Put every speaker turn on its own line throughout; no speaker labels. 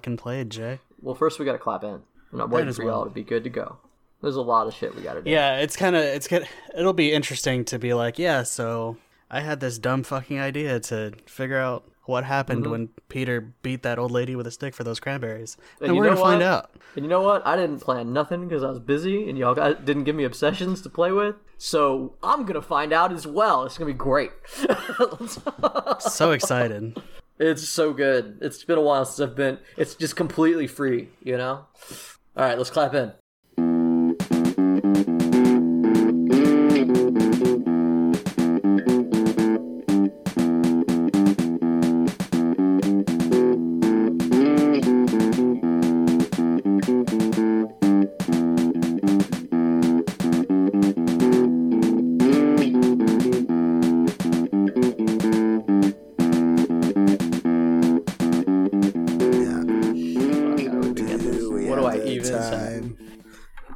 fucking played, Jay.
Well, first we got to clap in, and I'm
Might
waiting
as
for y'all
well.
to be good to go. There's a lot of shit we got to do.
Yeah, it's kind of it's get it'll be interesting to be like, yeah, so I had this dumb fucking idea to figure out what happened
Mm-hmm.
when Peter beat that old lady with a stick for those cranberries, and,
you
we're
know
gonna find
what?
out.
And you know what? I didn't plan nothing because I was busy, and y'all got, didn't give me obsessions to play with. So I'm gonna find out as well. It's gonna be great.
So excited.
it's so good. It's been a while since I've been. It's just completely free, you know. All right, let's clap in. What do I
have the
even say?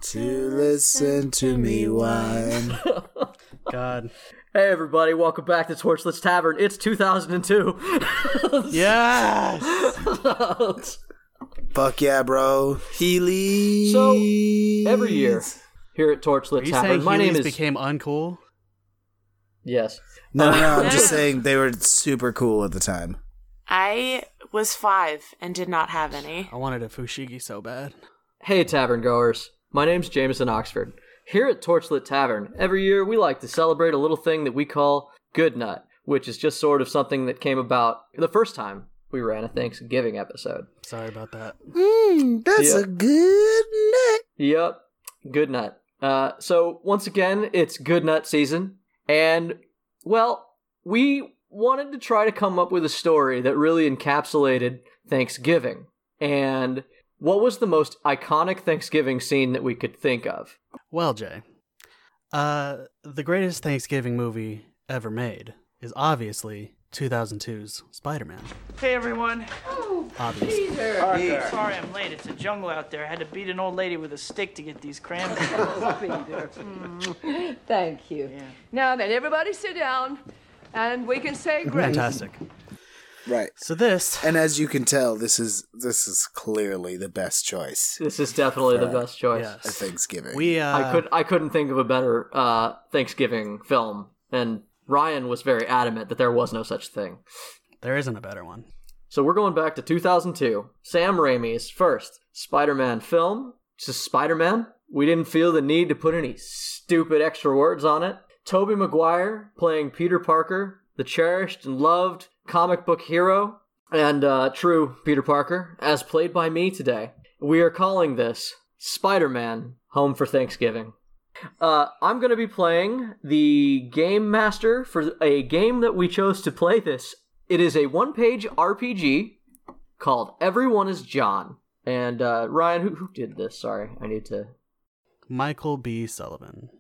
to listen to me whine?
God.
Hey everybody, welcome back to Torchlit Tavern. It's 2002.
Yes.
Fuck yeah, bro. Healy.
So, every year here at Torchlit
Are you
Tavern,
saying
my name
Heelys
is
became uncool?
yes.
No, no, no, I'm just saying they were super cool at the time.
I was five and did not have any.
I wanted a fushigi so bad.
Hey, tavern goers. My name's Jameson Oxford. Here at Torchlit Tavern, every year we like to celebrate a little thing that we call Good Nut, which is just sort of something that came about the first time we ran a Thanksgiving episode.
Sorry about that.
Mmm, that's
Yeah.
a good night.
Yep, Good Nut. Uh, so, once again, it's Good Nut season, and, well, we wanted to try to come up with a story that really encapsulated Thanksgiving. And what was the most iconic Thanksgiving scene that we could think of?
Well, Jay, uh, the greatest Thanksgiving movie ever made is obviously 2002's Spider-Man.
Hey everyone.
Obviously.
Sorry I'm late. It's a jungle out there. I had to beat an old lady with a stick to get these cranberries.
Thank you. Now then, everybody sit down and we can say grace.
Fantastic.
Right.
So this
And as you can tell, this is this is clearly the best choice
This is definitely the best choice.
at
Yes.
Thanksgiving.
We uh,
I could I couldn't think of a better uh, Thanksgiving film, and Ryan was very adamant that there was no such thing.
uh, there isn't a better one.
So we're going back to 2002, Sam Raimi's first Spider-Man film. It's just Spider-Man. We didn't feel the need to put any stupid extra words on it. Toby Maguire playing Peter Parker, the cherished and loved comic book hero and uh, true Peter Parker, as played by me today. We are calling this Spider-Man: Home for Thanksgiving. Uh, I'm going to be playing the game master for a game that we chose to play this. It is a one page RPG called Everyone is John. And uh, Ryan, who, who did this? Sorry, I need to.
Michael B. Sullivan.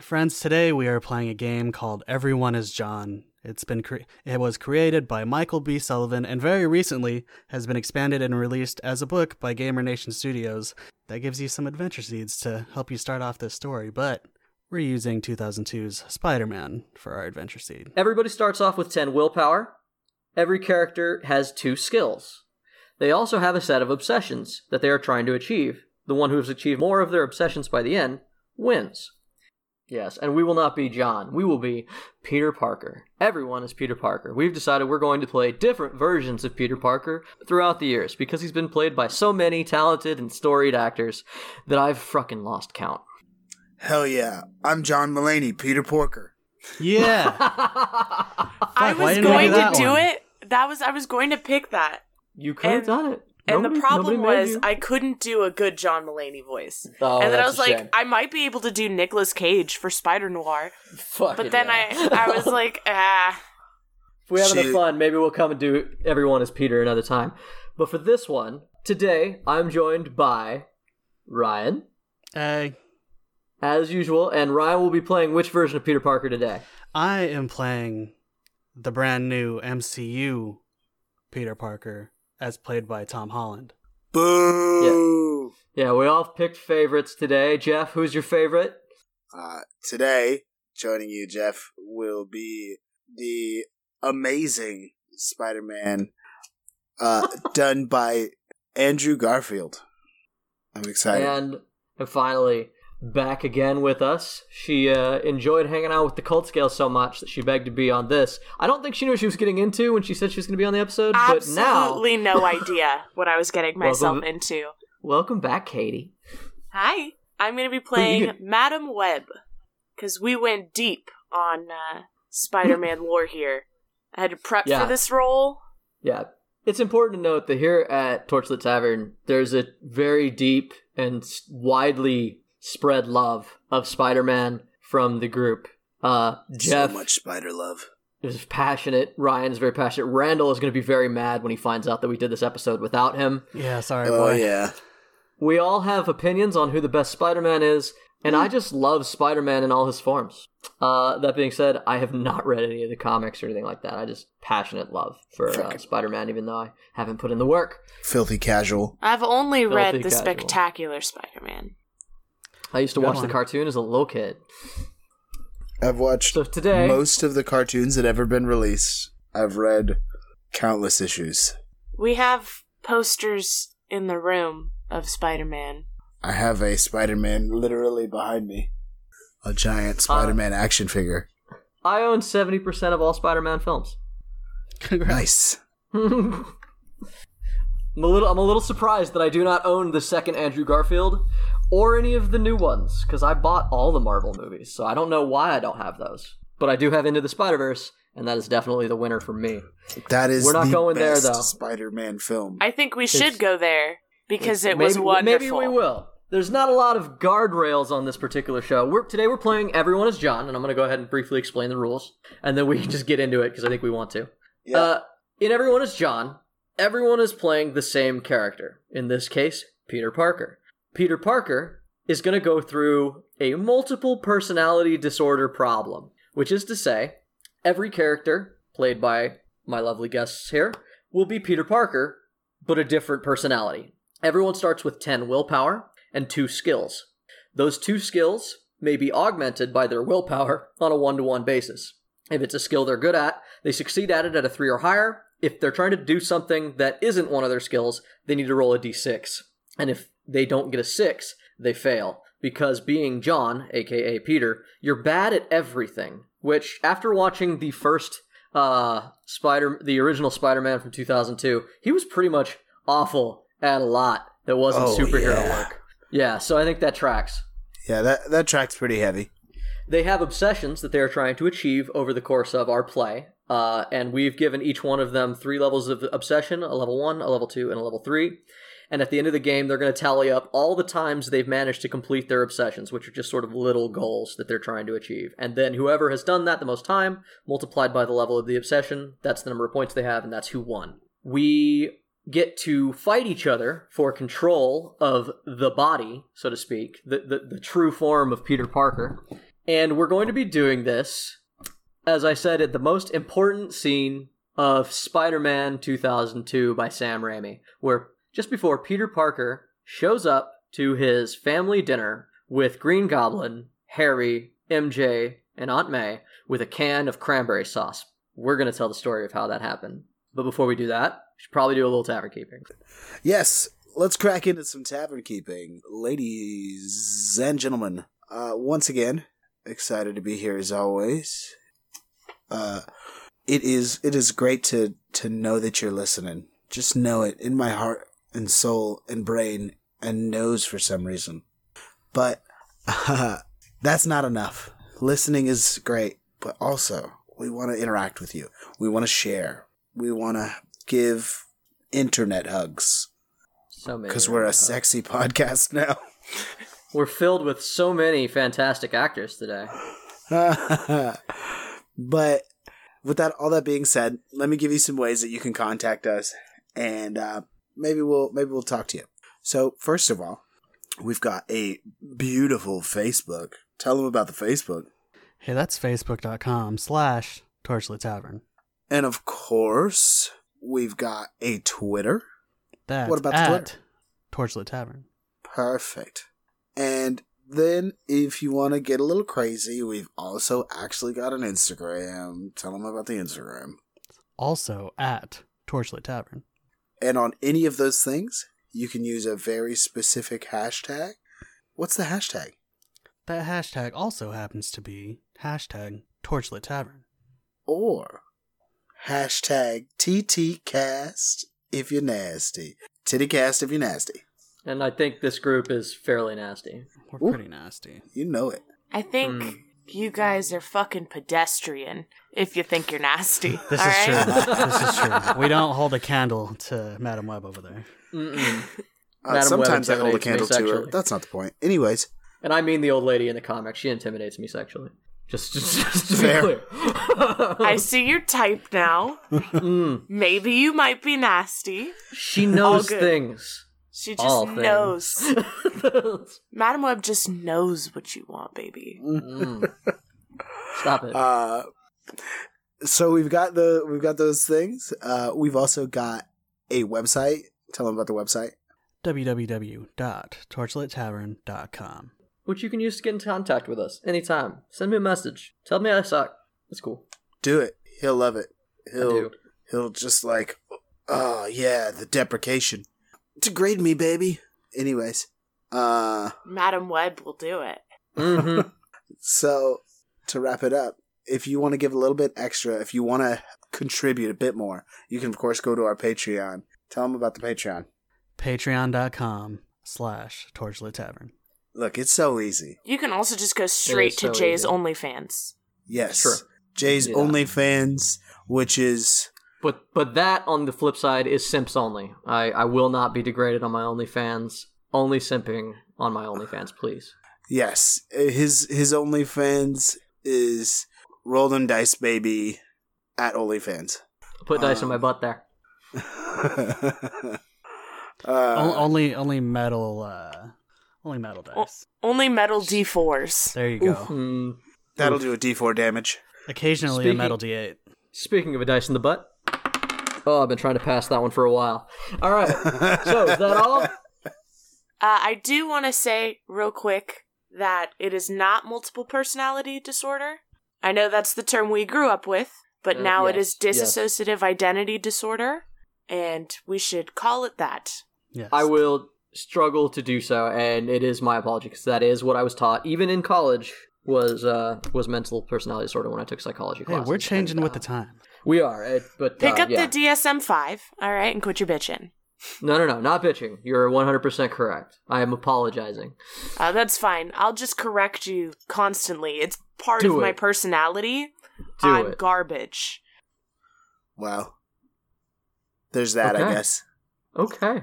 Friends, today we are playing a game called Everyone is John. It's been cre- it was created by Michael B. Sullivan and very recently has been expanded and released as a book by Gamer Nation Studios that gives you some adventure seeds to help you start off this story, but we're using 2002's Spider-Man for our adventure seed.
Everybody starts off with 10 willpower. Every character has two skills. They also have a set of obsessions that they are trying to achieve. The one who has achieved more of their obsessions by the end wins. Yes, and we will not be John. We will be Peter Parker. Everyone is Peter Parker. We've decided we're going to play different versions of Peter Parker throughout the years because he's been played by so many talented and storied actors that I've fucking lost count.
Hell yeah. I'm John Mullaney, Peter Porker.
Yeah.
I
Fuck, why
was
didn't I
going
do
to
that
do
one?
it. That was I was going to pick that.
You could have
And-
done it.
And
Nobody-
the problem
nobody made
was
you.
I couldn't do a good John Mulaney voice.
Oh,
and then I
that's
was
a
like,
shame.
I might be able to do Nicolas Cage for Spider Noir.
Fuck
But
it,
then
yeah.
I I was like, ah
If we're having a
Shoot.
fun, maybe we'll come and do everyone as Peter another time. But for this one, today I'm joined by Ryan,
Hey,
as usual, and Ryan will be playing which version of Peter Parker today?
I am playing the brand new MCU Peter Parker as played by Tom Holland.
Boo!
Yeah, we all picked favorites today. Jeff, who's your favorite?
Uh, today, joining you, Jeff, will be the amazing Spider Man uh, done by Andrew Garfield. I'm excited.
And finally, back again with us. She uh, enjoyed hanging out with the cult scale so much that she begged to be on this. I don't think she knew what she was getting into when she said she was going to be on the episode, but now.
Absolutely no idea what I was getting myself
Welcome-
into.
Welcome back, Katie.
Hi, I'm going to be
you
playing
get-
Madam Web because we went deep on uh, Spider-Man lore here. I had to prep
Yeah.
for this role.
Yeah. It's important to note that here at Torchlit Tavern, there's a very deep and s- widely spread love of Spider Man from the group. Uh, Jeff
So much spider love.
is passionate. Ryan's very passionate. Randall is going to be very mad when he finds out that we did this episode without him.
Yeah, sorry,
oh
boy.
yeah.
We all have opinions on who the best Spider Man is, and
Hmm.
I just love Spider Man in all his forms. Uh, that being said, I have not read any of the comics or anything like that. I just passionate love for uh,
Frick.
Spider Man, even though I haven't put in the work.
Filthy casual.
I've only
Filthy
read the
casual.
Spectacular Spider-Man.
I used to
Go
watch the
on.
cartoon as a little kid.
I've watched
So today,
most of the cartoons that ever been released. I've read countless issues.
We have posters in the room of Spider-Man.
I have a Spider-Man literally behind me. A
Uh,
giant Spider-Man action figure.
I own 70% of all Spider Man films.
Congrats.
Nice.
I'm a little I'm a little surprised that I do not own the second Andrew Garfield or any of the new ones cuz I bought all the Marvel movies. So I don't know why I don't have those. But I do have Into the Spider-Verse and that is definitely the winner for me.
That is
We're not
the
going there,
best
though.
Spider-Man film.
I think we should
It's-
go there because it
maybe,
was wonderful.
Maybe we will. There's not a lot of guardrails on this particular show. We're, today we're playing Everyone is John, and I'm going to go ahead and briefly explain the rules, and then we can just get into it because I think we want to.
Yeah.
Uh, in Everyone is John, everyone is playing the same character. In this case, Peter Parker. Peter Parker is going to go through a multiple personality disorder problem, which is to say, every character played by my lovely guests here will be Peter Parker, but a different personality. Everyone starts with 10 willpower and 2 skills. Those two skills may be augmented by their willpower on a one to one basis. If it's a skill they're good at, they succeed at it at a 3 or higher. If they're trying to do something that isn't one of their skills, they need to roll a d6. And if they don't get a 6, they fail. Because being John, aka Peter, you're bad at everything. Which, after watching the first uh Spider the original Spider-Man from 2002, he was pretty much awful at a lot that wasn't
Oh,
superhero
yeah.
work. Yeah, so I think that tracks.
yeah, that that track's pretty heavy.
They have obsessions that they are trying to achieve over the course of our play, uh, and we've given each one of them three levels of obsession a level one, a level two, and a level three. And at the end of the game, they're going to tally up all the times they've managed to complete their obsessions, which are just sort of little goals that they're trying to achieve. And then whoever has done that the most time, multiplied by the level of the obsession, that's the number of points they have, and that's who won. We get to fight each other for control of the body, so to speak, the, the, the true form of Peter Parker. And we're going to be doing this, as I said, at the most important scene of Spider Man 2002 by Sam Raimi, where just before Peter Parker shows up to his family dinner with Green Goblin, Harry, MJ, and Aunt May with a can of cranberry sauce. We're going to tell the story of how that happened. But before we do that, we should probably do a little tavern keeping.
Yes, let's crack into some tavern keeping. Ladies and gentlemen, uh, once again, excited to be here as always. Uh, it is it is great to to know that you're listening. Just know it in my heart and soul and brain and nose for some reason. But uh, that's not enough. Listening is great, but also we want to interact with you. We want to share. We want to give internet hugs
So many.
because we're a sexy podcast now.
We're filled with so many fantastic actors today.
but with that, all that being said, let me give you some ways that you can contact us, and uh, maybe we'll maybe we'll talk to you. So first of all, we've got a beautiful Facebook. Tell them about the Facebook,
Hey, that's facebook.com slash torchlit tavern.
and of course, we've got a Twitter.
That's
What about the
at
Twitter?
torchlit tavern.
Perfect. And then, if you want to get a little crazy, we've also actually got an Instagram. Tell them about the Instagram.
Also at torchlit tavern.
And on any of those things, you can use a very specific hashtag. What's the hashtag?
That hashtag also happens to be hashtag Torchlit Tavern.
Or hashtag TTCast if you're nasty. TittyCast if you're nasty.
And I think this group is fairly nasty.
We're
Ooh.
pretty nasty.
You know it.
I think
Mm.
you guys are fucking pedestrian if you think you're nasty.
This
all
is
right?
true. this is true. We don't hold a candle to Madam Web over there.
Mm-mm.
Uh,
Madam Web
sometimes I hold a candle
intimidates me
to her.
sexually.
That's not the point. Anyways,
And I mean the old lady in the comic. She intimidates me sexually. Just, just, just to
Fair.
be clear.
I see your type now.
Mm.
Maybe you might be nasty.
She knows
good.
things.
She just
All things.
knows.
Mm.
Madam Web just knows what you want, baby.
Stop it.
uh, so we've got the we've got those things. Uh, we've also got a website. Tell them about the website.
www.torchlittavern.com.
Which you can use to get in contact with us anytime. Send me a message. Tell me I suck. That's cool.
Do it. He'll love it.
I
He'll
do.
he'll just like, oh yeah, the deprecation. Degrade me, baby. Anyways, uh,
Madam Web will do it.
hmm
So, to wrap it up, if you want to give a little bit extra, if you want to contribute a bit more, you can, of course, go to our Patreon. Tell them about the Patreon.
Patreon.com slash Torchlit Tavern.
Look, it's so easy.
You can also just go straight to
so
Jay's
easy.
OnlyFans.
Yes.
Sure.
Jay's
Yeah.
OnlyFans, which is.
But but that on the flip side is simps only. I, I will not be degraded on my OnlyFans. Only simping on my OnlyFans, please.
Yes, his his OnlyFans is roll them dice baby at OnlyFans.
Put dice in my
Um,
butt there. Oh,
O-
uh,
only only metal uh only metal dice.
Only metal D4s.
There you go.
Mm.
that'll do a D4 damage.
Occasionally
Speaking-
a metal D8.
Speaking of a dice in the butt. Oh, I've been trying to pass that one for a while. All right. So is that all?
Uh, I do want to say real quick that it is not multiple personality disorder. I know that's the term we grew up with, but
Uh,
now it is
yes, yes.
dissociative identity disorder, and we should call it that.
Yes.
I will struggle to do so, and it is my apology because that is what I was taught, even in college. Was uh was mental personality disorder when I took psychology
Hey,
class.
we're changing with the time.
We are, eh, but
Pick
uh,
up
yeah.
the DSM 5, all right, and quit your bitching.
No, no, no, not bitching. You're 100% correct. I am apologizing.
Uh, that's fine. I'll just correct you constantly. It's part
Do
of my
it.
personality.
Do
I'm
it.
garbage.
Wow. There's that, I
Okay.
guess.
Okay.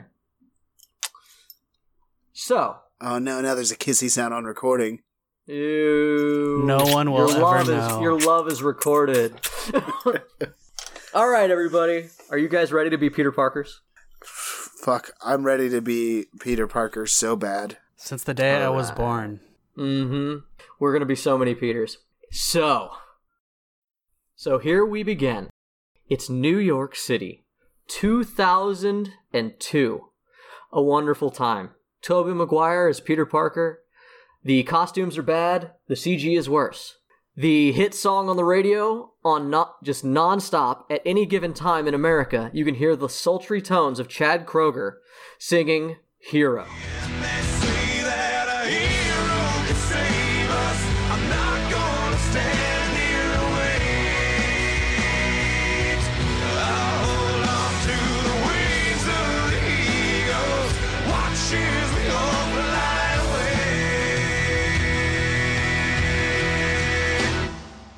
So,
Oh no, now there's a kissy sound on recording.
ew.
No one will
your
ever
love
know.
Is, your love is recorded. All right, everybody. Are you guys ready to be Peter Parkers?
Fuck, I'm ready to be Peter Parker so bad.
Since the day I was
Alright.
born.
Mm-hmm. We're gonna be so many Peters. So, so here we begin. It's New York City, 2002. A wonderful time. Toby Maguire is Peter Parker. The costumes are bad. The CG is worse. The hit song on the radio on not just nonstop at any given time in America, you can hear the sultry tones of Chad Kroger singing "Hero."
They say that a hero can save us. I'm not gonna stand here and wait. I'll hold on to the wings of the eagles. Watch as we all fly away.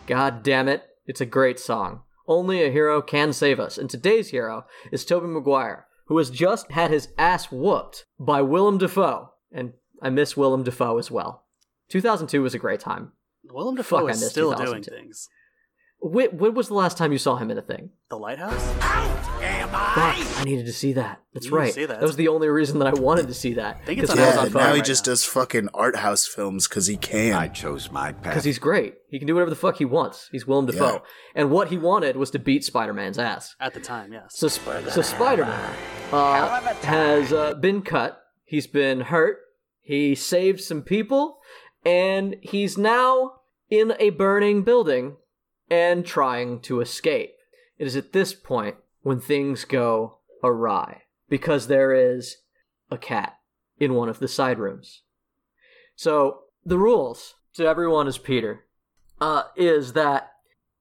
God damn it, it's a great song. Only a hero can save us, and today's hero is Toby Maguire, who has just had his ass whooped by Willem Dafoe. And I miss Willem Dafoe as well. 2002 was a great time.
Willem
Dafoe
Dafoe
Fuck, I is
is
missed
still
2002.
doing things.
Wh- when was the last time you saw him in a thing?
The lighthouse?
Out am
Fuck,
I?
I needed to see that. That's
You need to
right.
see that.
That was the only reason that I wanted to see that.
think it's
because
on
I was
Yeah,
Amazon
phone
now he
right
just
now.
does fucking art house films because he can.
I chose my path.
Because he's great. He can do whatever the fuck he wants. He's Willem Dafoe.
Yeah.
And what he wanted was to beat Spider Man's ass.
At the time, yes.
So, Sp- so Spider Man uh, has uh, been cut. He's been hurt. He saved some people, and he's now in a burning building and trying to escape. It is at this point when things go awry because there is a cat in one of the side rooms. So the rules to everyone is Peter uh, is that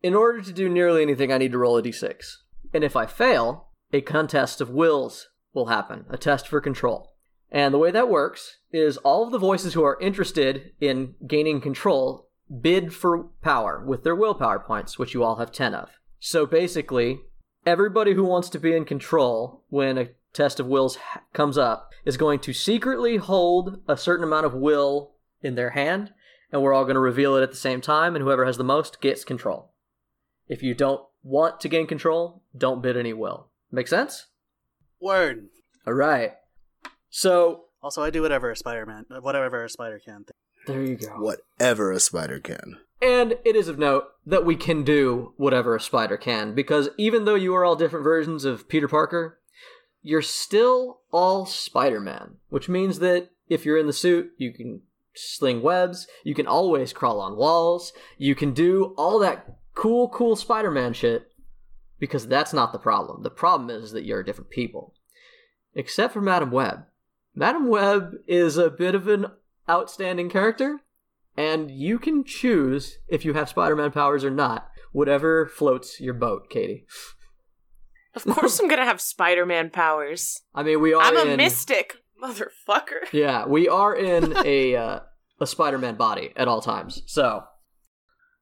in order to do nearly anything, I need to roll a d6, and if I fail, a contest of wills will happen, a test for control. And the way that works is all of the voices who are interested in gaining control bid for power with their willpower points, which you all have 10 of. So basically, everybody who wants to be in control when a test of wills ha- comes up is going to secretly hold a certain amount of will in their hand, and we're all going to reveal it at the same time, and whoever has the most gets control. If you don't want to gain control, don't bid any will. Make sense?
Word.
All right. So
Also, I do whatever a spider man, whatever a spider can. Think.
there you go.
Whatever a spider can.
And it is of note that we can do whatever a spider can, because even though you are all different versions of Peter Parker, you're still all Spider Man, which means that if you're in the suit, you can sling webs, you can always crawl on walls, you can do all that cool, cool Spider Man shit, because that's not the problem. The problem is that you're different people. Except for Madame Web. Madame Web is a bit of an outstanding character and you can choose if you have Spider-Man powers or not, whatever floats your boat, Katie.
Of course, I'm gonna have Spider Man powers.
I mean, we are
I'm a
in,
mystic, motherfucker.
Yeah, we are in a uh, a Spider-Man body at all times. So,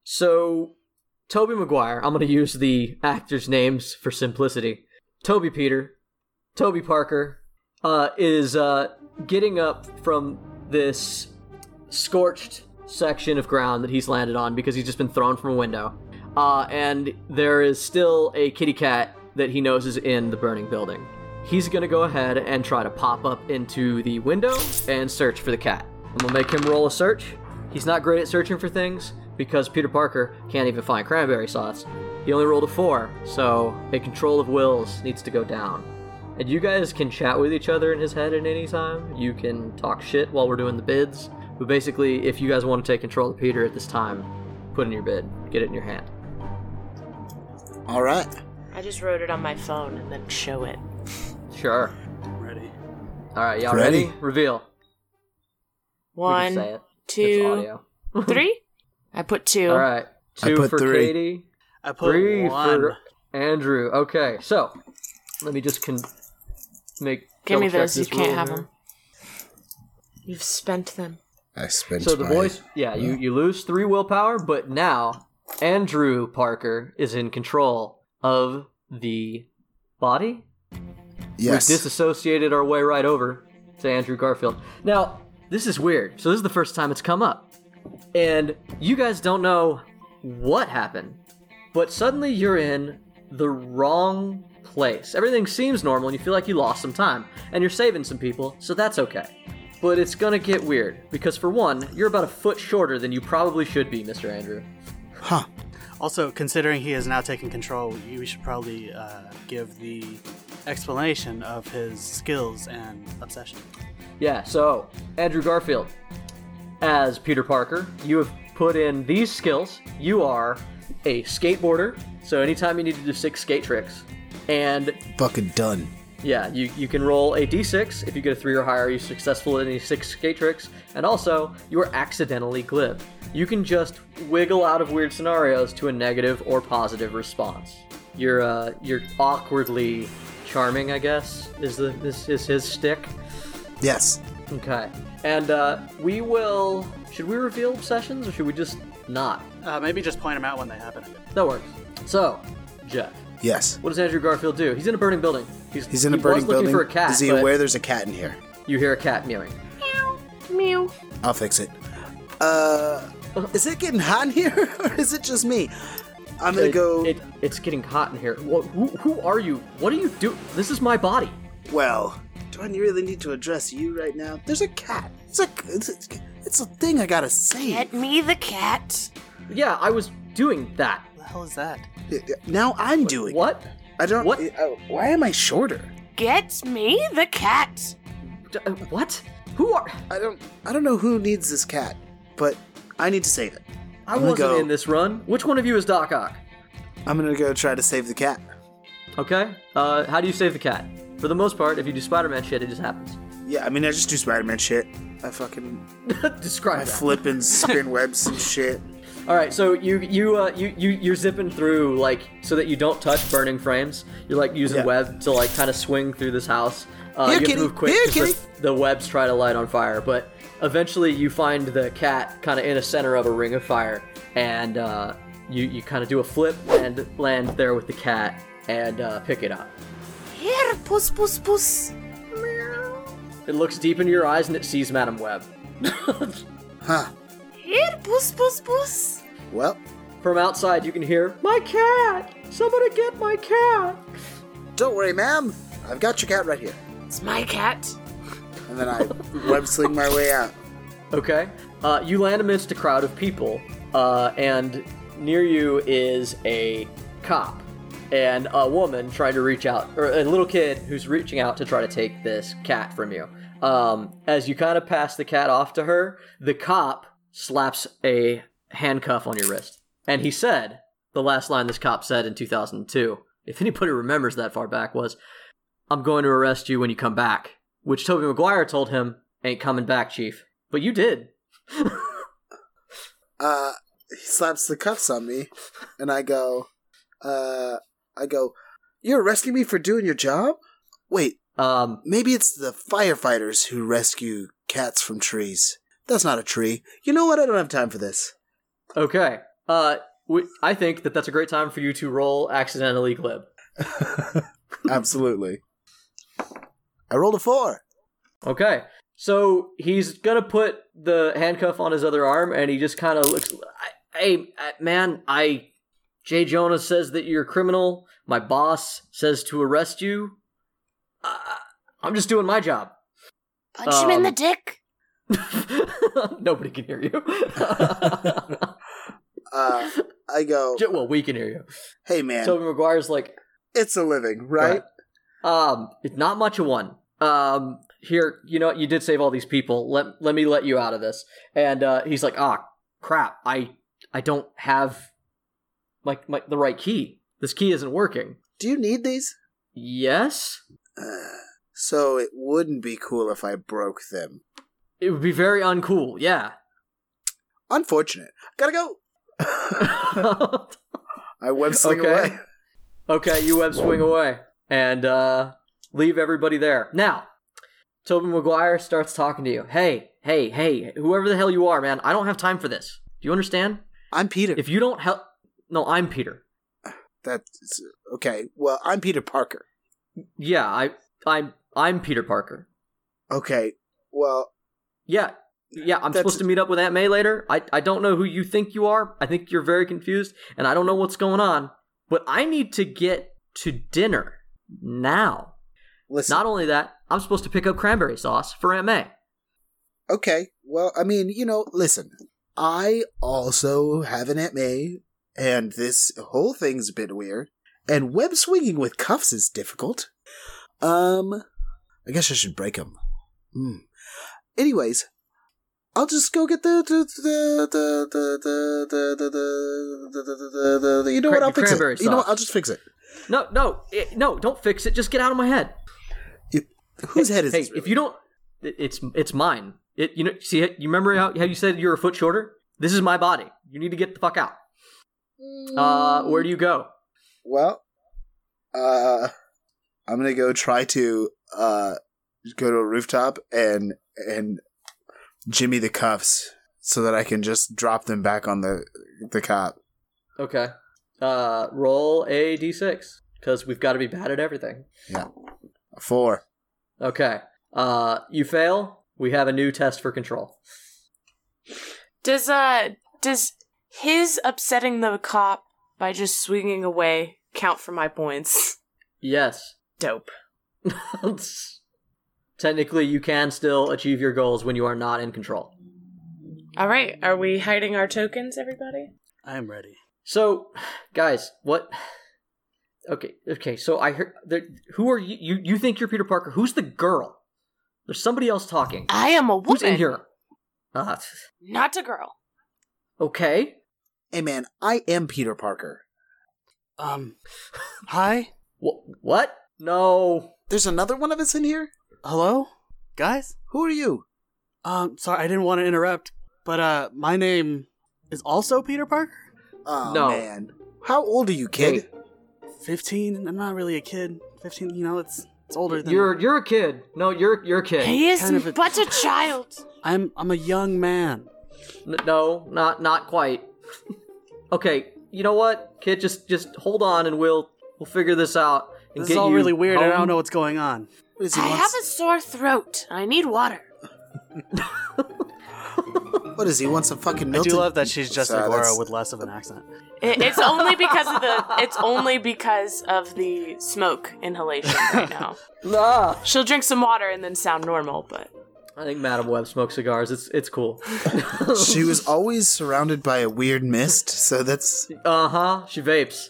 so Toby Maguire. I'm going to use the actors' names for simplicity. Toby Peter, Toby Parker, uh, is uh, getting up from this scorched section of ground that he's landed on because he's just been thrown from a window. Uh, and there is still a kitty cat that he knows is in the burning building. He's gonna go ahead and try to pop up into the window and search for the cat. I'm gonna make him roll a search. He's not great at searching for things because Peter Parker can't even find cranberry sauce. He only rolled a four, so a control of wills needs to go down. And you guys can chat with each other in his head at any time. You can talk shit while we're doing the bids. But basically, if you guys want to take control of Peter at this time, put in your bid, get it in your hand.
All right.
I just wrote it on my phone and then show it.
Sure.
I'm ready.
All right, y'all ready?
Ready.
Reveal. we can say
One,
it. it's
two,
audio.
three. I put two.
All right,
I
two
put
for
three.
Katie,
I put
three
one.
for Andrew. Okay, so let me just con- make.
Give me
double check
those. You
this rule
can't have
here.
them. You've spent them.
I spent
So the
my-
voice, yeah, you, you lose three willpower, but now Andrew Parker is in control of the body.
Yes.
We disassociated our way right over to Andrew Garfield. Now, this is weird. So this is the first time it's come up. And you guys don't know what happened, but suddenly you're in the wrong place. Everything seems normal and you feel like you lost some time and you're saving some people, so that's okay. But it's gonna get weird because for one, you're about a foot shorter than you probably should be, Mr. Andrew.
huh.
Also, considering he is now taking control, you should probably uh, give the explanation of his skills and obsession.
Yeah, so Andrew Garfield, as Peter Parker, you have put in these skills. You are a skateboarder, so anytime you need to do six skate tricks, and
Fucking done.
yeah, you, you can roll a d6. If you get a 3 or higher, you're successful at any 6 skate tricks. And also, you are accidentally glib. You can just wiggle out of weird scenarios to a negative or positive response. You're, uh, you're awkwardly charming, I guess, is, the, is, is his stick.
Yes.
Okay. And uh, we will. Should we reveal obsessions or should we just not?
Uh, maybe just point him out when they happen.
That works. So, Jeff,
Yes.
what does Andrew Garfield do? He's in a burning building. He's,
He's in a
he
burning
was looking
building.
for a cat.
Is he
but
aware there's a cat in here?
You hear a cat mewing.
Mew.
I'll fix it. Uh, is it getting hot in here, or is it just me? I'm gonna
It-
go.
it- it's getting hot in here. Wha who, who are you? What do you do? This is my body.
well, do I really need to address you right now? There's a cat. It's a. It's a, it's a thing I gotta say.
Get me the cat.
Yeah, I was doing that.
What the hell is that?
Now I'm doing. it.
What?
I don't.
What?
uh, why am I shorter?
Get me the cat.
D- uh, what? Who are?
I don't. I don't know who needs this cat, but I need to save it.
I
I'm gonna
wasn't
go-
in this run. Which one of you is Doc Ock?
I'm gonna go try to save the cat.
Okay. Uh, how do you save the cat? For the most part, if you do Spider-Man shit, it just happens.
Yeah, I mean, I just do Spider Man shit. I fucking I
Describe that.
flip and spin webs and shit.
All right, so you you uh, you you you're zipping through like so that you don't touch burning frames. You're like using
Yeah.
web to like kind of swing through this house. Uh, you
Here,
have
kitty.
to move quick
Here,
'cause
kitty.
the, the webs try to light on fire, but eventually you find the cat kind of in the center of a ring of fire, and uh, you you kind of do a flip and land there with the cat and uh, pick it up.
Here, puss, puss, puss.
It looks deep into your eyes and it sees Madam Web.
Huh.
Here, puss, puss, puss.
Well,
From outside, you can hear my cat. Somebody get my cat.
don't worry, ma'am. I've got your cat right here.
It's my cat.
And then I web sling my way out.
Okay. Uh, you land amidst a crowd of people, uh, and near you is a cop and a woman trying to reach out, or a little kid who's reaching out to try to take this cat from you. Um, as you kind of pass the cat off to her, the cop slaps a handcuff on your wrist. And he said, the last line this cop said in 2002, if anybody remembers that far back, was, I'm going to arrest you when you come back. Which Toby Maguire told him, ain't coming back, Chief. But you did.
Uh, he slaps the cuffs on me, and I go, uh, I go, you're arresting me for doing your job? Wait,
Um,
maybe it's the firefighters who rescue cats from trees. That's not a tree. You know what? I don't have time for this.
okay. Uh, we, I think that that's a great time for you to roll accidentally glib.
Absolutely. I rolled a four.
Okay. So he's gonna put the handcuff on his other arm, and he just kind of looks. I- Hey, I- man, I. Jay Jonah says that you're a criminal. My boss says to arrest you. Uh, I'm just doing my job.
Punch him in
Um,
the dick.
Nobody can hear you.
Uh, I go,
J- well, we can hear you.
hey man,
Toby Maguire's like,
it's a living, right?
Um, it's not much of one. Um, here, you know, what, you did save all these people. Let let me let you out of this. And uh, he's like, ah, crap. I I don't have my, my the right key. This key isn't working.
Do you need these?
Yes,
Uh, so it wouldn't be cool if I broke them.
it would be very uncool. Yeah.
Unfortunate. Gotta go. I web sling
Okay.
away.
Okay, you web swing away and uh, leave everybody there. Now, Tobin Maguire starts talking to you. Hey, hey, hey, whoever the hell you are, man, I don't have time for this. Do you understand?
I'm Peter.
If you don't help. No, I'm Peter.
That's okay. Well, I'm Peter Parker.
Yeah, I, I'm, I'm Peter Parker.
Okay. Well,
Yeah, yeah, I'm
That's-
supposed to meet up with Aunt May later. I, I don't know who you think you are. I think you're very confused, and I don't know what's going on. But I need to get to dinner now.
listen.
Not only that, I'm supposed to pick up cranberry sauce for Aunt May.
okay. Well, I mean, you know, listen. I also have an Aunt May, and this whole thing's a bit weird. And web swinging with cuffs is difficult. Um, I guess I should break them. Hmm. Anyways, I'll just go get the the the the the the the the the the the the. You know
Cra-
what? I'll
the
fix
cranberry
it. You know what?
sauce.
I'll just fix it.
No, no, it, no! Don't fix it. Just get out of my head.
Whose head is
Hey,
this?
if you don't, it, it's it's mine. It you know see you remember how, how you said you're a foot shorter. This is my body. You need to get the fuck out. Uh, where do you go?
Well, uh, I'm gonna go try to uh go to a rooftop and and jimmy the cuffs so that I can just drop them back on the the cop.
Okay. Uh, roll a d6 because we've got to be bad at everything.
Four.
Okay. Uh, you fail. We have a new test for control.
Does uh does his upsetting the cop by just swinging away count for my points?
Yes.
Dope.
Technically, you can still achieve your goals when you are not in control.
All right, are we hiding our tokens, everybody?
I'm ready.
So, guys, what? Okay, okay. So I heard. There, who are you? You you think you're Peter Parker? Who's the girl? There's somebody else talking.
I am a
Who's
woman,
in here? Uh,
not a girl.
okay.
Hey man, I am Peter Parker.
Um, hi?
Wh- what? No.
There's another one of us in here?
Hello? Guys?
Who are you?
Um, sorry, I didn't want to interrupt, but uh, my name is also Peter Parker.
Oh
No.
man, how old are you, kid?
Fifteen. I'm not really a kid. Fifteen. You know, it's it's older than
You're you're a kid. No, you're you're a kid.
He is
Kind of a-
but a child.
I'm I'm a young man.
N- no, not not quite. okay, you know what, kid? Just just hold on, and we'll we'll figure this out. And
This
get
is all
you
really weird. and I
home.
don't know what's going on.
What is he
I have
wants?
a sore throat. I need water.
What is he wants? Some fucking
I
Milton?
do love that she's just
Sorry,
Agora
that's-
with less of an accent.
It, it's only because of the. It's only because of the smoke inhalation right now.
Ah!
She'll drink some water and then sound normal, but
I think Madam Web smokes cigars. It's it's cool.
She was always surrounded by a weird mist, so that's
Uh huh. She vapes.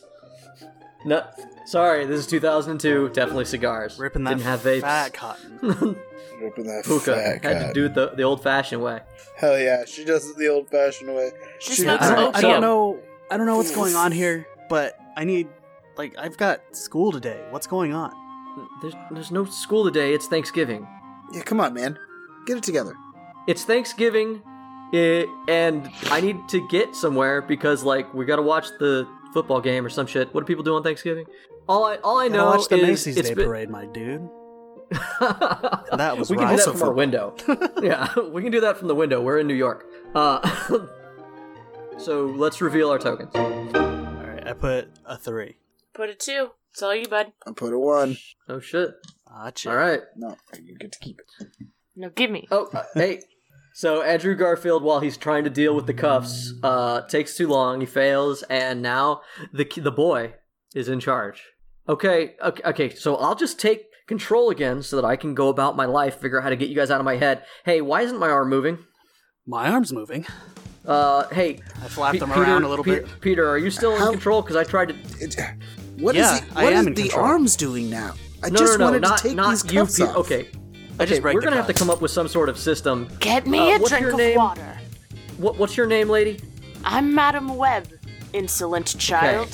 No, sorry. This is 2002. Definitely cigars.
Ripping that
Didn't have vapes.
fat cotton.
ripping that
Hookah. Had to do it the, the old-fashioned way.
Hell yeah, she does it the old-fashioned way.
She She- smokes
I
Oh,
don't, I don't
opium.
know. I don't know what's going on here, but I need like I've got school today. What's going on?
There's there's no school today. It's Thanksgiving.
Yeah, come on, man, get it together.
It's Thanksgiving, eh, and I need to get somewhere because like we gotta watch the football game or some shit. What do people do on Thanksgiving? All I all I
Gotta
know
watch the
is
Macy's
it's
Day
been-
Parade, my dude. That was
we can
right.
do
Also
that from our
for-
window. yeah, we can do that from the window. We're in New York. Uh, so let's reveal our tokens.
All right, I put a three.
put it two. It's all you, bud.
I put a one.
Oh shit!
Ah, shit.
All right.
No, you get to keep it.
No, give me.
Oh uh, hey. So Andrew Garfield, while he's trying to deal with the cuffs, uh, takes too long. He fails, and now the ki- the boy is in charge. Okay, okay, okay. So I'll just take control again, so that I can go about my life, figure out how to get you guys out of my head. Hey, why isn't my arm moving?
My arm's moving.
Uh, hey,
I flapped
Pe-
them around a little
Pe-
bit.
Peter, are you still in
How-
control? Because I tried to.
it what is
Yeah,
he,
I
what
am
is
in
the
control.
arms doing now? I
No,
just
no, no,
wanted
not
to take
not
these
you,
cuffs
Peter.
off.
Okay, okay.
just break
We're
the
gonna have to
cuffs.
come up with some sort of system.
Get me
Uh,
a
what's
drink
your
of
name?
water.
What What's your name, lady?
I'm Madam Webb, insolent child.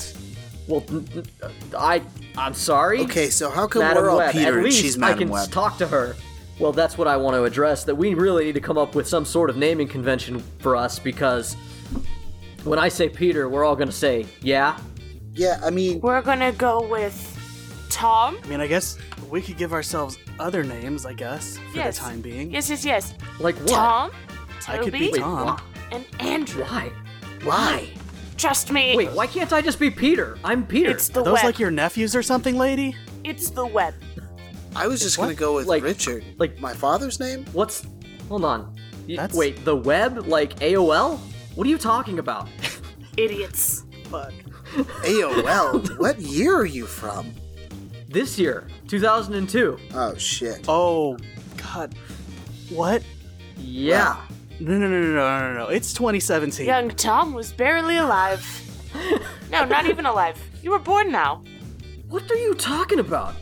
Well, n- n- uh, I I'm sorry.
Okay, so how come
Madam
we're all
Web.
Peter
At
and
least
she's
I
Madam
can
Web?
talk to her. Well, that's what I want to address. That we really need to come up with some sort of naming convention for us because when I say Peter, we're all gonna say yeah.
yeah, I mean,
We're gonna go with Tom.
I mean, I guess we could give ourselves other names. I guess for
yes.
the time being.
Yes, yes, yes.
Like what?
Tom,
I could
Toby,
be Tom.
and Andrew.
Why?
why?
Trust me.
Wait, why can't I just be Peter? I'm Peter.
It's the
Are those
web.
like your nephews or something, lady?
It's the web.
I was just gonna go with
Like-
Richard,
like-
my father's name.
What's? Hold on. Y-
That's-
Wait, the web? Like AOL? What are you talking about?
Idiots.
AOL. what year are you from?
This year, 2002.
Oh shit.
Oh, God. What?
Yeah.
No, no, no, no, no, no, no. It's 2017.
Young Tom was barely alive. no, not even alive. You were born now.
What are you talking about?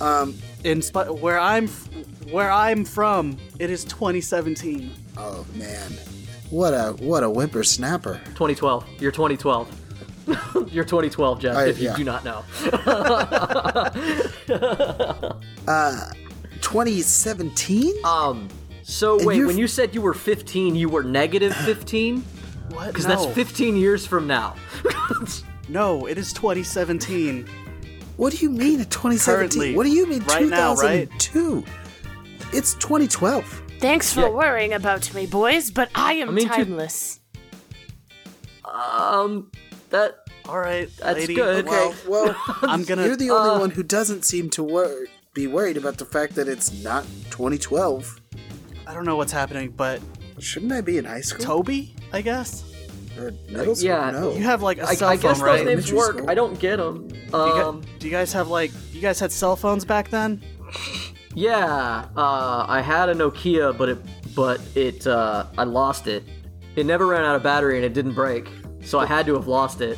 Um.
In sp- where I'm, f- where I'm from, it is 2017.
Oh man. What a what a whippersnapper.
2012. You're 2012. You're 2012, Jeff.
I-
if you
yeah.
do not know.
2017.
Um. So
And
wait,
you're-
when you said you were 15, you were negative 15,
What?
because
no.
that's 15 years from now.
No, it is 2017.
What do you mean 2017?
Currently.
What do you mean
Right now, right?
2002? It's 2012.
Thanks for
Yeah.
worrying about me, boys, but I am
I mean, too-
timeless.
um. That.
All right,
That's
lady.
good.
Well,
Okay. Well,
I'm gonna. uh,
you're the only one who doesn't seem to wor- be worried about the fact that it's not 2012.
I don't know what's happening, but
Shouldn't I be in high school
Toby, I guess.
or middle school?
Yeah.
No.
You have like a
I,
cell
I
phone,
guess those
right?
names
Elementary
work.
school.
I don't get them.
You got-
Um.
do you guys have like? You guys had cell phones back then?
Yeah, uh, I had a Nokia, but it, but it, uh, I lost it. It never ran out of battery and it didn't break, so I had to have lost it.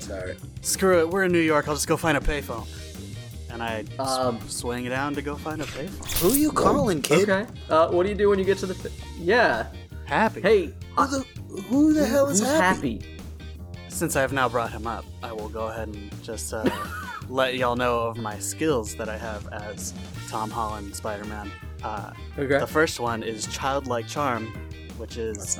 Sorry.
Screw it. We're in New York. I'll just go find a payphone. And I s-
Um.
swing down to go find a payphone.
Who you calling, kid?
okay. Uh, what do you do when you get to the? Fi- yeah.
Happy.
Hey.
Who the, who the hell is
who's
happy?
happy?
Since I have now brought him up, I will go ahead and just uh, let y'all know of my skills that I have as Tom Holland Spider Man. Uh,
Okay.
The first one is Childlike Charm, which is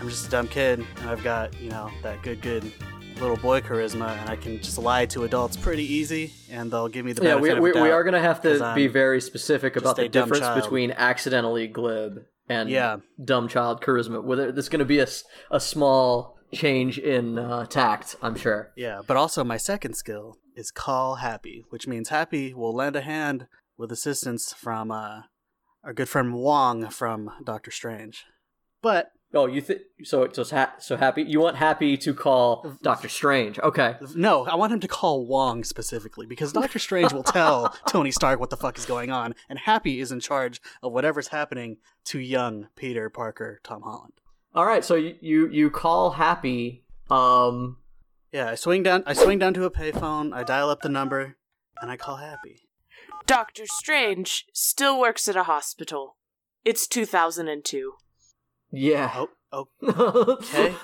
I'm just a dumb kid and I've got, you know, that good, good little boy charisma and I can just lie to adults pretty easy and they'll give me the
yeah,
benefit
we,
of
we,
doubt
we are going to have
'cause
to
I'm-
be very specific about
a
the
dumb
difference
child.
between accidentally glib and
Yeah.
dumb child charisma. Whether there's going to be a, s- a small change in uh, tact, I'm sure.
Yeah, but also my second skill is call happy, which means happy will lend a hand with assistance from uh, our good friend Wong from Doctor Strange. But
Oh, you think so? So, it's ha- so happy. You want happy to call Doctor Strange? Okay.
no, I want him to call Wong specifically because Doctor Strange will tell Tony Stark what the fuck is going on, and Happy is in charge of whatever's happening to young Peter Parker, Tom Holland.
All right. So you you, you call happy. Um.
Yeah, I swing down. I swing down to a payphone. I dial up the number, and I call Happy.
Doctor Strange still works at a hospital. It's 2002.
Yeah.
Oh, oh,
okay.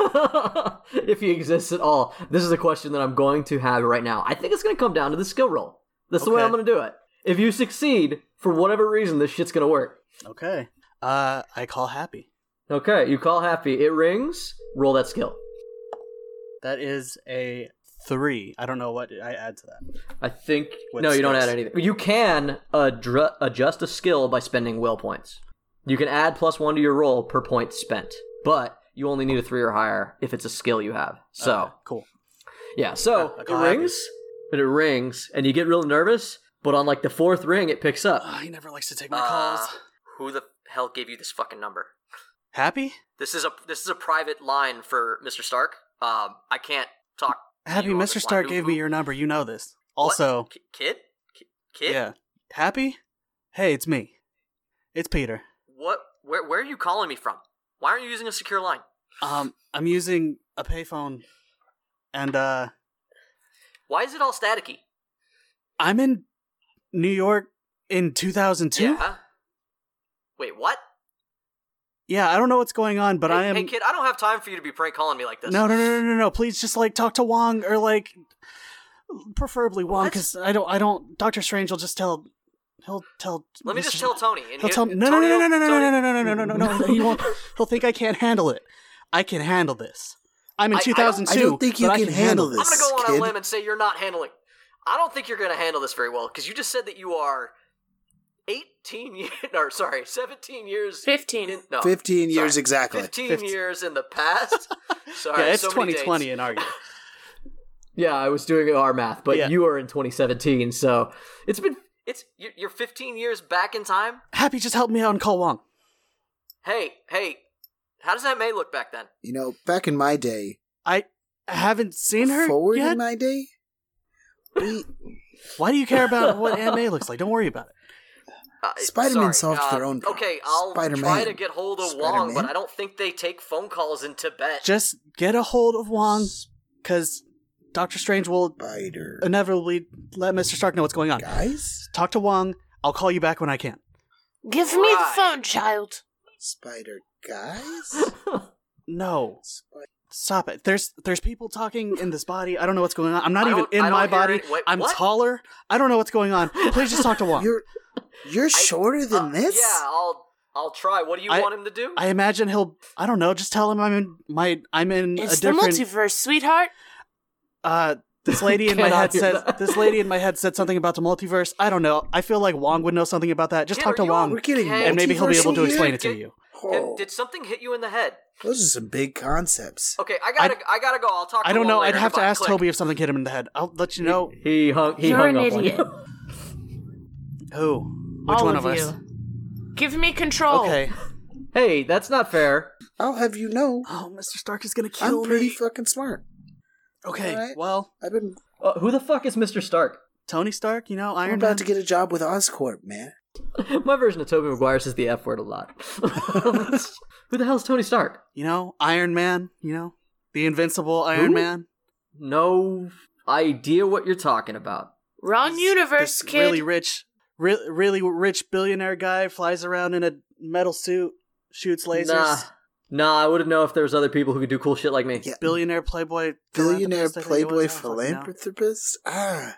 if he exists at all, this is a question that I'm going to have right now. I think it's going to come down to the skill roll. That's the way
Okay.
I'm going to do it. If you succeed, for whatever reason, this shit's going to work.
okay. Uh, I call Happy.
Okay, you call happy. It rings. Roll that skill.
That is a three. I don't know what I add to that.
I think
What
no, you don't add
skills?
anything. You can adru- adjust a skill by spending will points. You can add plus one to your roll per point spent, but you only need a three or higher if it's a skill you have. So
Okay, cool.
yeah, so
I
it
call happy.
rings, and it rings, and you get real nervous. But on like the fourth ring, it picks up.
Ah, he never likes to take
Uh,
my calls.
Who the hell gave you this fucking number?
Happy?
This is a this is a private line for Mister Stark. Um, I can't talk.
Happy, Mr. Stark gave me your number. You know this. Also,
kid, kid.
yeah. Happy? Hey, it's me. It's Peter.
What? Where? Where are you calling me from? Why aren't you using a secure line?
Um, I'm using a payphone, and uh,
Why is it all staticky?
I'm in New York in 2002.
Yeah. Wait, what?
Yeah, I don't know what's going on, but
hey,
I am.
hey, kid, I don't have time for you to be prank calling me like this.
no, no, no, no, no, no. Please, just like talk to Wong or like, preferably Wong,
What?
because I don't, I don't. Doctor Strange will just tell. He'll tell.
Let me just
Mr.
tell Tony. And
He'll
he-
tell me, no, no,
Tony,
no, no, no, no, no,
Tony-
no, no, no, no, no, no, no. He won't. He'll think I can't handle it. I can handle this. I'm in
I- I don't-
2002.
I don't think you
but I
can handle
I'm gonna
this,
go on
kid.
a limb and say you're not handling. I don't think you're gonna handle this very well because you just said that you are 18 years, or sorry, 17 years.
15.
in- no,
15 years
sorry,
exactly.
15,
15.
years in the past. sorry,
Yeah, it's
so many dates.
2020 in our year.
Yeah, I was doing our math, but
Yeah.
you are in 2017, so it's been it's you're you're 15 years back in time.
Happy, just help me out and call Wong.
Hey, hey, how does that May look back then?
You know, back in my day,
I haven't seen her
forward
yet.
in my day, we,
Why do you care about what Aunt May looks like? Don't worry about it.
Uh,
Spider-Man
sorry,
solved
uh,
their own problems.
Okay, I'll try
Spider-Man.
to get hold of Wong,
Spider-Man?
but I don't think they take phone calls in Tibet.
Just get a hold of Wong, because Doctor Strange will
Spider
inevitably let Mr. Stark know what's going on.
guys,
Talk to Wong. I'll call you back when I can.
Give me the
Right.
phone, child.
Spider guys.
No. Stop it. There's there's people talking in this body. I don't know what's going on. I'm not
I
even
don't- I
in my
don't hear
body.
it. Wait,
I'm
what?
taller. I don't know what's going on. Please just talk to Wong.
You're you're shorter than
Uh,
this.
Yeah, I'll I'll try. What do you
I-
want him to do?
I imagine he'll I don't know, just tell him I'm in my I'm in a
It's the
different
multiverse, sweetheart.
uh this lady in my
Cannot
head
hear
said
that.
this lady in my head said something about the multiverse. I don't know. I feel like Wong would know something about that. Just
Kid,
talk
are
to
you
Wong
We're getting
Okay.
and maybe he'll be able to
multiversal
explain
here?
it to
Kid-
you.
Oh,
Did, did something hit you in the head?
those are some big concepts.
Okay, I gotta I, gotta go. I'll talk. To
I don't
Wong
know.
Later.
I'd have to
Goodbye.
ask
Click.
Toby if something hit him in the head. I'll let you know.
He hung. He
You're
hung
an
up on
idiot.
you.
Who? Which
All
one
of
of us?
you. Oh. Give me control.
Okay.
Hey, that's not fair.
I'll have you know,
Oh, Mr. Stark is gonna
I'm
kill
pretty
me.
fucking smart.
okay.
Alright.
Well,
I've been
Uh, who the fuck is Mister Stark?
Tony Stark, you know,
I'm
Iron Man.
about to get a job with Oscorp, man.
My version of Toby Maguire says the F word a lot. who the hell's Tony Stark?
you know, Iron Man, you know, the invincible Iron
Who?
Man.
No idea what you're talking about.
Wrong universe,
This
kid.
really rich, re- really rich billionaire guy flies around in a metal suit, shoots lasers.
Nah. Nah, I wouldn't know if there was other people who could do cool shit like me.
Yeah.
Billionaire playboy, uh,
Billionaire
philanthropist, I think he was.
playboy
I don't fucking know.
philanthropist. Ah,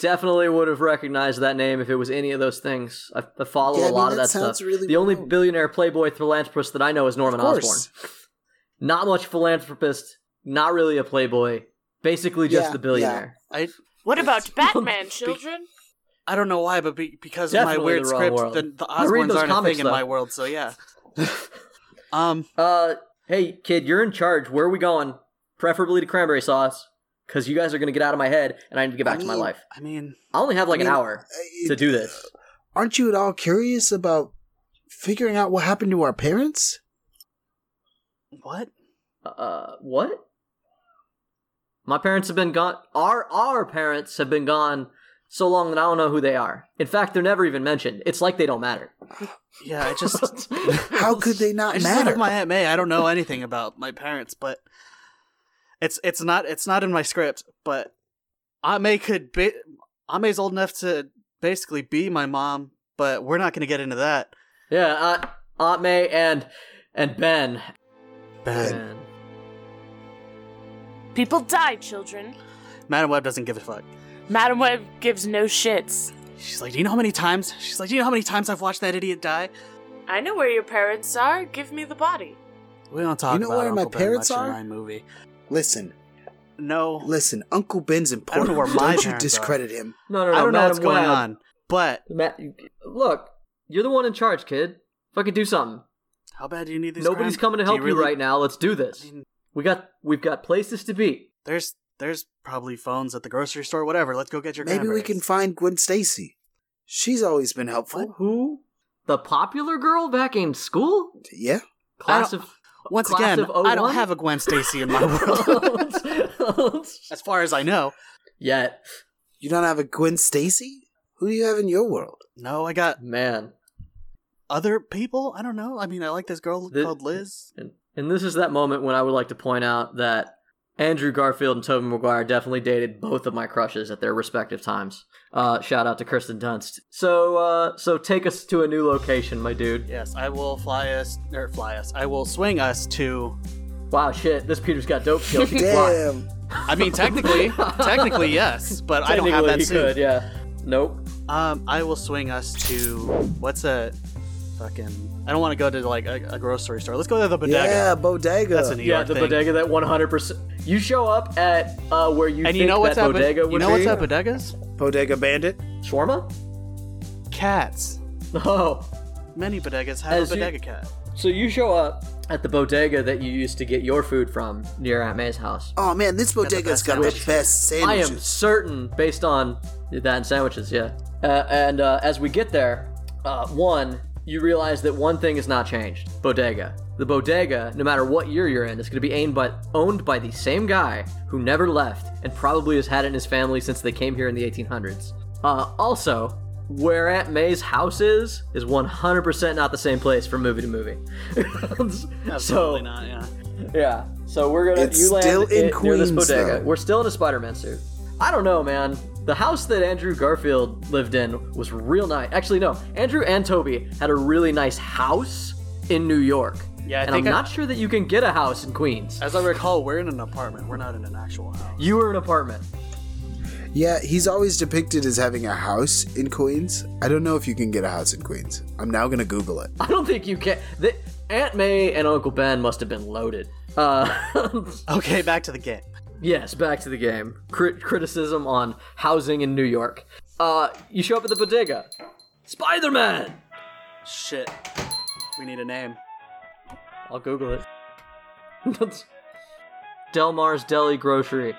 Definitely would have recognized that name if it was any of those things. I, I follow
Yeah, I
a
mean,
lot of
that
that
sounds
stuff.
really
the only
well.
billionaire playboy philanthropist that I know is Norman
Of course.
Osborn. Not much philanthropist, not really a playboy, basically just
Yeah,
the billionaire.
I
What about Batman, children?
I don't know why, but be, because of my
Definitely
weird
the wrong
script,
world.
the, the
I read
Osborns
those
aren't a
comics,
thing in my
though.
world. So yeah. um.
Uh, hey kid, you're in charge. Where are we going? Preferably to cranberry sauce, because you guys are gonna get out of my head, and I need to get back to my
mean-
life.
I mean,
I only have like
I
an
mean,
hour
I-
to do this.
Aren't you at all curious about figuring out what happened to our parents?
what?
uh what my parents have been gone our our parents have been gone so long that i don't know who they are in fact they're never even mentioned it's like they don't matter
Yeah, I just
How could they not
I just live
matter?
with my MA. I don't know anything about my parents, but it's it's not it's not in my script. But Aunt May could be Aunt May's old enough to basically be my mom, but we're not going to get into that.
yeah uh, aunt may and and ben
Bad.
Ben.
People die, children.
Madam Web doesn't give a fuck.
Madam Web gives no shits.
She's like, do you know how many times? She's like, do you know how many times I've watched that idiot die?
I know where your parents are. Give me the body.
We don't talk
You know
about
where my
Uncle Ben
parents
much in
are?
my movie.
Listen,
No,
listen. Uncle Ben's important.
where my
Don't you
parents are.
discredit him.
no no no
I don't know
Madam
what's going
Web.
on, but
Ma- look you're the one in charge kid fucking do something
how bad do you need these?
nobody's coming to help you, right now let's do this
mean-
we got we've got places to be
There's there's probably phones at the grocery store, whatever. Let's go get your.
Maybe we
cranberries.
can find Gwen Stacy. She's always been helpful.
who the popular girl back in school
Yeah.
class of
Once
Class
again,
of
I
01?
don't have a Gwen Stacy in my world, as far as I know.
Yet,
You don't have a Gwen Stacy? Who do you have in your world?
No, I got
man,
other people. I don't know. I mean, I like this girl
The-
called Liz.
and, and this is that moment when I would like to point out that Andrew Garfield and Tobey Maguire definitely dated both of my crushes at their respective times. Uh, shout out to Kirsten Dunst. So, uh, so take us to a new location, my dude.
Yes, I will fly us or fly us. I will swing us to.
Wow, shit, this Peter's got dope skills. He can fly.
Damn.
I mean, technically, technically yes, but I don't have
Technically,
that
he
suit.
could, yeah. Nope.
Um, I will swing us to what's a fucking. I don't want to go to like a, a grocery store. Let's go to the bodega.
Yeah, bodega.
That's a New
yeah,
York
the
thing.
bodega that 100%. You show up at uh, where you
And
think
you know what's
that
at bod-
bodega would
You know what's
be.
at bodegas?
bodega bandit.
Shawarma?
Cats.
Oh.
Many bodegas have
As
a
you-
bodega cat.
So you show up at the bodega that you used to get your food from near Aunt May's house.
Oh man, this bodega's
best
got the
sandwiches.
best
I am
sandwiches.
certain, based on that and sandwiches, yeah. Uh, and uh, as we get there, uh, one, you realize that one thing has not changed: bodega. The bodega, no matter what year you're in, is going to be aimed by, owned by the same guy who never left and probably has had it in his family since they came here in the 1800s. Uh, also, where Aunt May's house is is 100% not the same place from movie to movie.
Absolutely not. Yeah.
Yeah. So we're gonna
It's
you land
still in
i- near this
Queens,
bodega.
though.
We're still in a Spider-Man suit. I don't know, man. The house that Andrew Garfield lived in was real nice. Actually, no. Andrew and Toby had a really nice house in New York.
Yeah, I
and
think
I'm
I-
not sure that you can get a house in Queens.
As I recall, we're in an apartment. We're not in an actual house.
You were in an apartment.
yeah, he's always depicted as having a house in Queens. I don't know if you can get a house in Queens. I'm now gonna Google it.
I don't think you can. The, Aunt May and Uncle Ben must have been loaded. Uh,
Okay, back to the game.
Yes, back to the game. Crit- criticism on housing in New York. Uh, you show up at the bodega. Spider Man!
Shit. We need a name.
I'll Google it. Delmar's Deli Grocery.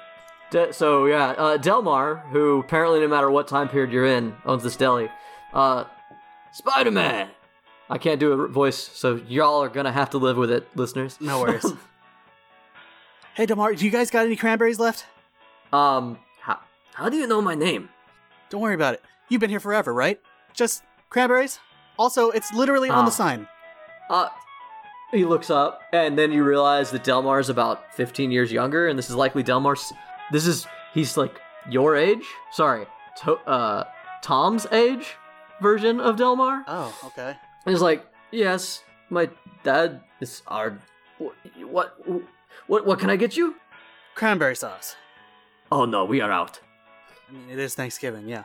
De- so, yeah, uh, Delmar, who apparently no matter what time period you're in, owns this deli. Uh, Spider Man! I can't do a voice, so y'all are gonna have to live with it, listeners.
No worries. hey, Demar, do you guys got any cranberries left?
um, how, how do you know my name?
Don't worry about it. You've been here forever, right? Just cranberries. Also, it's literally on
Ah.
the sign.
Uh, he looks up, and then you realize that Delmar's about 15 years younger, and this is likely Delmar's. This is he's like your age. Sorry, to, uh, Tom's age version of Delmar.
Oh, okay.
And he's like, yes, my dad is our. wh- What, what, what can I get you?
Cranberry sauce.
Oh no, we are out.
I mean, it is Thanksgiving, yeah.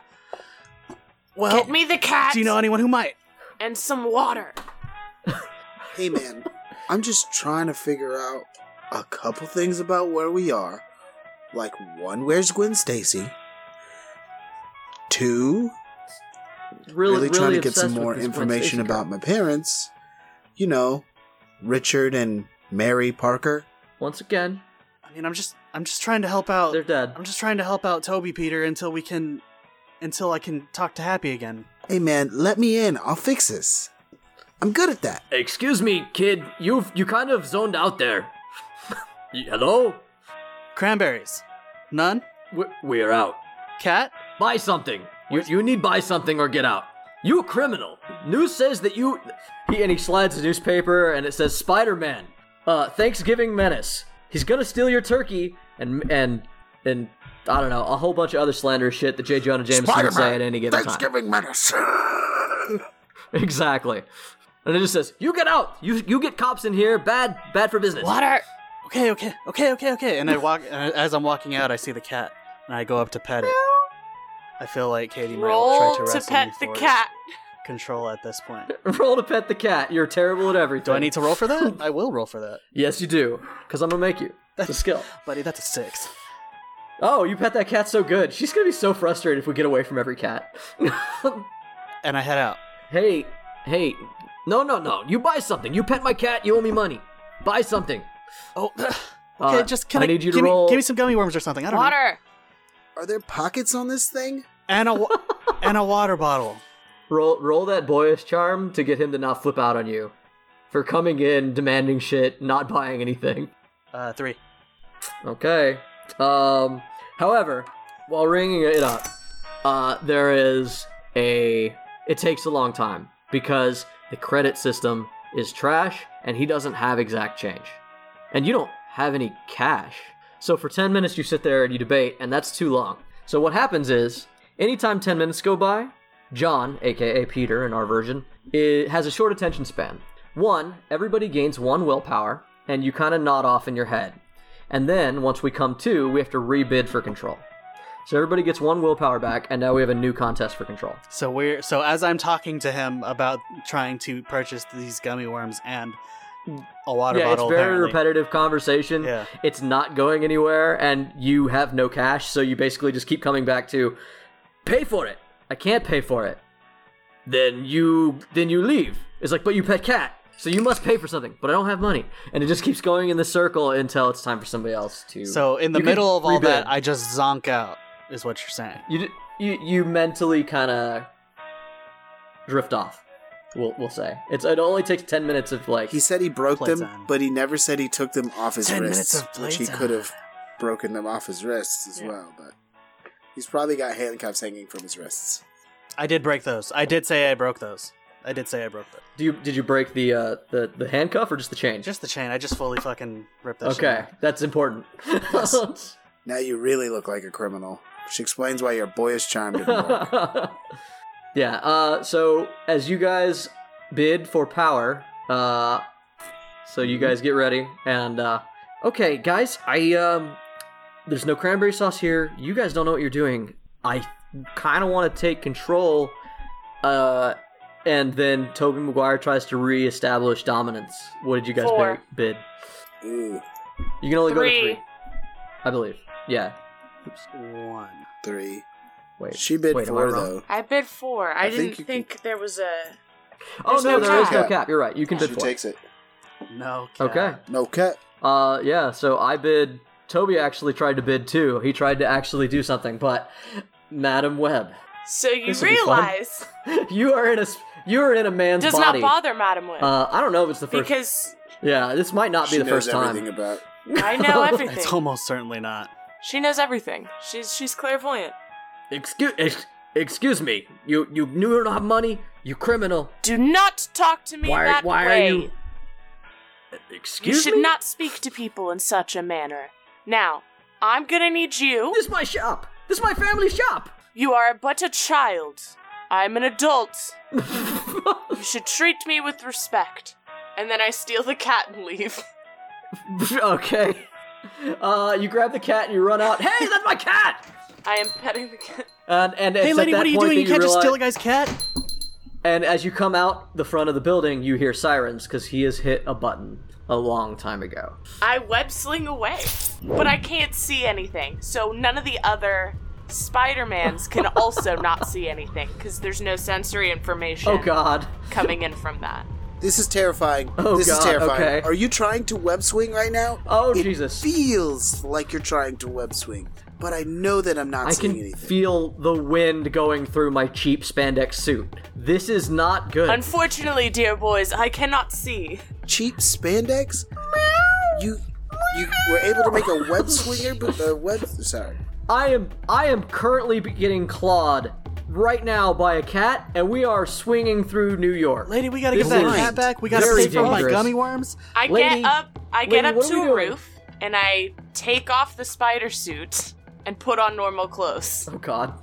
Well,
Get me the cat
Oh. do you know anyone who might?
and some water.
Hey, man, I'm just trying to figure out a couple things about where we are. Like, one, where's Gwen Stacy? Two,
Really,
really, trying to get
obsessed
some
with
more
this
information
Gwen Stacy
about
girl.
my parents. You know, Richard and Mary Parker.
Once again,
I mean, I'm just I'm just trying to help out.
they're dead.
I'm just trying to help out Toby Peter until we can until I can talk to Happy again.
Hey, man, let me in. I'll fix this. I'm good at that.
Excuse me, kid. You've you kind of zoned out there. Y- Hello?
Cranberries. None?
We're, we're out.
Cat?
Buy something. You, you need buy something or get out. You a criminal. News says that you. He and he slides the newspaper and it says Spider Man, uh, Thanksgiving menace. He's gonna steal your turkey and and and I don't know a whole bunch of other slanderous shit that J. Jonah Jameson would say at any given time.
Thanksgiving menace.
Exactly. And it just says, "You get out. You you get cops in here. Bad bad for business."
Water.
Okay, okay, okay, okay, okay. And I walk and as I'm walking out, I see the cat and I go up to pet it. I feel like Katie might
Roll
try to
to,
wrestle
pet
me
the
for
cat.
Control at this point.
Roll to pet the cat. You're terrible at everything.
Do I need to roll for that? I will roll for that,
Yes, you do. Because I'm gonna make you. That's a skill.
buddy. That's a six.
Oh, you pet that cat so good. She's gonna be so frustrated if we get away from every cat.
And I head out.
hey, hey. No, no, no. You buy something. You pet my cat. You owe me money. Buy something.
Oh, okay.
Uh,
just can
I
I,
need you to
give,
roll-
me, give me some gummy worms or something. I don't know.
Water.
Are there pockets on this thing?
And a wa- and a water bottle.
Roll, roll that boyish charm to get him to not flip out on you for coming in, demanding shit, not buying anything.
Uh, three.
Okay. Um, however, while ringing it up, uh, there is a. It takes a long time because the credit system is trash and he doesn't have exact change. And you don't have any cash. So for 10 minutes, you sit there and you debate, and that's too long. So what happens is, anytime 10 minutes go by, John, aka Peter in our version, i has a short attention span. One, everybody gains one willpower, and you kind of nod off in your head. And then once we come to, we have to rebid for control. So everybody gets one willpower back, and now we have a new contest for control.
So we're so as I'm talking to him about trying to purchase these gummy worms and a water
yeah, it's
bottle.
very
apparently.
repetitive conversation.
Yeah.
It's not going anywhere, and you have no cash, so you basically just keep coming back to pay for it. I can't pay for it. Then you then you leave. It's like, but you pet cat, so you must pay for something. But I don't have money, and it just keeps going in the circle until it's time for somebody else to.
So in the
You can
middle of all
rebid.
that, I just zonk out. Is what you're saying?
you d- you you mentally kind of drift off. We'll we'll say it's it only takes ten minutes of like
He said he broke them,
Playtime.
but he never said he took them off his
Ten minutes
wrists,
of
which he
playtime.
could have broken them off his wrists as
Yeah.
well. But he's probably got handcuffs hanging from his wrists.
I did break those. I did say I broke those. I did say I broke them.
do you did you break the uh the the handcuff or just the chain?
Just the chain. I just fully fucking ripped that. shit
okay,
off.
that's important.
Now you really look like a criminal. She explains why your boyish charm didn't work.
yeah. Uh, so as you guys bid for power, uh, so you guys get ready and uh, okay, guys. I um, there's no cranberry sauce here. You guys don't know what you're doing. I kind of want to take control. Uh, and then Toby Maguire tries to reestablish dominance. What did you guys
Four.
ba- bid?
Ooh,
You can only go to
Three.
three, I believe. Yeah. Oops.
One.
three.
Wait.
She bid
wait, am I
four
wrong?
though.
I bid four. I,
I think
didn't
you
think, there was a.
Oh
There's
no,
no
there is no
cap.
cap. You're right. You can
She
bid four.
takes it.
No. cat.
Okay.
No cut.
Uh, yeah. So I bid. Toby actually tried to bid too. He tried to actually do something, but Madam Webb,
So you
This'll be fun.
realize
you are in a s- you are in a man's
does
body.
not bother Madam Web
uh, I don't know if it's the first.
because
yeah, this might not be
she
the
knows
first
everything
time.
about.
I know everything.
It's almost certainly not.
She knows everything. She's she's clairvoyant.
Excuse, ex- excuse me. You you knew you don't have money. You criminal.
Do not talk to me
why
that
why
way.
are you?
You
Excuse
should
me.
not speak to people in such a manner. Now, I'm gonna need you.
This is my shop. This is my family shop.
You are but a child. I'm an adult. You should treat me with respect. And then I steal the cat and leave.
okay. Uh, you grab the cat and you run out. Hey, that's my cat!
I am petting the cat.
And, and
Hey,
it's
lady,
at that
what are you
point
doing?
that
You can't just
realize-
steal a guy's cat.
And as you come out the front of the building, you hear sirens because he has hit a button a long time ago.
I web sling away, but I can't see anything, so none of the other Spider-Mans can also not see anything because there's no sensory information
Oh God!
coming in from that.
This is terrifying.
Oh,
this is
God,
terrifying.
okay.
Are you trying to web swing right now?
Oh,
it
Jesus.
feels like you're trying to web swing, but I know that I'm not
I
seeing
can
anything.
feel the wind going through my cheap spandex suit. This is not good.
Unfortunately, dear boys, I cannot see.
Cheap spandex? You you were able to make a web swinger, but uh, web. Sorry.
I am I am currently be- getting clawed right now by a cat, and we are swinging through New York.
Lady, we gotta
This
give that
is
cat back. We gotta
very
pay for my
dangerous.
gummy worms.
I
Lady-
get up. I get
lady,
up
what are
to
we
a
doing?
roof and I take off the spider suit and put on normal clothes.
Oh God.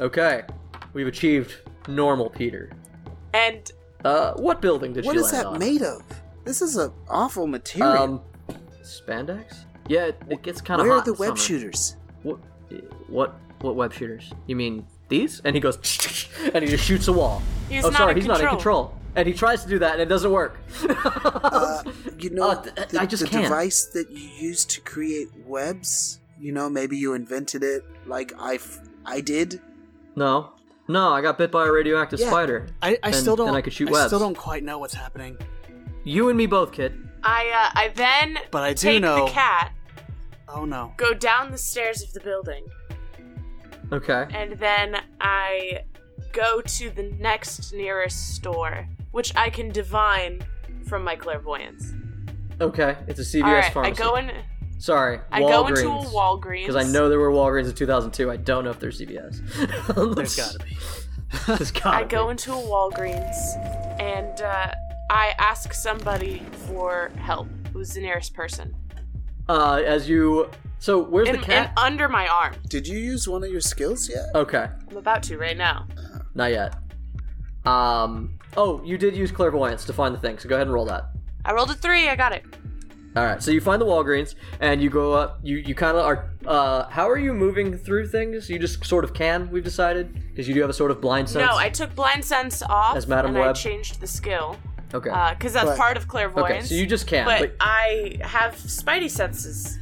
Okay, we've achieved normal, Peter.
And
Uh, what building did
What
you
is
land
that
on?
made of? This is an awful material.
Um, spandex. Yeah, it, it gets kind of
Where
hot.
are the
in summer.
web shooters?
What? What? What web shooters? You mean these? And he goes, and he just shoots a wall.
He's
oh,
not
sorry,
in
he's not in
control.
control. And he tries to do that, and it doesn't work.
Uh, you know,
Uh, th-
the,
I just
the
can't.
device that you use to create webs. You know, maybe you invented it, like I, f- I did.
no, no, I got bit by a radioactive
Yeah.
spider.
I, I
and,
still don't.
And I could shoot
I
webs.
still don't quite know what's happening.
You and me both, kid.
I uh, I then
But I do
take
know-
the cat,
Oh no.
go down the stairs of the building,
Okay.
and then I go to the next nearest store, which I can divine from my clairvoyance.
Okay. It's a CVS
All right, I
pharmacy.
go in.
Sorry,
I go into a Walgreens
because I know there were Walgreens in 2002. I don't know if they're CVS.
There's gotta be.
There's gotta
I go
be.
into a Walgreens and uh, I ask somebody for help. Who's the nearest person?
Uh, as you. So where's
In,
the
in
cat?
under my arm.
Did you use one of your skills yet?
Okay,
I'm about to right now.
not yet. Um. Oh, you did use clairvoyance to find the thing. So go ahead and roll that.
I rolled a three. I got it.
All right. So you find the Walgreens and you go up. You you kind of are. Uh, how are you moving through things? You just sort of can. We've decided because you do have a sort of blind sense.
No, I took blind sense off
As Madame
and I
Web?
changed the skill
Okay.
because that's
Right.
part of uh, clairvoyance.
okay. So you just can.
but,
but-
I have spidey senses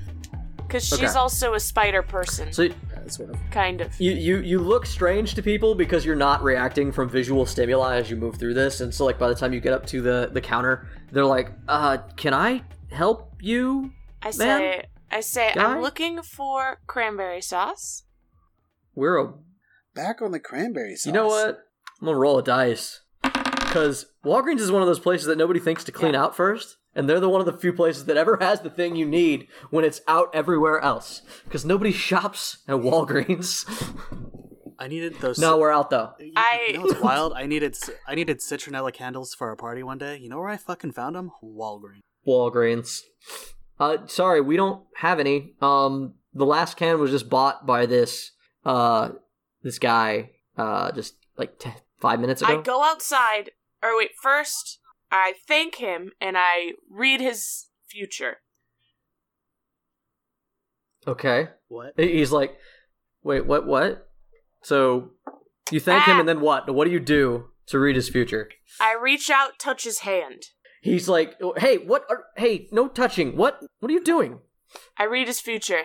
because she's
Okay.
also a spider person,
so
That's what I'm
kind of.
you, you you look strange to people because you're not reacting from visual stimuli as you move through this and so like by the time you get up to the the counter they're like uh can i help you
I
Ma'am?
say, I say,
Guy?
I'm looking for cranberry sauce.
we're a
back on the cranberry sauce.
you know what i'm gonna roll a dice because walgreens is one of those places that nobody thinks to clean out first and they're the one of the few places that ever has the thing you need when it's out everywhere else because nobody shops at walgreens
I needed those.
no we're out though
You-
I-
You know what's wild? I needed c- I needed citronella candles for our party one day. You know where I fucking found them? Walgreens.
Walgreens. Uh, sorry, we don't have any. Um, the last can was just bought by this uh this guy uh just like t- five minutes ago.
I go outside, or wait, first I thank him and I read his future.
okay,
What?
He- he's like, wait, what? What? So you thank
Ah.
him, and then what? What do you do to read his future?
I reach out, touch his hand.
He's like, "Oh, hey, what? Are, hey, no touching. What? What are you doing?
I read his future.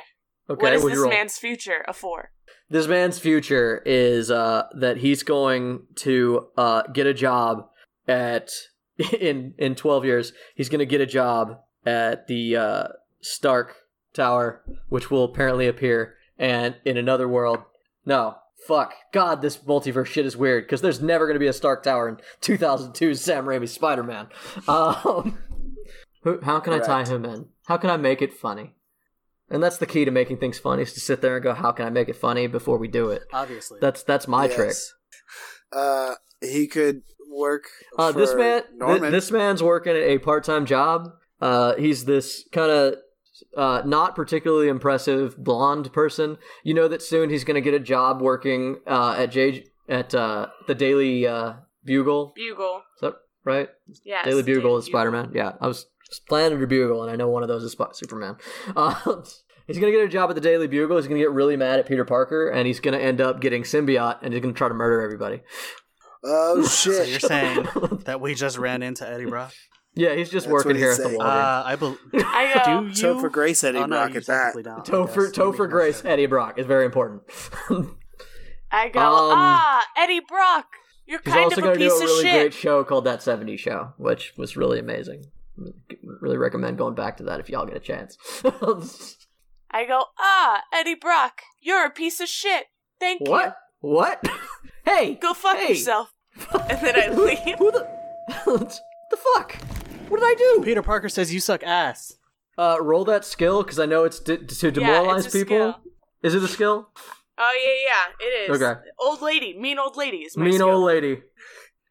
Okay,
what is
what'd
this
you roll?
man's future? A four.
this man's future is uh, that he's going to uh, get a job at in in 12 years he's going to get a job at the uh, stark tower which will apparently appear and in another world no fuck god this multiverse shit is weird because there's never going to be a stark tower in 2002's sam raimi's spider-man um, who- how can i tie him in how can i make it funny and that's the key to making things funny is to sit there and go, how can I make it funny before we do it?
Obviously.
That's that's my
Yes.
trick.
Uh, he could work.
Uh, this
for
man, th-
Norman.
this man's working at a part-time job. Uh, he's this kind of uh, not particularly impressive blonde person. You know that soon he's going to get a job working uh, at J at uh, the Daily uh, Bugle.
Bugle.
Is that right?
Yes.
Daily Bugle
Daily
is Spider Man. Yeah, I was planning to bugle, and I know one of those is Sp- Superman. Uh, He's gonna get a job at the Daily Bugle. He's gonna get really mad at Peter Parker, and he's gonna end up getting symbiote, and he's gonna try to murder everybody.
Oh
So you're
shit!
saying that we just ran into Eddie Brock?
Yeah, he's just
That's
working
what
here
he's
at the
saying.
Walgreens.
Uh, I believe.
I
Do
uh,
you?
Topher Grace Eddie
Oh, no,
Brock
you
at that.
technically don't, I
Topher,
guess. You
Topher
make
Grace,
that
Eddie Brock is very important.
I go,
Um,
ah, Eddie Brock, you're
He's
kind
also
of
going
a
to do
piece
a
of
really
shit.
great show called That 70s Show, which was really amazing. Really recommend going back to that if y'all get a chance.
I go, ah, Eddie Brock, you're a piece of shit. Thank you.
what? What? hey,
Go fuck
hey.
yourself. And then I leave.
Who the? what the fuck? What did I do?
Peter Parker says you suck ass.
Uh, roll that skill because I know it's de- to demoralize
a
people.
skill.
Is it a skill?
Oh, yeah, yeah, it is.
Okay.
Old lady, mean old lady is my
mean
skill.
old lady.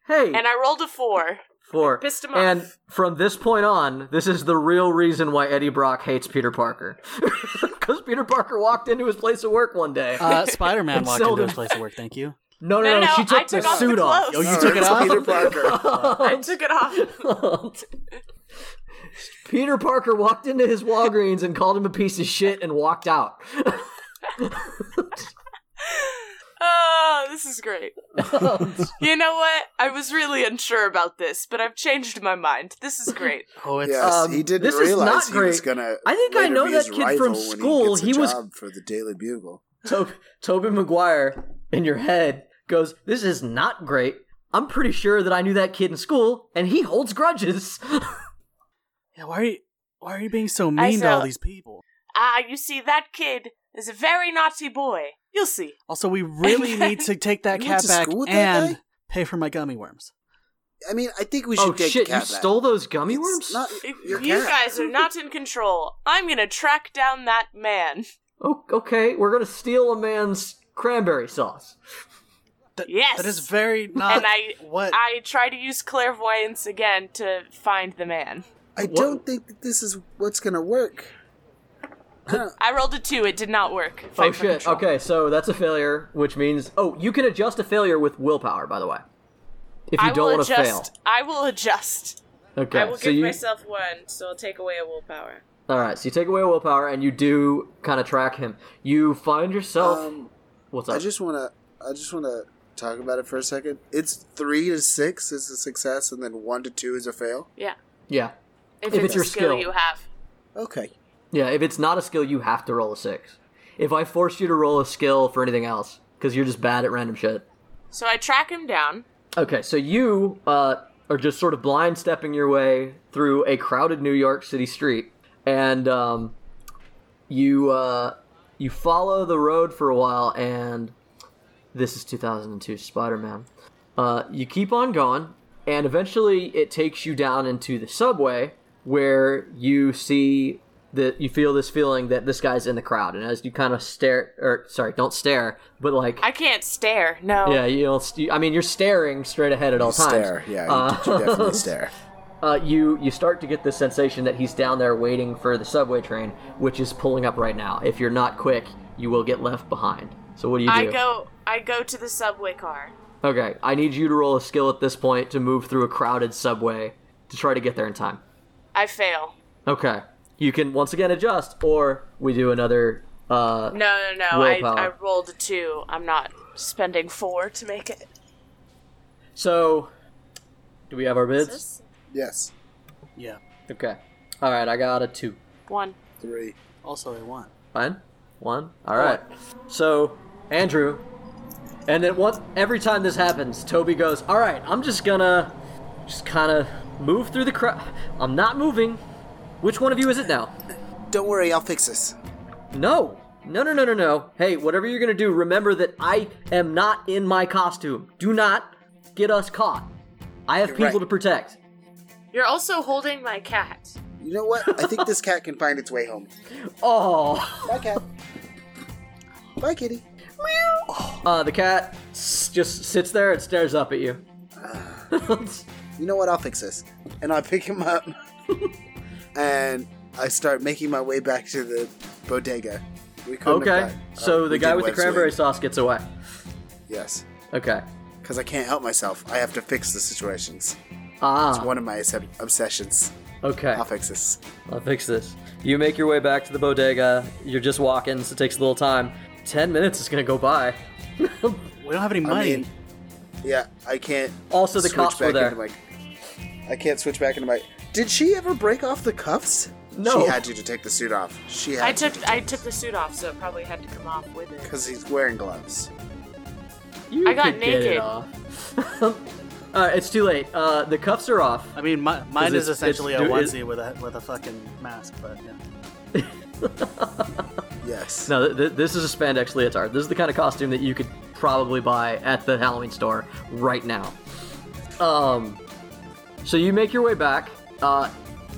Hey,
And I rolled a four.
four.
pissed him off.
and from this point on, this is the real reason why Eddie Brock hates Peter Parker. Because Peter Parker walked into his place of work one day.
Uh, Spider Man walked into
Seldom.
his place of work. Thank you.
no, no, no,
No, no,
She
I
took,
took
the
off the
suit off. Um,
Oh,
clothes.
you took it
It's
off.
Peter Parker.
I took it off.
Peter Parker walked into his Walgreens and called him a piece of shit and walked out.
Oh, this is great. you know what? I was really unsure about this, but I've changed my mind. This is great.
Oh, it's
Yes,
Um,
he didn't
this is
realize
not
he was
great.
gonna.
I think I
later
know
be
that
his
kid from
rival when
school.
He, gets a
He was-
job for the Daily Bugle.
Toby, Toby Maguire in your head goes, This is not great. I'm pretty sure that I knew that kid in school, and he holds grudges.
yeah, why are you? Why are you being so mean to
saw-
all these people?
Ah, you see, that kid is a very naughty boy. You'll see.
Also, we really need to take that
You
cat
went to
back
school with that
and
guy?
pay for my gummy worms.
I mean, I think we should
oh
take
shit,
the
you
cat back.
stole those gummy
It's
worms?
Not your
you
cat.
guys are not in control. I'm gonna track down that man.
Oh, okay, we're gonna steal a man's cranberry sauce.
That,
Yes.
that is very not.
and I,
what?
I try to use clairvoyance again to find the man.
I don't think that this is what's gonna work.
I rolled a two. It did not work. Fight
Oh
for
shit,
control.
okay, so that's a failure, which means. Oh, you can adjust a failure with willpower, by the way. If you
I
don't
will
want to fail.
adjust. I will adjust.
Okay,
I will
so
give
you,
myself one, so I'll take away a willpower.
All right, so you take away willpower and you do kind of track him. You find yourself.
Um,
what's up?
I just wanna, I just wanna talk about it for a second. It's three to six is a success, and then one to two is a fail.
Yeah.
yeah,
If,
it's
it's
your
a skill,
skill.
you have.
Okay.
yeah. If it's not a skill, you have to roll a six. If I force you to roll a skill for anything else, because you're just bad at random shit.
So I track him down.
Okay, so you uh, are just sort of blind stepping your way through a crowded New York City street, and um, you uh, you follow the road for a while, and this is 2002 Spider-Man. Uh, you keep on going, and eventually it takes you down into the subway, where you see that you feel this feeling that this guy's in the crowd, and as you kind of stare, or sorry, don't stare, but like
I can't stare. No.
yeah, you don't. St- I mean, you're staring straight ahead at all times.
Stare. Yeah, you,
Uh,
you definitely stare.
uh, you you start to get the sensation that he's down there waiting for the subway train, which is pulling up right now. If you're not quick, you will get left behind. So what do you do?
I go. I go to the subway car.
okay, I need you to roll a skill at this point to move through a crowded subway to try to get there in time.
I fail.
Okay, you can once again adjust, or we do another. Uh,
No, no, no. I,
Willpower.
I rolled a two. I'm not spending four to make it.
so, do we have our bids?
Yes.
yeah.
Okay. All right, I got a two.
One.
Three.
Also, I want.
One, one. All right. So, Andrew, and then what? Every time this happens, Toby goes, "All right, I'm just gonna, just kind of move through the crowd. I'm not moving. Which one of you is it now?
Don't worry, I'll fix this.
No, no, no, no, no, no. Hey, whatever you're gonna do, remember that I am not in my costume. Do not get us caught. I have
You're
people
right.
to protect.
You're also holding my cat.
You know what? I think this cat can find its way home.
Oh."
Bye, cat. Bye, kitty.
Uh, the cat s- just sits there and stares up at you.
you know what? I'll fix this. And I pick him up and I start making my way back to the bodega. We couldn't have
Okay,
gone. Uh,
so
we
the guy
did
with the
web swing.
cranberry sauce gets away.
Yes.
Okay.
Because I can't help myself. I have to fix the situations.
Ah,
One of my obs- obsessions.
Okay.
I'll fix this.
I'll fix this. You make your way back to the bodega. You're just walking, so it takes a little time. Ten minutes is gonna go by.
We don't have any
I
money.
mean, yeah, I can't.
Also, the
switch
cops were
back
there.
into my. I can't switch back into my. Did she ever break off the cuffs?
No.
She had to to take the suit off. She had
I took I took the suit off, so it probably had to come off with it.
because he's wearing gloves.
You
I got
could get it
naked.
off. uh, it's too late. Uh, the cuffs are off.
I mean, my, mine
it's-
is essentially a
it's-
onesie
it-
with a with a fucking mask, but yeah.
Yes.
No, th- th- this is a spandex leotard. This is the kind of costume that you could probably buy at the Halloween store right now. Um, so you make your way back. Uh,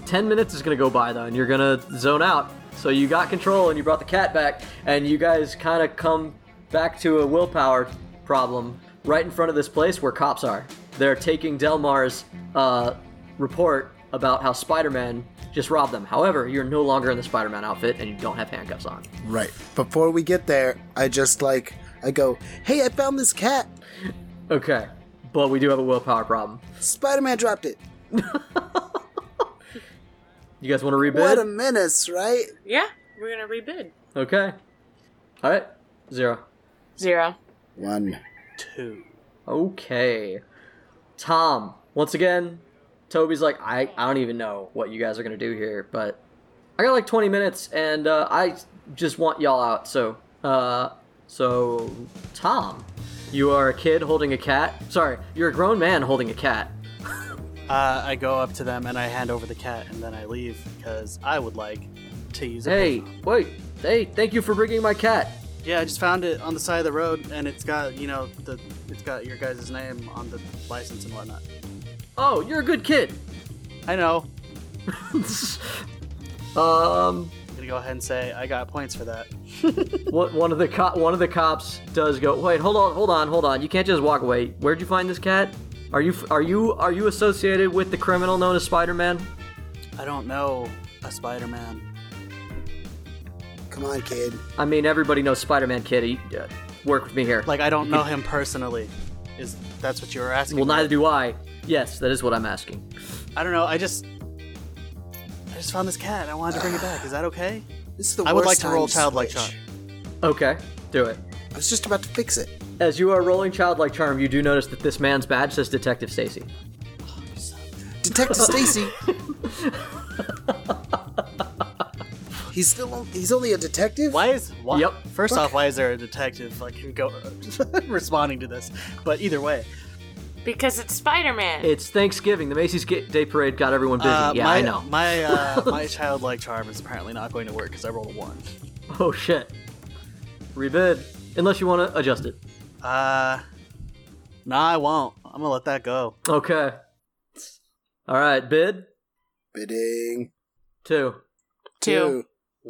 ten minutes is gonna go by though, and you're gonna zone out. So you got control, and you brought the cat back, and you guys kind of come back to a willpower problem right in front of this place where cops are. They're taking Delmar's uh, report about how Spider-Man just robbed them. However, you're no longer in the Spider-Man outfit, and you don't have handcuffs on.
Right. Before we get there, I just like I go, "Hey, I found this cat.
Okay, but we do have a willpower problem.
Spider-Man dropped it.
You guys want to
What a
rebid?
menace, right?"
Yeah, we're gonna rebid.
okay. All right. Zero.
Zero.
One.
Two.
Okay. Tom. Once again, Toby's like, I, I don't even know what you guys are gonna do here, but I got like 20 minutes, and uh, I just want y'all out. So, uh, so Tom, you are a kid holding a cat. Sorry, you're a grown man holding a cat.
Uh, I go up to them and I hand over the cat and then I leave because I would like to use it.
Hey, wait. Hey, thank you for bringing my cat.
Yeah, I just found it on the side of the road and it's got you know the it's got your guys' name on the license and whatnot.
Oh, you're a good kid.
I know.
Um,
I'm gonna go ahead and say I got points for that.
One one of the co- one of the cops does go. Wait, hold on, hold on, hold on. You can't just walk away. Where'd you find this cat? Are you are you are you associated with the criminal known as Spider-Man?
I don't know a Spider-Man.
Come on, kid.
I mean, everybody knows Spider-Man, kid. He, uh, work with me here.
Like I don't know him personally. Is that's what you were asking?
well,
right?
neither do I. Yes, that is what I'm asking.
I don't know. I just I just found this cat. and I wanted to bring it back. Is that okay?
This is the
I would
worst
like to
time
roll
switch.
childlike charm.
Okay, do it.
I was just about to fix it.
As you are rolling childlike charm, you do notice that this man's badge says Detective Stacy.
Detective Stacy. he's still on, he's only a detective.
Why is why,
Yep.
First off, why is there a detective like who go responding to this? But either way,
Because it's Spider Man.
It's Thanksgiving. The Macy's Ga- Day Parade got everyone busy.
uh,
yeah,
my
I know.
my uh, my childlike charm is apparently not going to work because I rolled a one.
oh shit. Rebid, unless you want to adjust it.
Uh, nah, I won't. I'm gonna let that go.
Okay. All right, bid
Bidding.
two.
Two.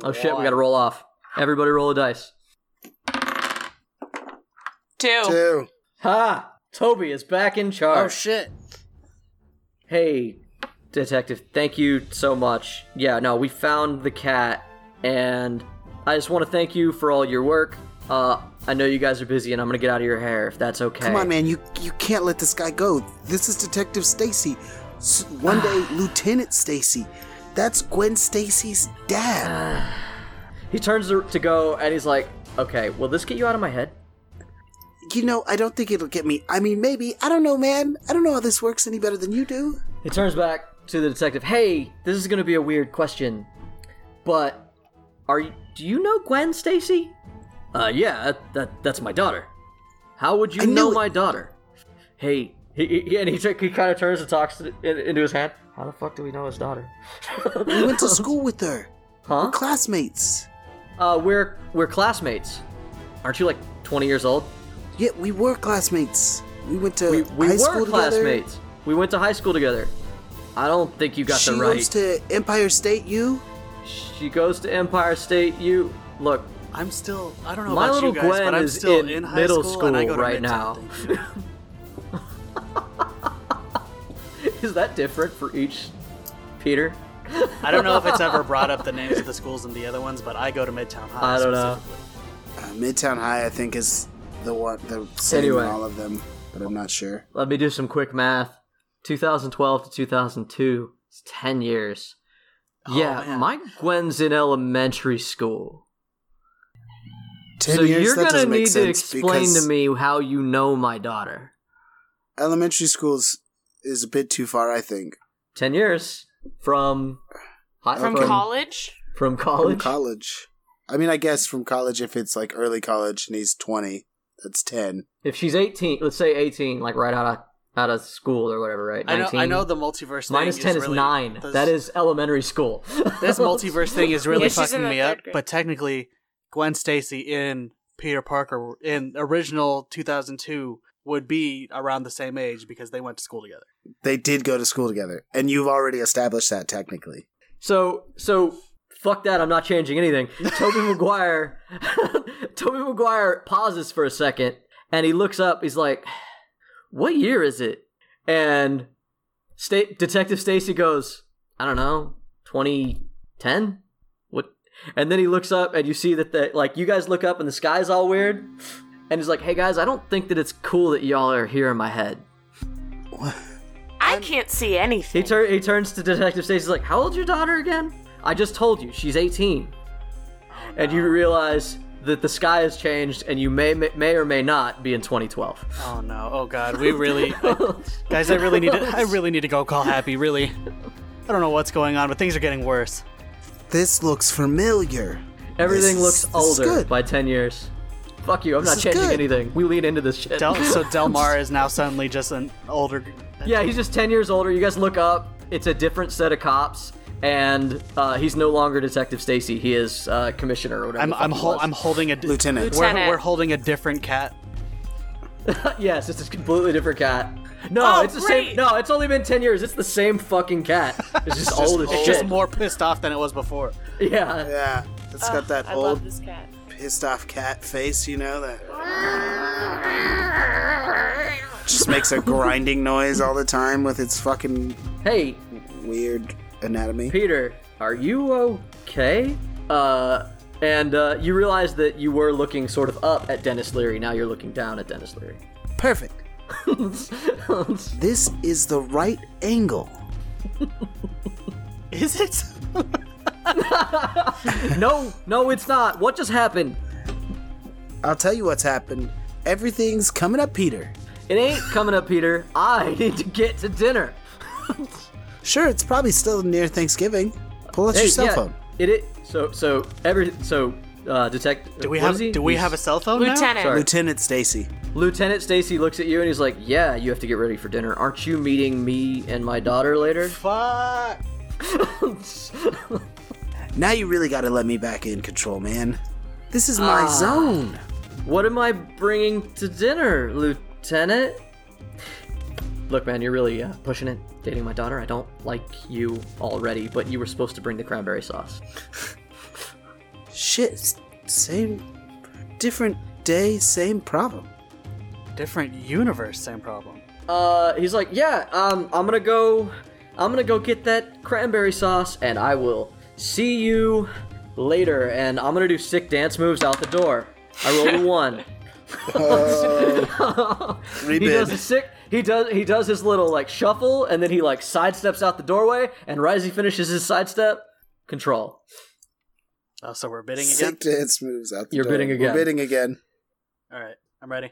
Oh shit, we gotta roll off. Everybody roll a dice.
Two.
Oh.
Two.
Ha! Toby is back in charge.
Oh shit!
hey, detective, thank you so much. Yeah, no, we found the cat, and I just want to thank you for all your work. Uh, I know you guys are busy, and I'm gonna get out of your hair if that's okay.
Come on, man. You you can't let this guy go. This is Detective Stacy. S- One day, Lieutenant Stacy. That's Gwen Stacy's
Uh.
dad.
He turns to to go, and he's like, "Okay, will this get you out of my head?"
You know, I don't think it'll get me. I mean, maybe. I don't know, man. I don't know how this works any better than you do.
He turns back to the detective. Hey, this is gonna be a weird question, but are you, do you know Gwen Stacy? Uh, yeah, that, that that's my daughter. How would you
I
know,
know it-
my daughter? Hey, he, he and he, t- he kind of turns and talks to, in, into his hand. How the fuck do we know his daughter?
We went to school with her.
huh?
Classmates.
Uh, we're we're classmates. Aren't you like 20 years old?
Yeah, we were classmates. We went to
We, we
Uh, high
were
school together.
classmates. We went to high school together. I don't think you got
she
the right.
goes to Empire State U.
she goes to Empire State. You look.
I'm still. I don't know
My
about
little
you guys,
Gwen
but I'm
is
still
in
in, high
middle
school, and I
school
go to
right
Midtown,
now.
thank you.
Is that different for each Peter?
I don't know if it's ever brought up the names of the schools and the other ones, but I go to Midtown High.
I don't know.
specifically.
Uh, Midtown High, I think, is the one the same
Anyway.
in all of them, but I'm not sure.
Let me do some quick math. 2012 to 2002 It's 10 years.
Oh,
yeah,
man.
my Gwen's in elementary school.
Ten
so
years.
you're
that
gonna
doesn't make
need to
sense
explain
because
to me how you know my daughter.
elementary schools is a bit too far. I think
Ten years from high
From
Okay.
college?
From
from
college.
college. I mean, I guess from college if it's like early college and he's twenty, that's ten.
If she's 18, let's say 18, like right out of out of school or whatever, right?
I know,
19.
I know the multiverse
Minus
thing
10 is
really-
nine.
this-
That is elementary school.
this multiverse thing is really
Yeah, she's in
fucking
the
me
third
up.
grade.
But technically, Gwen Stacy in Peter Parker in original 2002 would be around the same age because they went to school together.
They did go to school together, and you've already established that technically.
So so fuck that, I'm not changing anything. Toby Maguire Toby Maguire pauses for a second and he looks up, he's like, What year is it? And Sta- Detective Stacy goes, I don't know, twenty ten? What and then he looks up and you see that the like you guys look up and the sky's all weird. And he's like, hey guys, I don't think that it's cool that y'all are here in my head.
I can't see anything.
He, tur- he turns to Detective Stacy. He's like, "How old's your daughter again?" I just told you she's 18. And you realize that the sky has changed, and you may may, may or may not be in 2012.
Oh no! Oh god! We really, guys, I really need to. I really need to go call Happy. Really, I don't know what's going on, but things are getting worse.
This looks familiar.
Everything
This-
looks
this is
older
good.
by 10 years. Fuck you! I'm
This
not
is
changing
good.
anything. We lean into this shit.
Del, so Delmar is now suddenly just an older.
yeah, he's just 10 years older. You guys look up. It's a different set of cops, and uh, he's no longer Detective Stacy. He is uh, Commissioner or whatever.
I'm
the fuck
I'm
he
hol-
was.
I'm holding a di-
Lieutenant.
We're,
Lieutenant.
we're holding a different cat.
Yes, it's a completely different cat. No,
Oh,
it's the
great.
same. No, it's only been ten years. It's the same fucking cat. It's just old as
It's
shit.
just more pissed off than it was before.
Yeah.
Yeah, it's got that
I
old
love this cat.
pissed off cat face, you know that just makes a grinding noise all the time with its fucking
Hey,
weird anatomy.
Peter, are you okay? Uh, and uh, you realize that you were looking sort of up at Dennis Leary. Now you're looking down at Dennis Leary.
Perfect. This is the right angle.
Is it?
no, no, it's not. What just happened?
I'll tell you what's happened. Everything's coming up, Peter.
It ain't coming up, Peter. I need to get to dinner.
Sure, it's probably still near Thanksgiving. Pull out
Hey,
your cell
yeah,
phone.
It is. So, so every so uh, detect.
Do we have? Do we have a cell phone? now?
Lieutenant.
Sorry.
Lieutenant Stacy.
Lieutenant Stacy looks at you and he's like, "Yeah, you have to get ready for dinner. Aren't you meeting me and my daughter later?"
Fuck.
Now you really gotta let me back in control, man. This is my zone.
What am I bringing to dinner, Lieutenant? Look, man, you're really uh, pushing it. Dating my daughter, I don't like you already, but you were supposed to bring the cranberry sauce.
Shit, s- same, different day, same problem.
Different universe, same problem.
Uh, he's like, "Yeah, um, I'm gonna go, I'm gonna go get that cranberry sauce, and I will see you later. And I'm gonna do sick dance moves out the door. I rolled a one." he
Rebid.
does a sick. He does. He does his little like shuffle, and then he like sidesteps out the doorway. And right as he finishes his sidestep, control.
Oh, so we're bidding again.
Sick dance moves out the
You're
door.
bidding again.
We're bidding again.
All right, I'm ready.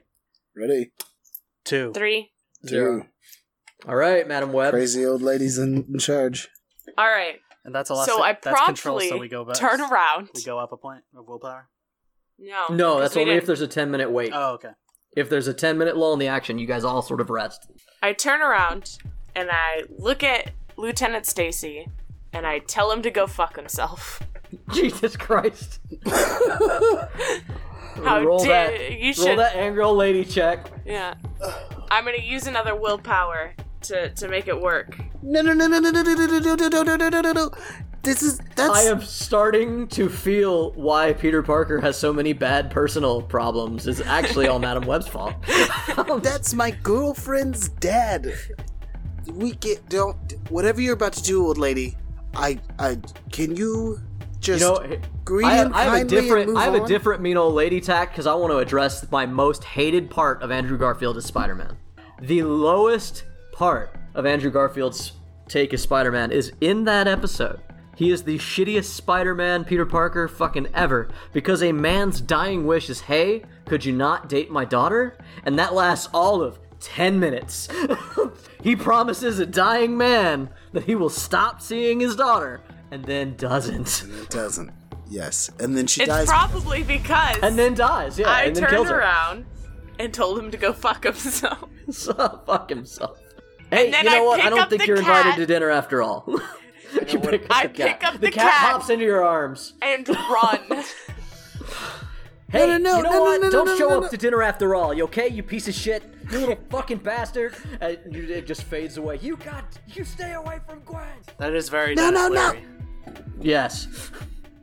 Ready?
Two.
Three.
Two.
All right, Madam Webb.
Crazy old ladies in, in charge.
All right.
And that's a lot.
so I
that's control,
promptly
so we go back.
turn around.
We go up a point of willpower.
No.
No,
'cause
that's
we
only
didn't.
if there's a ten minute wait.
Oh, okay.
If there's a ten minute lull in the action, you guys all sort of rest.
I turn around and I look at Lieutenant Stacy and I tell him to go fuck himself.
Jesus Christ.
How
roll
dare
that.
you
Roll
should
that angry old lady check.
Yeah. I'm gonna use another willpower to to make it work.
No, no, no, no, no, no, no, no, no, no, no, no, no, no, no, no. This is
I
that's
am starting to feel why Peter Parker has so many bad personal problems. It's actually all Madam Webb's fault.
that's my girlfriend's dad. We get don't whatever you're about to do, old lady. I I can
You
you just
know, I
greet
I have,
him
I have a
kindly and
different,
move
I have a
on?
different mean old lady tack because I want to address my most hated part of Andrew Garfield as Spider-Man. The lowest part of Andrew Garfield's take as Spider Man is in that episode. He is the shittiest Spider Man Peter Parker fucking ever because a man's dying wish is, hey, could you not date my daughter? And that lasts all of 10 minutes. he promises a dying man that he will stop seeing his daughter and then doesn't.
It doesn't. Yes. And then she
It's
dies.
probably because
And then dies, yeah,
I
and then
turned
kills her.
around and told him to go fuck himself.
So, fuck himself. Hey,
then
you know
I
what?
pick
I don't
up
think
the
you're
cat.
invited to dinner after all. you pick up
I
the cat.
pick up
the
the
cat,
cat.
hops into your arms.
and run.
Hey,
no, no,
you know
no, no,
what?
no,
Don't
no,
show
no,
up
no.
to dinner after all. You okay? You piece of shit. You little fucking bastard. And you, it just fades away. You got. You stay away from Gwen.
That is very
No, no,
Dennis
no.
Leary.
Yes.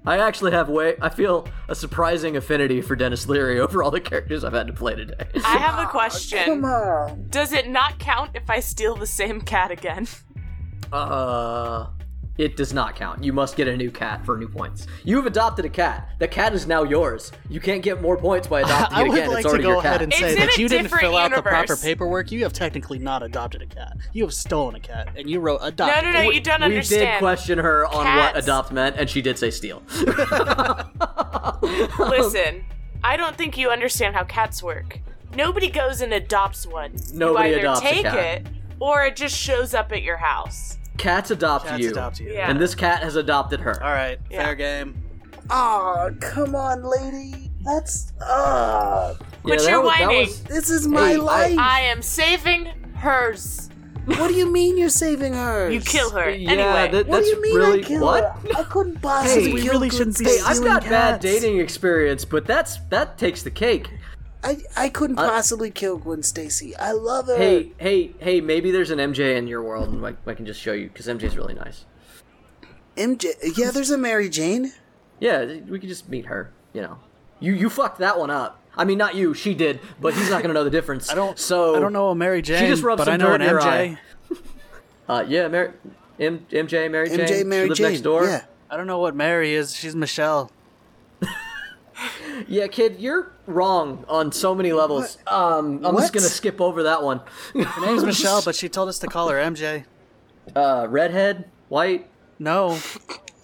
I actually have way. I feel a surprising affinity for Dennis Leary over all the characters I've had to play today.
I have a question. Does it not count if I steal the same cat again?
Uh, it does not count. You must get a new cat for new points. You've adopted a cat. The cat is now yours. You can't get more points by adopting
I
it
would
again.
like
it's
to
already
go
your cat.
ahead and
It's
say
in
that
a
you didn't
different
fill out the proper
universe.
paperwork. You have technically not adopted a cat. You have stolen a cat, and you wrote
No,
adopted.
no, no, you don't
we did
understand.
question her on what
Cats-
adopt meant, and she did say steal.
Listen, I don't think you understand how cats work. Nobody goes and adopts one.
Nobody
you either
adopts a
take
cat.
it or it just shows up at your house.
Cats adopt
Cats
you,
adopt you.
Yeah.
and this cat has adopted her.
All right,
Yeah.
fair game.
Aw, Ah, come on, lady. That's. Uh,
Yeah,
But
that
you're
was- that
whining.
was-
this is my
Hey, I-
life.
I am saving hers.
what do you mean you're saving her?
You kill her.
yeah,
anyway.
that-
What
that's
do you mean
really
I killed
what.
her? I couldn't possibly
we
kill
really
good
shouldn't be
Hey,
things.
I've got
Stealing
bad
cats.
dating experience, but that's that takes the cake.
I, I couldn't possibly kill Gwen Stacy. I love her.
Hey, hey, hey! Maybe there's an MJ in your world, and I, I can just show you because MJ's really nice.
MJ. Yeah, there's a Mary Jane.
Yeah, we could just meet her. You know, you you fucked that one up. I mean, not you. She did, but he's not gonna know the difference.
I don't.
So
Oh.
I don't know a Mary Jane.
just rubbed
but
some
I know an
dirt in your
MJ.
eye. Uh, yeah, Mary, M, MJ, Mary Jane.
MJ, Mary
she lives
Jane.
next door.
Yeah.
I don't know what Mary is. She's Michelle.
Yeah, kid, you're wrong on so many levels. Um, I'm
What?
just gonna skip over that one.
Her name's Michelle, but she told us to call her MJ.
Uh, redhead, white.
No,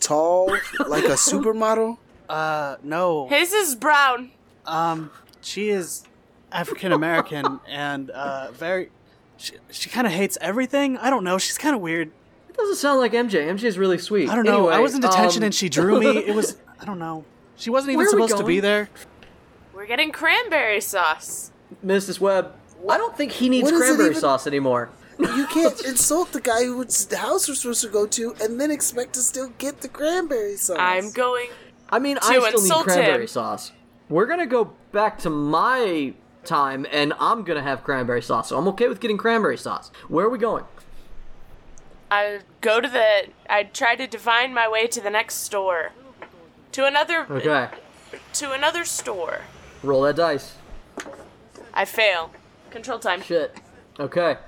Tall, like a supermodel.
uh, no.
His is brown.
Um, she is African American and uh, very. She, she kind of hates everything. I don't know. She's kind of weird.
It doesn't sound like MJ. MJ's really sweet.
I don't know. I
Anyway,
was in detention
um,
and she drew me. It was. I don't know. She wasn't even
Where are we
supposed to
going?
be there.
We're getting cranberry sauce.
Mrs. Webb. I don't think he needs
What is it
cranberry
even-
sauce anymore.
You can't insult the guy whose house we're supposed to go to and then expect to still get the cranberry sauce.
I'm going.
I mean, I still need
insult
cranberry
him.
sauce. We're gonna go back to my time, and I'm gonna have cranberry sauce. So I'm okay with getting cranberry sauce. Where are we going?
I go to the. I try to divine my way to the next store, to another.
Okay,
To another store.
roll that dice.
I fail. Control time.
Shit. Okay.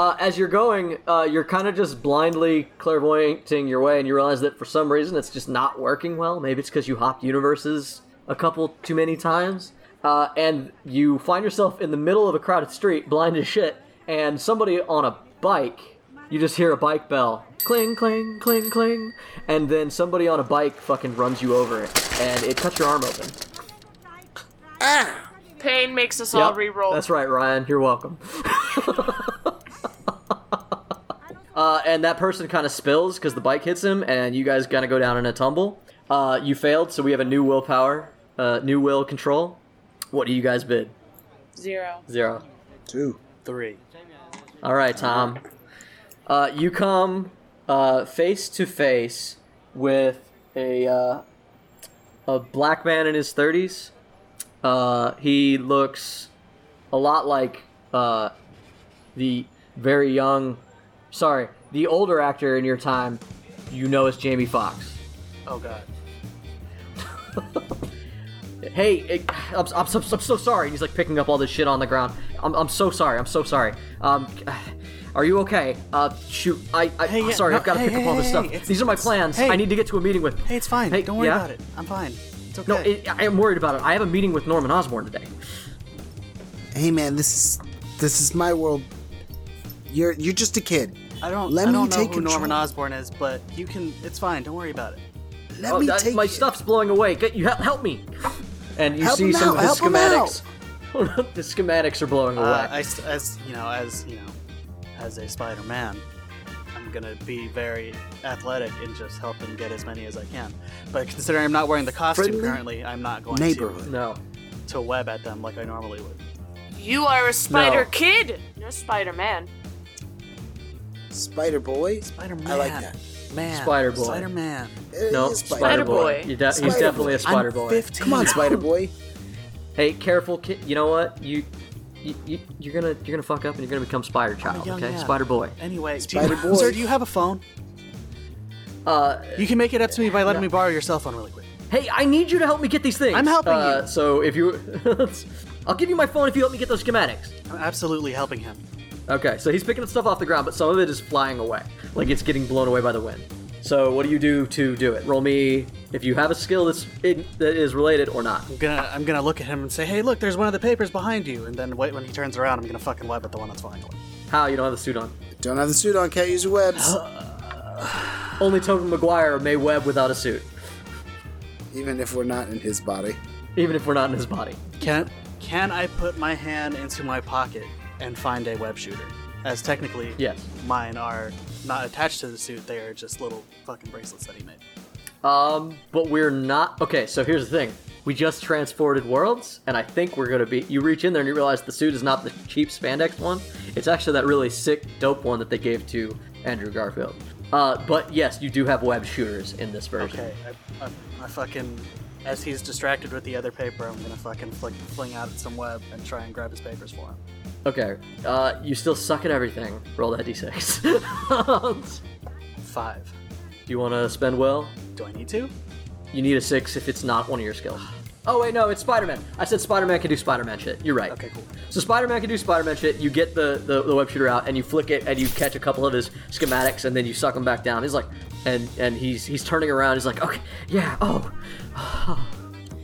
Uh, as you're going, uh, you're kind of just blindly clairvoyanting your way, and you realize that for some reason it's just not working well. Maybe it's because you hopped universes a couple too many times, uh, and you find yourself in the middle of a crowded street, blind as shit, and somebody on a bike. You just hear a bike bell, cling, cling, cling, cling, and then somebody on a bike fucking runs you over, and it cuts your arm open.
Pain makes us all
Yep,
re-roll.
That's right, Ryan. You're welcome. uh, and that person kind of spills because the bike hits him, and you guys kind of go down in a tumble. Uh, you failed, so we have a new willpower, uh, new will control. What do you guys bid?
Zero.
Zero.
Two.
Three.
All right, Tom. Uh, you come uh, face to face with a uh, a black man in his thirties. Uh, he looks a lot like uh, the very young, sorry, the older actor in your time. You know as Jamie Foxx.
Oh God.
hey, it, I'm, I'm, so, I'm so sorry. He's like picking up all this shit on the ground. I'm, I'm so sorry. I'm so sorry. Um, are you okay? Uh, shoot, I, I
Hey,
am
yeah,
sorry.
no,
I've got to
hey,
pick up all
hey,
this
hey,
stuff.
it's-
These are my
it's-
plans.
hey.
I need to get to a meeting with.
Hey, it's fine.
Hey,
don't worry
yeah?
about it. I'm fine. It's okay.
No, it, I am worried about it. I have a meeting with Norman Osborn today.
Hey man, this is this is my world. You're you're just a kid.
I don't.
Let
I don't
me
know
take
who
control.
Norman Osborn is, but you can. It's fine. Don't worry about it.
Let
Oh,
me
that-
take
my
it.
stuff's blowing away. Get you help, help me. And you
Help
see
him
some
out,
of the
help him out.
schematics. the schematics are blowing away.
Uh, I s as you know, as you know, as a Spider-Man, I'm gonna be very athletic and just help him get as many as I can. But considering I'm not wearing the costume
Friendly
currently, I'm not going
Neighborhood.
no.
to to web at them like I normally would.
You are a spider
No.
kid, no Spider Man.
Spider Boy.
Spider-Man.
I like that.
Man.
Spider-Boy.
Spider-Man.
It
No,
is
Spider Boy.
Spider-Boy.
he's
Spider-Boy.
definitely a
I'm
Spider Boy.
15.
Come on, Spider Boy.
Hey, careful, kid. You know what? You, you, you, you're gonna, you're gonna fuck up, and you're gonna become Spider Child.
young
Okay,
man.
Spider Boy.
Anyway, do
Spider-Boy.
you, sir, do you have a phone?
Uh,
You can make it up to me by letting me borrow your cell phone really quick.
hey, I need you to help me get these things.
I'm helping
Uh,
you.
So if you, I'll give you my phone if you help me get those schematics.
I'm absolutely helping him.
Okay, so he's picking up stuff off the ground, but some of it is flying away, like it's getting blown away by the wind. So what do you do to do it? Roll me if you have a skill that's in, that is related or not.
I'm gonna I'm gonna look at him and say, "Hey, look, there's one of the papers behind you." And then wait when he turns around, I'm gonna fucking web at the one that's flying away.
How you don't have the suit on?
Don't have the suit on. Can't use your webs.
Only Tobey Maguire may web without a suit,
Even if we're not in his body.
even if we're not in his body.
Can can I put my hand into my pocket and find a web shooter? As technically,
Yes.
mine are not attached to the suit; they are just little fucking bracelets that he made.
Um, but we're not. Okay, so here's the thing. We just transported worlds, and I think we're gonna be. You reach in there and you realize the suit is not the cheap spandex one. It's actually that really sick, dope one that they gave to Andrew Garfield. Uh, but yes, you do have web shooters in this version.
Okay, I, I, I fucking as he's distracted with the other paper, I'm gonna fucking flick, fling out at some web and try and grab his papers for him.
Okay. Uh, you still suck at everything. Roll that d6.
Five.
Do you want to spend will?
Do I need to?
You need a six if it's not one of your skills. Oh wait, no, it's Spider-Man. I said Spider-Man can do Spider-Man shit. You're right.
Okay, cool.
So Spider-Man can do Spider-Man shit. You get the, the the web shooter out and you flick it and you catch a couple of his schematics and then you suck him back down. He's like, and and he's he's turning around. He's like, okay, yeah, oh,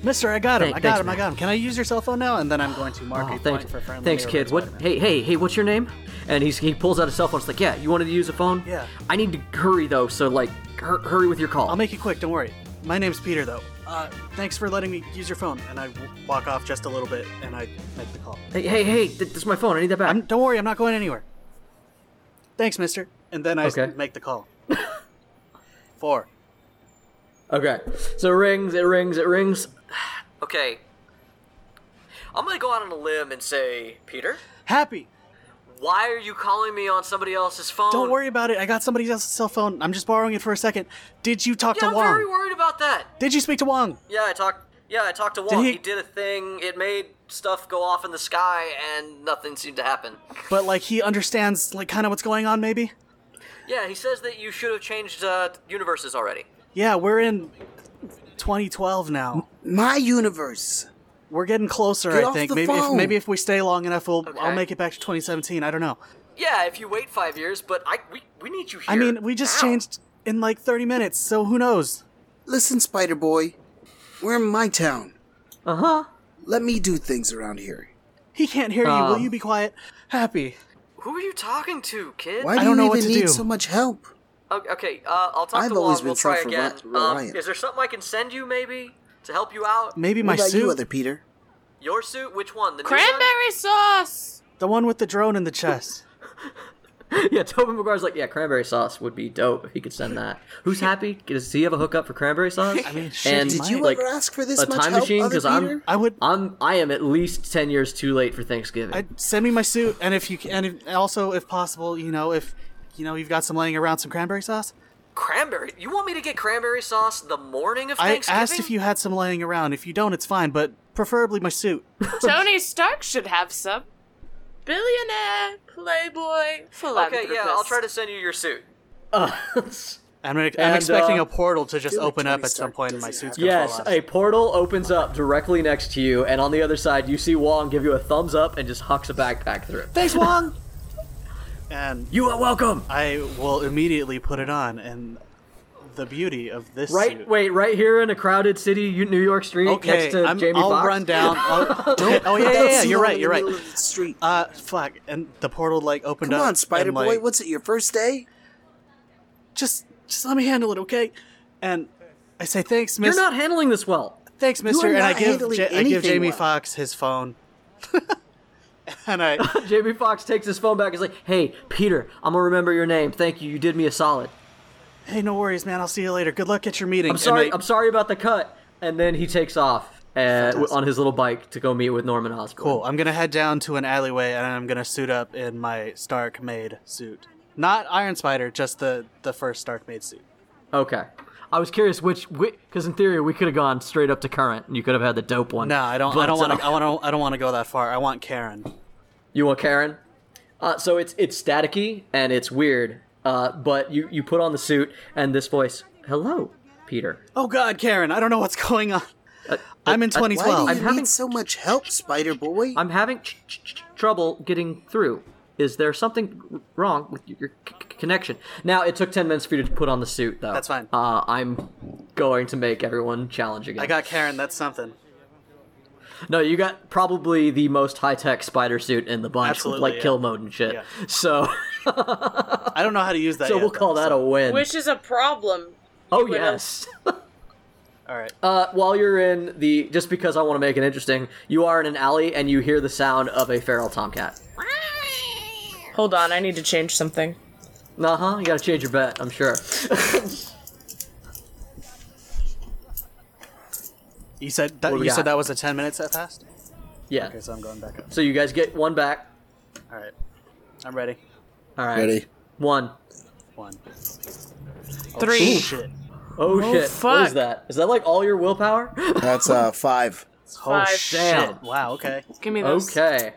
Mister, I got him.
Thank-
I got
thanks,
him. I
man.
got him. Can I use your cell phone now? And then I'm going to mark
Oh,
a
thanks,
point for friendly.
thanks,
neighborhood
kids. What?
Spider-Man.
Hey, hey, hey! What's your name? And he's he pulls out his cell phone. It's like, yeah, you wanted to use a phone?
Yeah.
I need to hurry though, so like, hur- hurry with your call.
I'll make it quick. Don't worry. My name's Peter, though. Uh, thanks for letting me use your phone. And I w- walk off just a little bit, and I make the call.
hey, hey, hey! Th- this is my phone. I need that back.
I'm, don't worry, I'm not going anywhere. Thanks, mister. And then I s-
Okay.
make the call. Four.
Okay. So it rings, it rings, it rings. okay. I'm gonna go out on a limb and say, Peter,
Happy.
why are you calling me on somebody else's phone?
Don't worry about it. I got somebody else's cell phone. I'm just borrowing it for a second. Did you talk
Yeah,
to
I'm
Wong?
very worried about that.
Did you speak to Wong?
Yeah, I talked. Yeah, I talked to Wong.
he-
he did a thing. It made stuff go off in the sky, and nothing seemed to happen.
But like he understands like kind of what's going on, maybe.
Yeah, he says that you should have changed uh, universes already.
Yeah, we're in 2012 now.
My universe.
We're getting closer,
Get
I
off
think.
the
maybe if
phone.
maybe if we stay long enough, we'll I'll
Okay.
make it back to 2017. I don't know.
Yeah, if you wait five years, but I we, we need you here.
I mean, we just
now.
changed in like 30 minutes, so who knows?
Listen, Spider Boy. We're in my town.
Uh
Uh-huh.
huh.
Let me do things around here.
He can't hear you. Will
Um,
you be quiet? Happy.
Who are you talking to, kid?
Why do
I don't
you
know
even
what to
need
do.
so much help?
O- Okay, uh, I'll talk
I've
to Wong.
always
We'll
been
try again.
self-reliant-
Um,
reliant.
is there something I can send you, maybe, to help you out?
Maybe my
what about
suit.
you, other Peter?
Your suit? Which one? The new
Cranberry sauce!
The one with the drone in the chest.
one? yeah, Tobey Maguire's like, yeah, cranberry sauce would be dope if he could send that. Who's happy? Does he have a hookup for cranberry sauce?
I mean, shit,
And
he
Did
might.
you
like,
ever ask for this
a
much
time
help,
machine?
other
Because I'm,
Peter?
I would-
I'm, I am at least ten years too late for Thanksgiving.
I'd send me my suit, and if you can, and if, also if possible, you know, if you know you've got some laying around, some cranberry sauce.
Cranberry? You want me to get cranberry sauce the morning of
I
Thanksgiving?
asked if you had some laying around. If you don't, it's fine, but preferably my suit.
Tony Stark should have some. Billionaire, playboy,
Okay,
philanthropist.
yeah, I'll try to send you your suit. Uh,
I'm, I'm
And,
expecting
uh,
a portal to just
feel like
open up
Tony
at some
Stark
point, and my
doesn't
suit's
have-
gonna
Yes,
fall off.
a portal opens up directly next to you, and on the other side, you see Wong give you a thumbs up and just hucks a backpack through.
Thanks, Wong. and
You are welcome.
I will immediately put it on, and the beauty of this
Right,
suit.
wait, right here in a crowded city, you- New York street, next
Okay,
to
I'm,
Jamie
I'll
Foxx.
run down. I'll, oh yeah, yeah, yeah, you're right. You're right.
Street.
Uh, fuck. And the portal like opened
Come
up.
on, Spider
and,
Boy.
like,
What's it? Your first day?
Just, just let me handle it, okay? And I say thanks,
You're
Miss.
not handling this well.
thanks, Mister.
not
And I give,
handling
Ja- I give
anything
Jamie
well.
Fox his phone. and I,
Jamie Foxx takes his phone back. He's like, "Hey, Peter, I'm gonna remember your name. Thank you. You did me a solid.
hey, no worries, man. I'll see you later. Good luck at your meeting.
I'm sorry.
And I,
I'm sorry about the cut." And then he takes off uh, on his little bike to go meet with Norman Osborn.
Cool. I'm gonna head down to an alleyway and I'm gonna suit up in my Stark made suit. Not Iron Spider, just the the first Stark made suit.
Okay. I was curious which, because in theory we could have gone straight up to current, and you could have had the dope one.
No, I don't. I
But,
don't want
uh,
to. I want to. I don't want to go that far. I want Karen.
You want Karen? Uh, so it's it's staticky and it's weird, uh, but you you put on the suit and this voice, "Hello, Peter."
Oh God, Karen! I don't know what's going on. I'm in
uh, why do
Why do
2012.
you
I'm
need
having-
so much help, Spider Boy?
I'm having ch- ch- ch- trouble getting through. Is there something r- wrong with your c- c- connection? Now it took ten minutes for you to put on the suit, though.
That's fine.
Uh, I'm going to make everyone challenge again.
I got Karen. That's something.
No, you got probably the most high tech spider suit in the bunch,
Absolutely,
with like
yeah.
kill mode and shit.
Yeah.
So,
I don't know how to use that.
so
yet,
we'll call
though,
that
so-
a win.
Which is a problem.
oh
winner.
yes.
All right.
Uh, while you're in the, just because I want to make it interesting, you are in an alley and you hear the sound of a feral tomcat.
Hold on, I need to change something.
Uh huh. You gotta change your bet. I'm sure.
you said that.
what do we
You
got?
said that was a 10 minutes that passed.
Yeah.
Okay, so I'm going back up.
So you guys get one back.
All right. I'm ready.
All right. One.
One.
Three.
Shit.
Oh, shit. What
fuck.
is that? Is that like all your willpower?
That's uh five.
Oh
Five.
shit.
Damn.
Wow. Okay.
Give me those.
okay.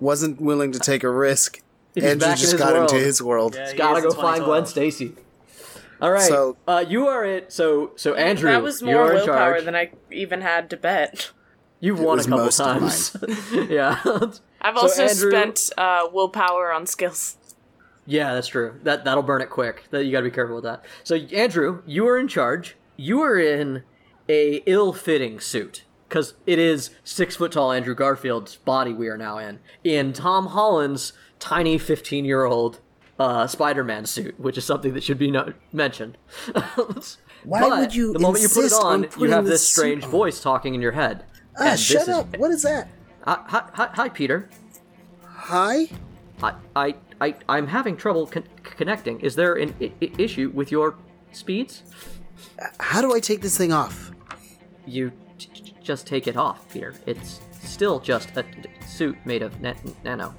Wasn't willing to take a risk. Andrew
back in
just
his
got into
world.
his world.
Yeah, he
Gotta
is in
go find
2012.
Gwen Stacy. All right.
So-
uh, you are it. So so Andrew,
That was more
you're in
willpower
charge.
than I even had to bet.
You've won a
was
couple
most of
times. yeah.
I've
So,
also
Andrew-
spent uh, willpower on skills.
Yeah, that's true. That that'll burn it quick. That you got to be careful with that. So Andrew, you are in charge. You are in a ill-fitting suit because it is six foot tall Andrew Garfield's body we are now in in Tom Holland's tiny fifteen year old uh, Spider-Man suit, which is something that should be no- mentioned.
Why
But
would you
The moment you put it
insist on
on, you
putting
have
this
this
suit
strange
on?
voice talking in your head.
Ah,
And this
shut
is-
up. What is that?
Hi- hi, hi, hi, Peter.
Hi.
I, I, I, I'm having trouble con- connecting. Is there an I- I- issue with your speeds?
How do I take this thing off?
You j- j- just take it off, Peter. It's still just a d- suit made of na- nano.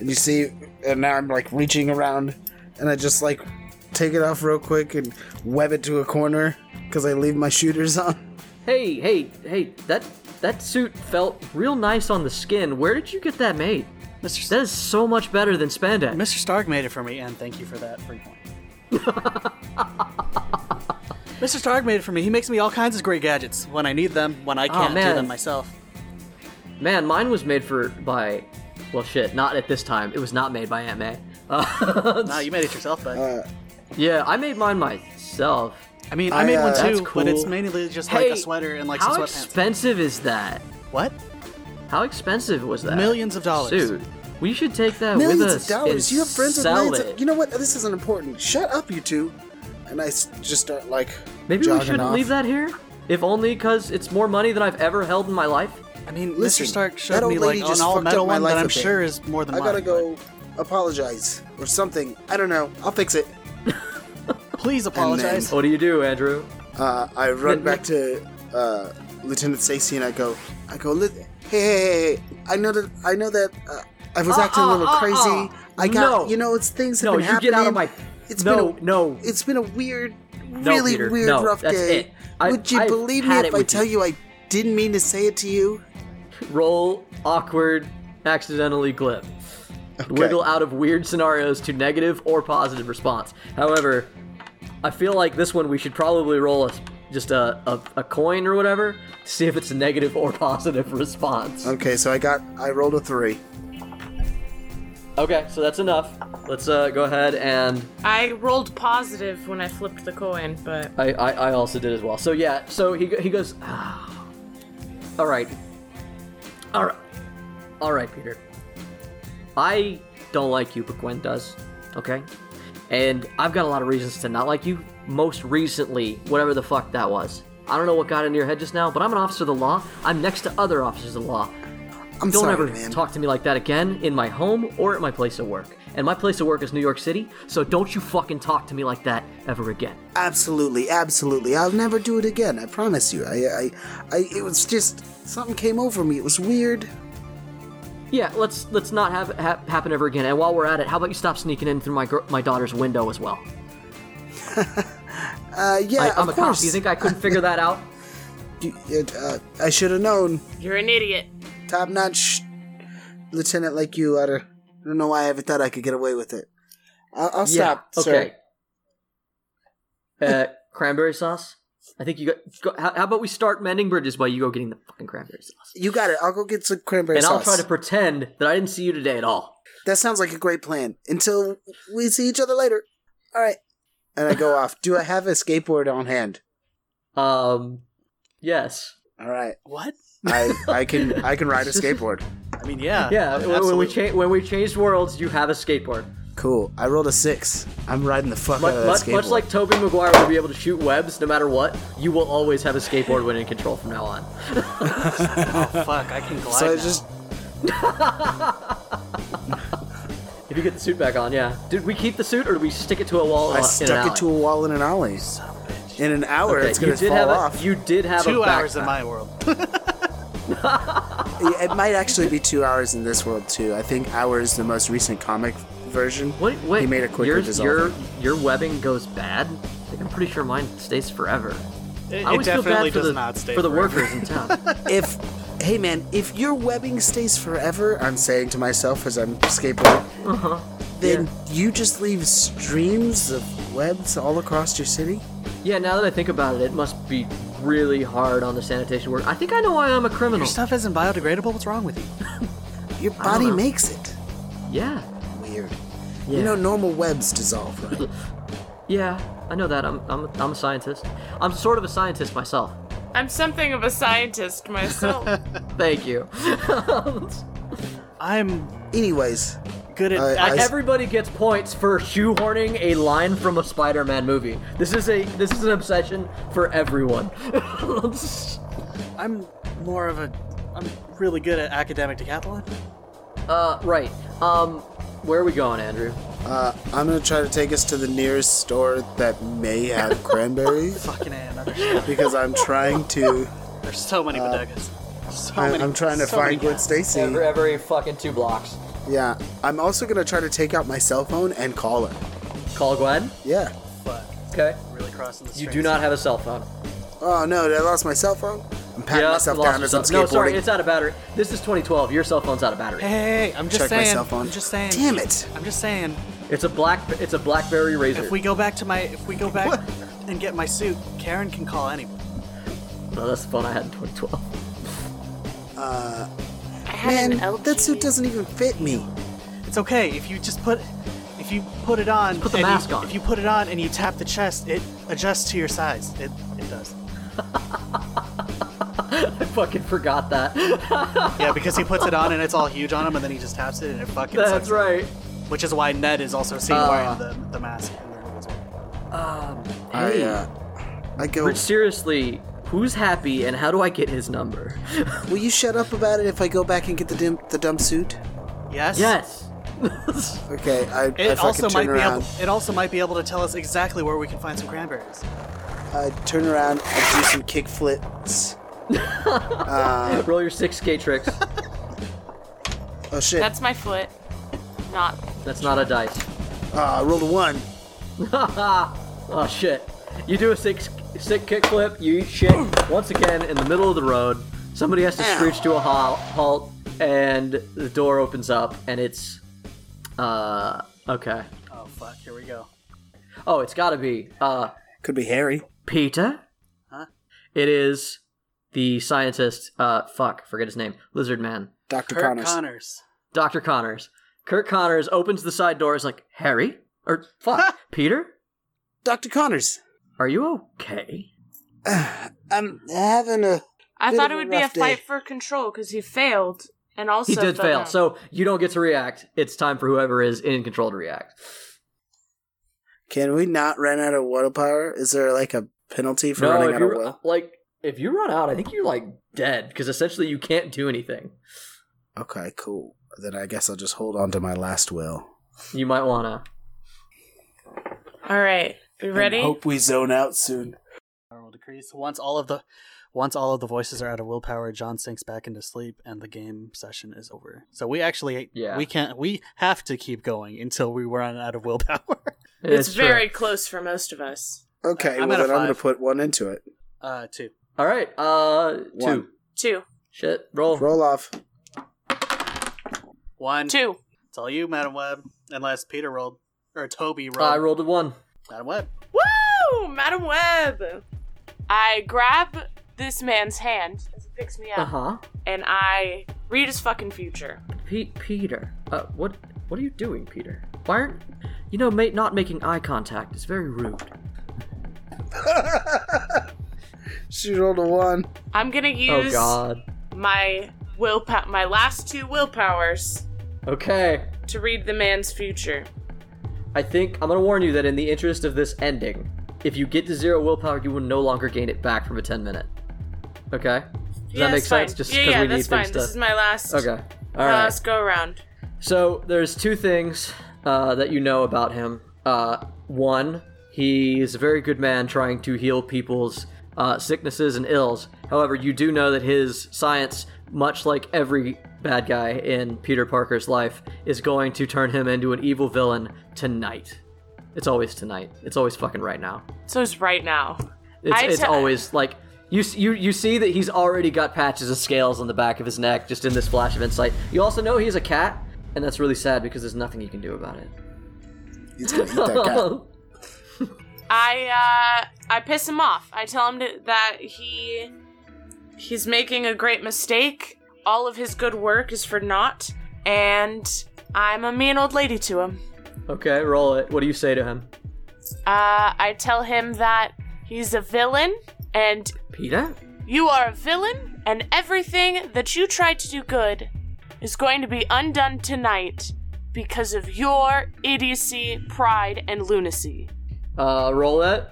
And you see, and now I'm like reaching around, and I just like take it off real quick and web it to a corner because I leave my shooters on.
Hey, hey, hey! That that suit felt real nice on the skin. Where did you get that made?
Mr. Stark-
That is so much better than spandex.
Mr. Stark made it for me, and thank you for that free point. Mr. Stark made it for me. He makes me all kinds of great gadgets when I need them, when I can't do
Oh, man.
them myself.
Man, mine was made for by, well, shit. Not at this time. It was not made by Aunt May. Uh,
Nah, you made it yourself, bud.
Uh,
yeah, I made mine myself.
I mean, I, made
I,
one
uh,
too,
That's
but it's
cool.
mainly just
Hey,
like a sweater and like
How
some sweatpants.
expensive is that?
what?
How expensive was that?
Millions of dollars.
Dude, we should take that with
Millions
us
of dollars.
and
You have friends with
sell
millions.
it.
Of, you know what? This isn't important. Shut up, you two. And I s- just start like
Maybe we
jogging
shouldn't
off.
leave that here. If only because it's more money than I've ever held in my life.
I mean,
Listen,
Mr. Stark
that
showed
old
me
lady
like an
just
all
fucked
metal
up my
one that
life
I'm
a bit.
sure is more than
I gotta
mine,
go apologize or something. I don't know. I'll fix it.
but Please apologize.
What do you do, Andrew?
Uh, I run back to uh, Lieutenant Stacy and I go, I go, "Lit- hey, hey, hey, hey, I know that, I know that uh, I was acting a little
uh, uh,
crazy.
uh.
I got,
No.
you know, it's things have
No,
been
you
happening.
get out of my-
It's
No,
been a,
no.
It's been a weird,
No,
really
Peter,
weird,
no,
rough
that's
day.
it. I-
Would you
I've
believe me
had it
if I
with
tell you. I didn't mean to say it to you?
Roll awkward, accidentally glib. Wiggle out of weird scenarios to negative or positive response. However, I feel like this one we should probably roll a, just a, a, a coin or whatever to see if it's a negative or positive response.
Okay, so I got, I rolled a three.
Okay, so that's enough. Let's uh, go ahead and
I rolled positive when I flipped the coin, but
I, I, I also did as well. So yeah, so he, go- he goes, ah, all right, all right, all right, Peter. I don't like you, but Gwen does. Okay, and I've got a lot of reasons to not like you. Most recently, whatever the fuck that was. I don't know what got into your head just now, but I'm an officer of the law. I'm next to other officers of the law.
I'm
Don't
sorry,
ever
man.
talk to me like that again in my home or at my place of work. And my place of work is New York City, so don't you fucking talk to me like that ever again.
Absolutely, absolutely. I'll never do it again. I promise you. I, I, I. It was just something came over me. It was weird.
Yeah, let's let's not have it ha- happen ever again. And while we're at it, how about you stop sneaking in through my gr- my daughter's window as well?
Uh, yeah,
I, I'm
of
a
course.
cop. You think I couldn't figure that out?
You- it, uh, I should have known.
you're an idiot.
Top notch lieutenant like you oughta. I don't know why I ever thought I could get away with it. I'll, I'll stop.
Yeah.
sir.
Okay. uh, cranberry sauce. I think you got. Go, how, how about we start mending bridges while you go getting the fucking cranberry sauce?
You got it. I'll go get some cranberry
and I'll
sauce.
try to pretend that I didn't see you today at all.
That sounds like a great plan. Until we see each other later. All right. And I go off. Do I have a skateboard on hand?
Um, yes.
All right.
What?
I I can I can ride a skateboard.
I mean, yeah.
Yeah. when- when we
absolutely.
cha- when we changed worlds, you have a skateboard.
Cool. I rolled a six. I'm riding the fuck out
Much,
of that
much,
skateboard.
much like Toby Maguire will be able to shoot webs no matter what, you will always have a skateboard when in control from now on.
Fuck, I can glide.
so I
now.
just
If you get the suit back on, yeah. Did we keep the suit or do we stick it to a wall?
I
in an
stuck
alley?
it to a wall in an alley. In an hour,
Okay,
it's gonna
you did
fall
have
off.
A, you did have
two
a back-
hours in my world.
Yeah, it might actually be two hours in this world too. I think hour is the most recent comic version.
What? What?
He made it quicker
Your,
dissolve.
your your webbing goes bad. I think I'm pretty sure mine stays forever.
It,
I
it
always feel
definitely
bad for
does
the,
not stay
for the
forever.
workers in town.
If, hey man, if your webbing stays forever, I'm saying to myself as I'm skateboarding,
Uh-huh.
then you just leave streams of webs all across your city.
yeah. Now that I think about it, it must be really hard on the sanitation work. I think I know why I'm a criminal.
Your stuff isn't biodegradable. What's wrong with you?
Your body
know.
makes it.
Yeah.
Weird.
Yeah.
You know, normal webs dissolve, right?
yeah. I know that. I'm I'm I'm a scientist. I'm sort of a scientist myself.
I'm something of a scientist myself.
Thank you.
I'm
Anyways,
good at.
I- I-
Everybody gets points for shoehorning a line from a Spider-Man movie. This is a this is an obsession for everyone. Uh,
I'm more of a. I'm really good at academic decathlon.
uh, right. Um, where are we going, Andrew?
uh, I'm gonna try to take us to the nearest store that may have cranberries
Fucking A, another shit.
because I'm trying to.
There's so many bodegas. So
Uh, I,
many.
I'm trying to
so
find
many
Gwen Stacy.
Every, every fucking two blocks.
Yeah, I'm also gonna try to take out my cell phone and call her.
Call Gwen.
Yeah.
Fuck.
Okay.
Really crossing the
You do
strings.
not have a cell phone.
Oh no, did I lost my cell phone? I'm patting
Yeah,
myself
lost
down as I'm
yourself.
skateboarding.
No, sorry, it's out of battery. This is 2012. Your cell phone's out of battery.
Hey, I'm just
Check my
saying.
cell phone.
I'm just saying.
Damn it.
I'm just saying.
It's a black. It's a BlackBerry Razor.
If we go back to my, if we go back and get my suit, Karen can call anyone.
No, Oh, that's the phone I had in 2012.
I had an
Man,
LG.
that suit doesn't even fit me.
It's okay if you just put, if you put it on.
put the
and
mask
you,
on.
If you put it on and you tap the chest, it adjusts to your size. It it does.
I fucking forgot that.
Yeah, because he puts it on and it's all huge on him, and then he just taps it and it fucking.
that's
sucks.
right.
Which is why Ned is also seen
Uh.
wearing the, the mask. in the movie as well.
I, uh, I go.
But seriously, who's happy and how do I get his number?
Will you shut up about it if I go back and get the dim- the dumb suit?
Yes.
yes.
Okay, I, I
It
fucking
also might
turn
be
around.
able. It also might be able to tell us exactly where we can find some cranberries.
I turn around. I do some kick flips.
Roll your six skate tricks.
Oh shit!
That's my foot. Not.
That's not a dice.
Ah, I rolled a one.
Oh shit. You do a six sick kickflip, you eat shit once again in the middle of the road. Somebody has to screech to a halt, halt and the door opens up and it's uh okay.
Oh fuck! Here we go.
Oh, it's got to be uh
Could be Harry.
Peter? Huh? It is the scientist uh fuck, forget his name. Lizard man.
Doctor
Kurt
Connors.
Connors.
Dr. Connors. Kirk Connors opens the side door. Is like Harry or fuck Peter.
Dr. Connors,
Are you okay?
I'm having a.
I
Bit
thought
of
it
a
would be a
rough day.
fight for control because he failed, and also
He did
the-
fail, so you don't get to react. It's time for whoever is in control to react.
Can we not run out of water power? Is there like a penalty for
no,
running
if
out of
you
water?
like, if you run out, I think you're like dead because essentially you can't do anything.
Okay, cool. Then I guess I'll just hold on to my last will.
You might wanna.
all right, we ready?
And hope we zone out soon.
Power will decrease once all of the once all of the voices are out of willpower. John sinks back into sleep, and the game session is over. So we actually
Yeah.
we can't we have to keep going until we run out of willpower.
it's
true.
very close for most of us.
Okay,
I'm
well
at a
then I'm gonna
five.
put one into it.
Uh, two.
All right. Uh, two.
One.
Two,
Shit. Roll.
Roll off.
One.
two.
It's all you, Madam Webb. Unless Peter rolled or Toby rolled.
I rolled a one.
Madam Webb.
Woo, Madam Web! I grab this man's hand as he picks me up,
Uh huh.
and I read his fucking future.
Pete, Peter. Uh, what? What are you doing, Peter? Why aren't you know, mate? Not making eye contact is very rude.
She rolled a one.
I'm gonna
Oh
use
God.
my willpower, my last two willpowers,
Okay.
to read the man's future.
I think I'm gonna warn you that in the interest of this ending, if you get to zero willpower, you will no longer gain it back from a 10 minute. Okay. Does
yeah,
that make
that's
sense?
Fine.
Just
yeah,
because
yeah,
we need
that's
things to.
fine. This is my last.
Okay. All
my
right.
Last Uh, go around.
So there's two things uh, that you know about him. Uh, one, he's a very good man trying to heal people's uh, sicknesses and ills. However, you do know that his science, much like every bad guy in Peter Parker's life, is going to turn him into an evil villain tonight. It's always tonight. It's always fucking right now.
So it's right now.
It's,
I
it's
te-
always like you, s- you you see that he's already got patches of scales on the back of his neck just in this flash of insight. You also know he's a cat, and that's really sad because there's nothing you can do about it.
He's gonna eat that cat.
I uh, I piss him off. I tell him to, that he he's making a great mistake. All of his good work is for naught, and I'm a mean old lady to him.
okay, roll it. What do you say to him,
Uh, I tell him that he's a villain, and
Peter?
You are a villain, and everything that you tried to do good is going to be undone tonight because of your idiocy, pride, and lunacy.
Uh, roll it.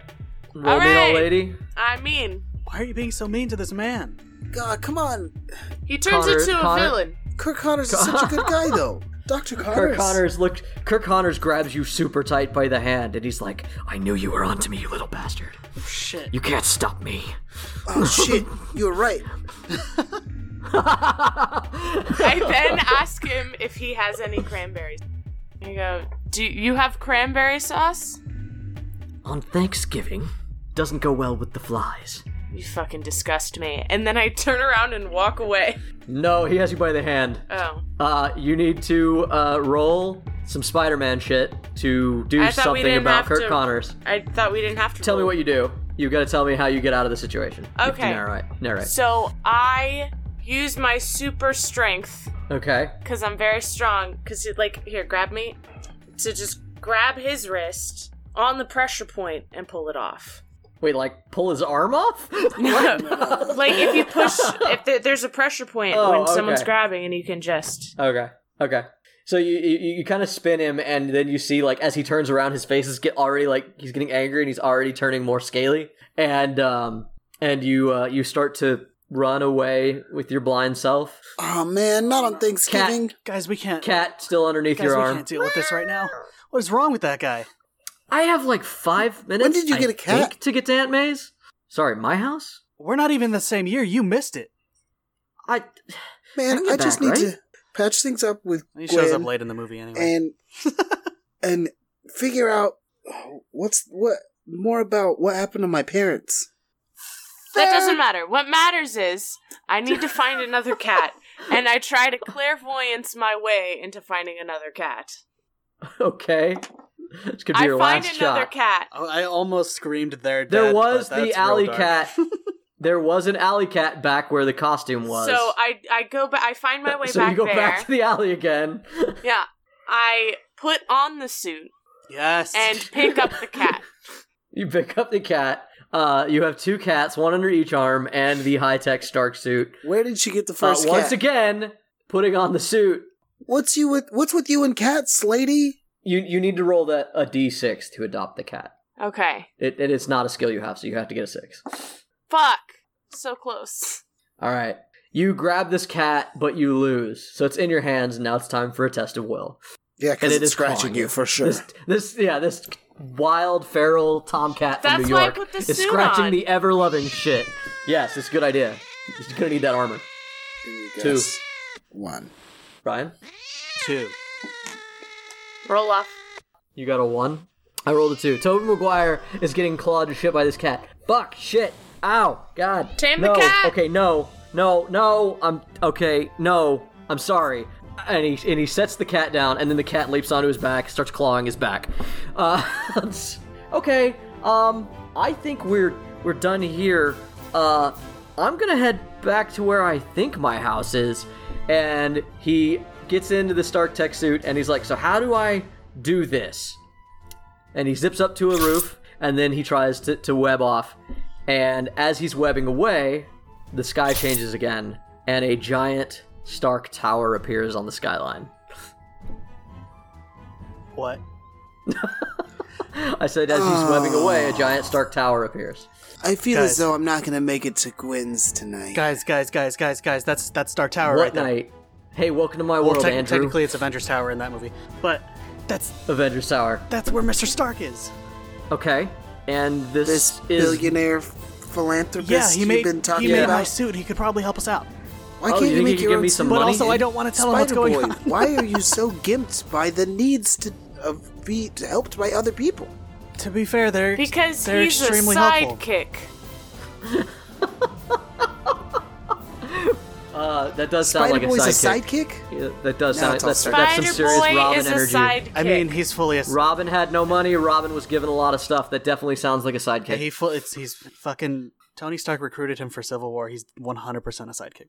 Roll
All
me,
right.
old lady.
I mean,
Why are you being so mean to this man?
God, come on.
he turns
Connor-
into a
Connor-
villain.
Kirk Connors is such a good guy, though. Dr. Connors.
Kirk Connors looked. Kirk Connors grabs you super tight by the hand, and he's like, "I knew you were onto me, you little bastard.
Shit.
You can't stop me."
Oh, shit. You were right.
I then ask him if he has any cranberries. I go, Do you have cranberry sauce?
On Thanksgiving, doesn't go well with the flies.
You fucking disgust me. And then I turn around and walk away.
No, he has you by the hand.
Oh.
Uh, you need to uh, roll some Spider-Man shit to do
I thought we
something
didn't
about
have
Kirk
to-
Connors.
I thought we didn't have to
Tell me
roll.
what you do. You gotta tell me how you get out of the situation. You have to
Okay.
narrate. Narrate.
So I use my super strength
okay.
because I'm very strong. Because like here, grab me to just grab his wrist on the pressure point and pull it off.
Wait, like pull his arm off?
like if you push, if there, there's a pressure point
Oh,
when
okay.
someone's grabbing, and you can just
okay. Okay. So you you, you kind of spin him, and then you see like as he turns around, his face is get already like he's getting angry, and he's already turning more scaly. And um and you uh, you start to run away with your blind self.
Oh, man. Not on Thanksgiving.
Guys, we can't.
Cat still underneath
guys,
your
we
arm.
can't deal with this right now. What is wrong with that guy?
I have like five minutes.
did you
I
get a cat?
think, to get to Aunt May's? Sorry, my house.
We're not even the same year. You missed it.
I I can
Man,
get
I just
back,
need
right?
to patch things up with
He shows up
Gwen
late in the movie anyway.
and and figure out what's what more about what happened to my parents.
That doesn't matter. What matters is I need to find another cat, and I try to clairvoyance my way into finding another cat.
okay. This could be
I
your
find
last
another
shot.
cat.
Oh, I almost screamed there.
There
dead,
was
but that's
the
real
alley
dark.
cat. there was an alley cat back where the costume was.
So I I go back. I find my way
So
back
you go
there.
back to the alley again.
yeah, I put on the suit
Yes.
and pick up the cat.
You pick up the cat. Uh, you have two cats, one under each arm, and the high tech Stark suit.
Where did she get the
Uh,
first
once
cat?
again, putting on the suit.
what's you with? What's with you and cats, lady?
You you need to roll that a d six to adopt the cat.
Okay.
It, it is not a skill you have, so you have to get a six.
Fuck. So close.
All right, you grab this cat, but you lose. So it's in your hands, and now it's time for a test of will.
Yeah,
And
because
it
it's
is
scratching
clawing
you
you.
for sure.
This this yeah this wild feral tomcat from
That's
New
why I
York
put the
is
suit
scratching
on.
the ever loving shit. Yes, it's a good idea. You're gonna need that armor,
Two, one.
Brian.
two.
Roll off.
You got a one. I rolled a two. Toby Maguire is getting clawed to shit by this cat. Fuck shit. Ow. God.
Tame the
no.
cat!
Okay. No. No. No. I'm okay. No. I'm sorry. And he and he sets the cat down, and then the cat leaps onto his back, starts clawing his back. Uh, okay. Um, I think we're we're done here. Uh, I'm gonna head back to where I think my house is, and he gets into the Stark Tech suit, and he's like, "So how do I do this?" and he zips up to a roof and then he tries to, to web off and as he's webbing away the sky changes again and a giant stark tower appears on the skyline
What?
i said as he's webbing away a giant stark tower appears
I feel
Guys.
as though I'm not gonna make it to Gwen's tonight.
Guys, guys, guys, guys, guys. That's that's Star Tower
what
right there.
night hey welcome to my
Well,
world
tec-
andrew
technically it's Avengers Tower in that movie, but that's
avengers tower
that's where Mr. Stark is.
okay and this,
This
is
billionaire philanthropist
Yeah, he
you've
made
been talking
he made my
about.
suit. He could probably help us out.
Why
Oh,
can't
you think
you,
you
make
can
your
give
own
me some
suit?
But
Money?
also, I don't want to tell him what's
Spider
going
Boy,
on.
why are you so gimped by the needs to uh, be helped by other people?
To be fair, they're
Because
they're
he's a
extremely helpful.
sidekick.
uh, that does sound
Spider
like
Boy's
a
a
sidekick,
sidekick.
Yeah, that does
No,
sound
it's all
that's,
Stark.
that's some
Spider
serious
Boy
robin
is
energy
a sidekick.
I mean, he's fully a
robin had no money robin was given a lot of stuff that definitely sounds like a sidekick
he full, it's he's fucking Tony Stark recruited him for Civil War. He's 100% a sidekick.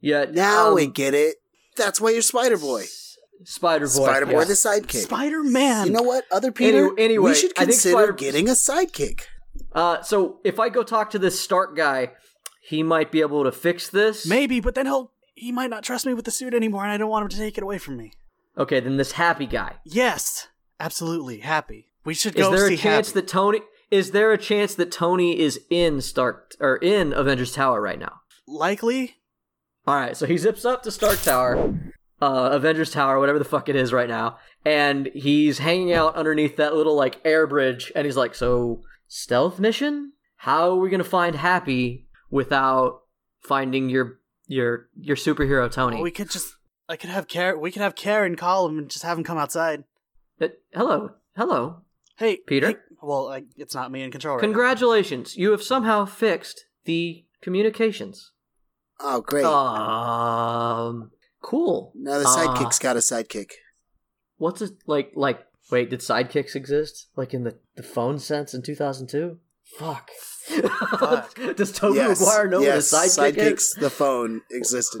yeah.
Now
um,
we get it. That's why you're Spider Boy.
Spider Boy.
Spider Boy,
yeah.
the sidekick.
Spider-Man.
you know what, other Peter?
anyway,
we should
I think
consider
Spider-
getting a sidekick.
Uh, so if I go talk to this Stark guy, he might be able to fix this.
Maybe, but then he'll he might not trust me with the suit anymore and I don't want him to take it away from me.
Okay, then this Happy guy.
Yes. Absolutely. Happy. We should
Is
go
there
see
a chance
Happy.
that Tony? Is there a chance that Tony is in Stark or in Avengers Tower right now?
likely
All right, so he zips up to Stark Tower, uh, Avengers Tower, whatever the fuck it is right now, and he's hanging out underneath that little like air bridge, and he's like, "So stealth mission? How are we gonna find Happy without finding your your your superhero Tony?"
we could just I could have Karen we could have Karen call him and just have him come outside.
That- hello, hello.
Hey,
Peter?
hey- well, I, it's not me in control. Right now.
Congratulations, you have somehow fixed the communications.
Oh, great.
Uh, Um, cool.
now the
Uh,
sidekick's got a sidekick.
What's it like? Like, wait, did sidekicks exist? Like in the the phone sense in two thousand two? Fuck. Does Toby
yes,
McGuire know
yes,
what a sidekick
sidekicks.
is?
The phone existed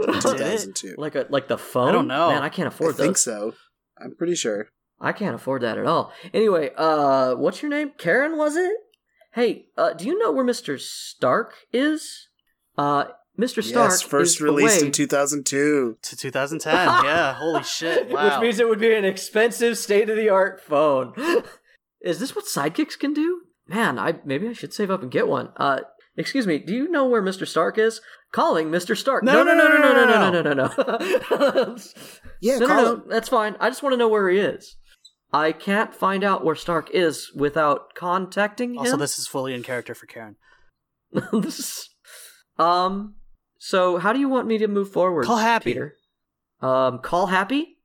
in
Did it?
2002.
Like a like the phone?
I don't know.
Man, I can't
I
afford
think
those.
so. I'm pretty sure.
I can't afford that at all. Anyway, uh, what's your name? Karen was it? Hey, uh, do you know where Mister Stark is? Uh, Mister Stark
yes, first
is
released
away.
in 2002.
to 2010. yeah, holy shit. Wow.
Which means it would be an expensive state of the art phone. Is this what sidekicks can do? Man, I maybe I should save up and get one. Uh excuse me, do you know where Mr. Stark is? Calling Mr. Stark.
No,
no,
no,
no,
no,
no, no, no,
no,
no, no, no.
Yeah,
no,
call
no,
him.
no. That's fine. I just want to know where he is. I can't find out where Stark is without contacting
also,
him.
this is fully in character for Karen.
This is- um so how do you want me to move forward
Call Happy.
Peter? um call happy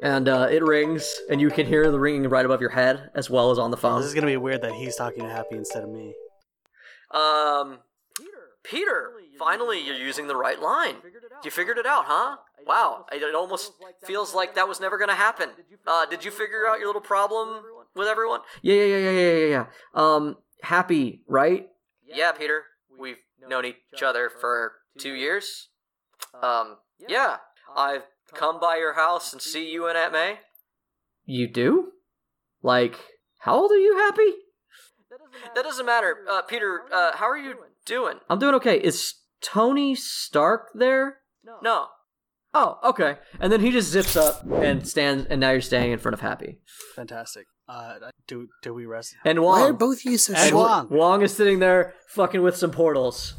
and uh it rings and you can hear the ringing right above your head as well as on the phone
This is gonna be weird that he's talking to Happy instead of me.
um peter finally you're using the right line you figured it out huh wow it it almost feels like that was never gonna happen uh did you figure out your little problem with everyone yeah yeah yeah yeah yeah yeah, yeah. um happy right yeah peter we've known each other for two years Um, yeah, I've
come by your house and see you and Aunt May?
You do? Like, how old are you, Happy?
That doesn't matter. Uh, Peter, uh, how are you doing?
I'm doing okay. Is Tony Stark there?
No.
Oh, okay. And then he just zips up and stands, and now you're standing in front of Happy.
Fantastic. Uh, do do we rest?
And
Why are
Wong.
both of you so
And
short?
Wong.
Wong is sitting there fucking with some portals.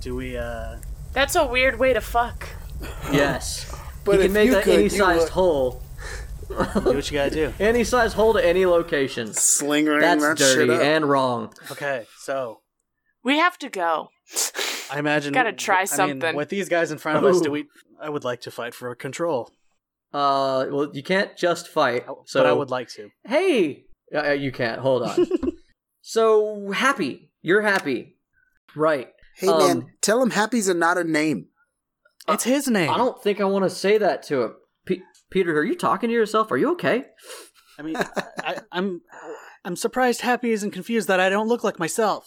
Do we? Uh,
That's a weird way to fuck.
Yes.
But
he
if
can make
you
that
could,
any
you
sized
would.
hole.
do what you gotta do.
Any sized hole to any location.
Slingering
That's
that shit
dirty
up.
and wrong.
Okay, so
We have to go.
I imagine
Gotta
I
try
mean,
something.
with these guys in front of us. Do
Ooh.
we? I would like to fight for control,
Uh, well, you can't just fight. So
but I would like to.
Hey, uh, you can't. Hold on. so happy. You're happy, right?
hey
Um,
man, tell him Happy's a, not a name.
It's his name.
uh, I don't think I want to say that to him. Pe- Peter, are you talking to yourself? Are you okay?
I mean, I, I'm I'm surprised Happy isn't confused that I don't look like myself.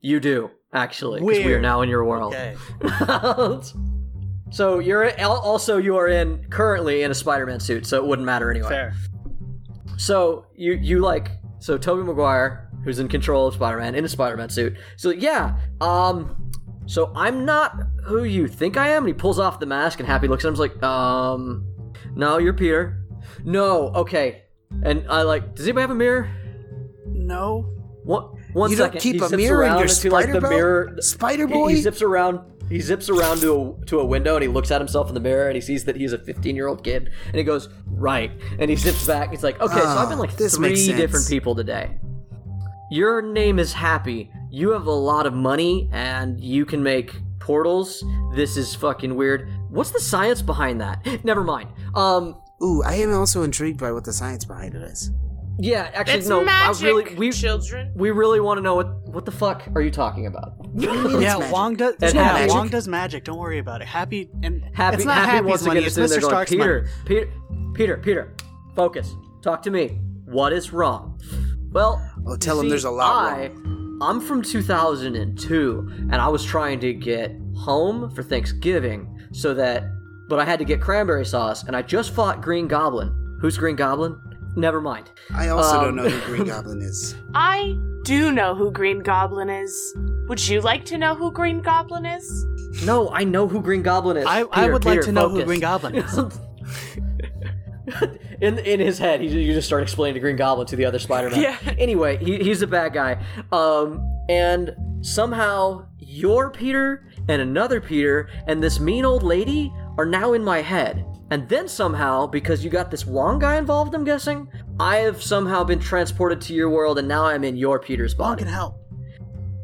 You do actually, because we
Weird.
are now in your world.
Okay.
so you're al- also you are in currently in a Spider-Man suit, so it wouldn't matter anyway.
Fair.
So you you like so Toby Maguire, who's in control of Spider-Man in a Spider-Man suit. So yeah, um so I'm not who you think I am. And he pulls off the mask and Happy looks at him and is like, um No, you're Peter. No, okay. And I like, does anybody have a mirror?
No.
What one
You don't
second,
keep
he
a
zips
mirror in
around
your
into, like, the
Spider-Bro?
mirror he-
Spider-Boy?
He, zips around he zips around to a, to a window and he looks at himself in the mirror and he sees that he's a 15 year old kid and he goes right and he zips back he's like okay so
Ah,
I've been like
this
three
makes sense.
different people today your name is Happy you have a lot of money and you can make portals this is fucking weird what's the science behind that never mind um
Ooh, I am also intrigued by what the science behind it is.
yeah actually
It's
no
magic,
I really we
children.
we really want to know what what the fuck are you talking about
Yeah,
magic.
Wong does.
It's
yeah,
magic.
Wong does magic. Don't worry about it. Happy and
Happy,
It's not
Happy
Happy's
wants to
money,
get us
it's
in there
Mr.
going,
Stark's
Peter,
money."
Peter, Peter, Peter, focus. Talk to me. What is wrong? Well,
Oh,
you
tell him
see,
there's a lot
I, I'm from 2002, and I was trying to get home for Thanksgiving so that, but I had to get cranberry sauce, and I just fought Green Goblin. Who's Green Goblin? Never mind.
I also
Um,
don't know who Green Goblin is.
I do know who Green Goblin is. Would you like to know who Green Goblin is?
No, I know who Green Goblin is.
I, I
Peter,
would like
Peter,
to know who
focus.
Green Goblin is.
in in his head, he, you just start explaining to Green Goblin to the other Spider-Man.
Yeah.
Anyway, he, he's a bad guy, um, and somehow your Peter and another Peter and this mean old lady are now in my head. And then somehow, because you got this Wong guy involved, I'm guessing, I have somehow been transported to your world, and now I'm in your Peter's
Wong
body.
can help.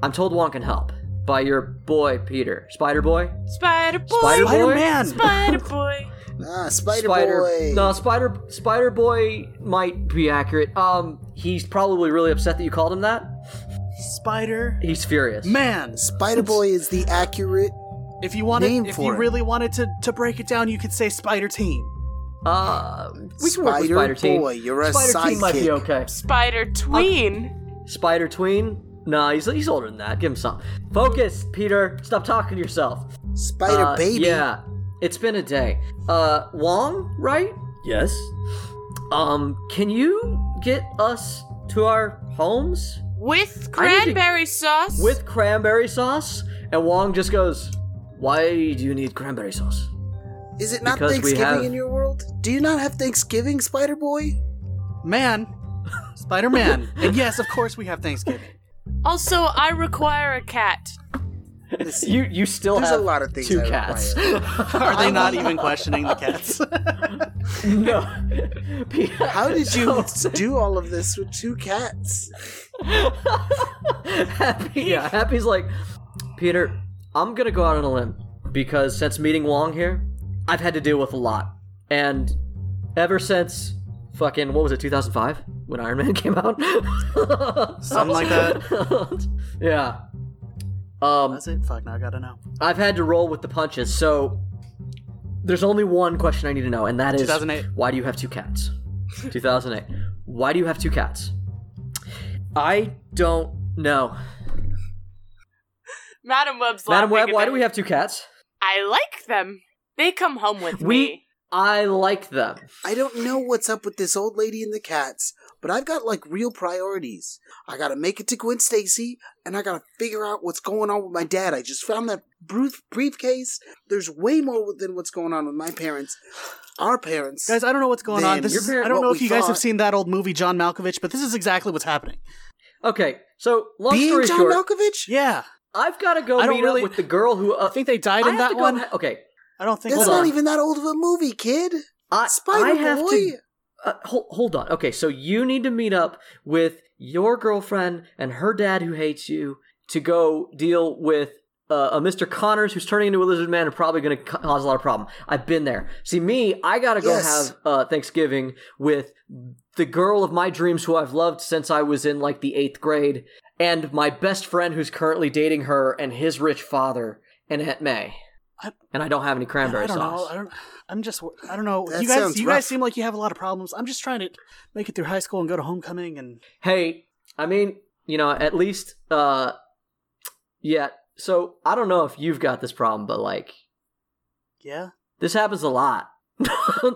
I'm told Wong can help by your boy Peter, Spider Boy,
Spider Boy.
Spider Boy.
Spider Man.
Spider Boy.
Ah, Spider,
Spider
Boy.
No, Spider Spider Boy might be accurate. Um, he's probably really upset that you called him that.
Spider
He's furious.
Man.
Spider Boy is the accurate.
If you wanted,
Name
if
for
you
it.
really wanted to to break it down, you could say Spider Team.
Uh, we can work with
Spider
Spider Team.
Boy, you're a
Spider Team might be
sidekick.
okay.
Spider Tween.
Spider Tween? Nah, he's he's older than that. Give him some. Focus, Peter. Stop talking to yourself.
Spider
Uh,
Baby.
Yeah, it's been a day. Uh, Wong, right? Yes. Um, can you get us to our homes? I
With
need to-
cranberry sauce.
with cranberry sauce, and Wong just goes, "Why do you need cranberry sauce?"
Is it not
Because we
Thanksgiving
have-
in your world? Do you not have Thanksgiving, Spider Boy?
Man. Spider Man. and yes, of course we have Thanksgiving.
Also, I require a cat.
You you still
There's a
have
lot of things
two
I
cats.
Are they not even questioning the cats?
no.
How did you do all of this with two cats?
Happy? Yeah, Happy's like, Peter. I'm gonna go out on a limb because since meeting Wong here, I've had to deal with a lot, and ever since fucking what was it 2005 when Iron Man came out,
Something like that.
yeah. Um,
That's it. Fuck, now I gotta know.
I've had to roll with the punches, so there's only one question I need to know, and that is
2008.
why do you have two cats? 2008. Why do you have two cats? I don't know.
Madam Web's
Madam
laughing
Web,
at
why
me.
do we have two cats?
I like them. They come home with
We-
me.
I like them.
I don't know what's up with this old lady and the cats, but I've got like real priorities. I gotta make it to Gwen Stacy, and I gotta figure out what's going on with my dad. I just found that brief- briefcase. There's way more than what's going on with my parents, our parents.
Guys, I don't know what's going on.
Then
This
your
is,
parent-
I don't
what
know if
we
you guys have
thought-
seen that old movie John Malkovich, but this is exactly what's happening.
Okay, so long
Being
story
John
short,
Malkovich,
Yeah,
I've got to go
I don't
meet
really-
up with the girl who. Uh,
I think they died
I
in
have
that
to go
one.
ha- okay,
I don't think
that's
so.
not
on.
even that old of a movie, kid.
I,
Spider
I have
Boy.
to. Uh, hold, hold on. Okay, so you need to meet up with your girlfriend and her dad who hates you to go deal with uh, a Mr. Connors who's turning into a lizard man and probably going to cause a lot of problem. I've been there. See, me, I gotta go
Yes.
have uh, Thanksgiving with the girl of my dreams who I've loved since I was in like the eighth grade, and my best friend who's currently dating her and his rich father and Aunt May.
I-
and I don't have any cranberry
I don't
sauce.
know. I don't. I'm just. wor- I don't know.
That
you guys.
sounds
You
rough.
guys seem like you have a lot of problems. I'm just trying to make it through high school and go to homecoming. And
Hey, I mean, you know, at least, uh, yeah. So I don't know if you've got this problem, but like,
yeah,
this happens a lot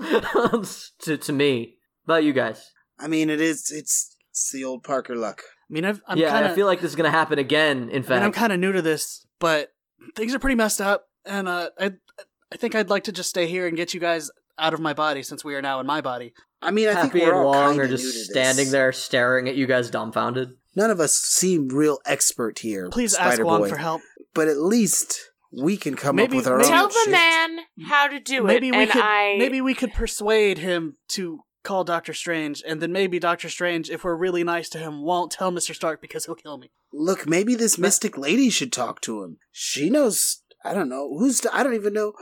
to to me. How About you guys,
I mean, it is. It's it's the old Parker luck.
I mean, I've, I'm
yeah.
kind
I
of.
feel like this is gonna happen again. In
I mean, I'm
fact,
kind of new to this, but things are pretty messed up, and uh, I. I think I'd like to just stay here and get you guys out of my body since we are now in my body.
I mean, I
happy
think we're
and
all
Wong
kinda
are
new to
just
this.
standing there staring at you guys, dumbfounded.
None of us seem real expert here.
Please ask
Spider-Boy.
Wong for help.
But at least we can come
Maybe-
up with our
maybe-
Tell
own
the
shit.
man how to do
maybe
it,
we
and
could
I
maybe we could persuade him to call Doctor Strange, and then maybe Doctor Strange, if we're really nice to him, won't tell Mister Stark because he'll kill me.
Look, maybe this mystic lady should talk to him. She knows. I don't know who's. I don't even know.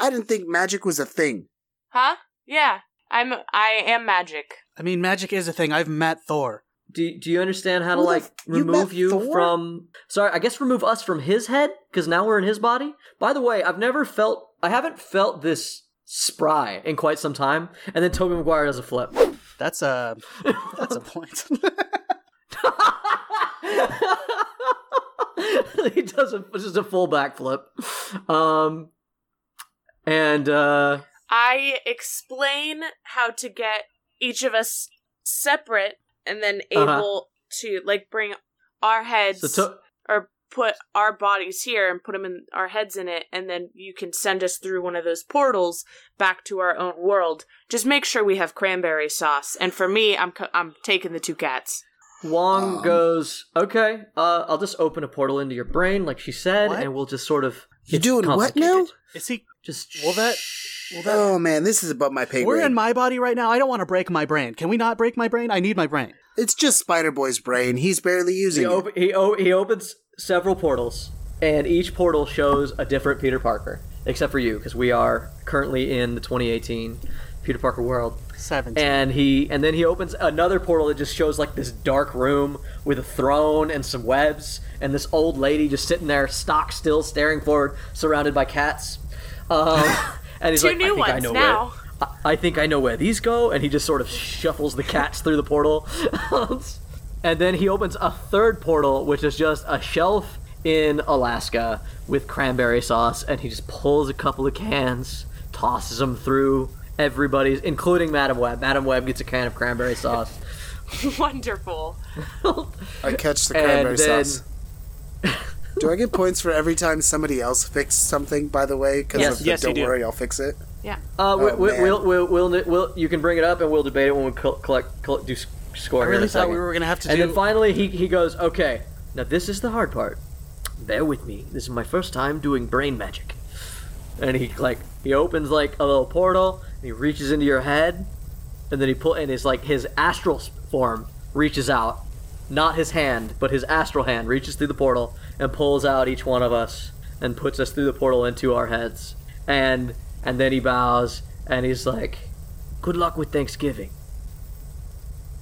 I didn't think magic was a thing.
huh? Yeah, I'm. I am magic.
I mean, magic is a thing. I've met Thor.
Do Do you understand how to
Who the
like
f- you
remove
met
you
Thor?
from? Sorry, I guess remove us from his head because now we're in his body. By the way, I've never felt I haven't felt this spry in quite some time. And then Toby Maguire does a flip.
That's a that's a point.
he does a just a full back flip. Um, and uh,
I explain how to get each of us separate, and then able to like bring our heads
Uh-huh. so to-
or put our bodies here and put them in our heads in it, and then you can send us through one of those portals back to our own world. Just make sure we have cranberry sauce. And for me, I'm co- I'm taking the two cats.
Wong
Um,
goes, okay, uh, I'll just open a portal into your brain, like she said,
What?
and we'll just sort of.
You
it's
doing what now?
complicated.
Is he?
Just
Will that? Will that?
Oh man, this is above my pay
we're
grade.
in my body right now. I don't want to break my brain. Can we not break my brain? I need my brain.
it's just Spider Boy's brain. He's barely using
He,
it.
op- he, o- he opens several portals, and each portal shows a different Peter Parker, except for you, because we are currently in the 2018 Peter Parker world.
Seventeen.
And he, and then he opens another portal that just shows like this dark room with a throne and some webs, and this old lady just sitting there, stock still, staring forward, surrounded by cats. Um, and he's
Two
like, I
new
think I
ones
know
now.
where. I- I think I know where these go, and he just sort of shuffles the cats through the portal. and then he opens a third portal, which is just a shelf in Alaska with cranberry sauce, and he just pulls a couple of cans, tosses them through everybody's, including Madam Web. Madam Web gets a can of cranberry sauce.
Wonderful.
I catch the
And
cranberry
then-
sauce. Do I get points for every time somebody else fixes something? By the way, because
Yes.
of the
Yes, you
don't
do.
worry, I'll fix it.
Uh, we,
Oh,
we,
man.
we'll, we'll, we'll, we'll, you can bring it up, and we'll debate it when we col- collect, collect do s- score.
I
here in
really
a
thought we
second.
were gonna have to
and
do.
then finally he, he goes okay now this is the hard part bear with me this is my first time doing brain magic and he like he opens like a little portal and he reaches into your head and then he pull and his like his astral s- form reaches out not his hand but his astral hand reaches through the portal and pulls out each one of us and puts us through the portal into our heads and and then he bows and he's like good luck with thanksgiving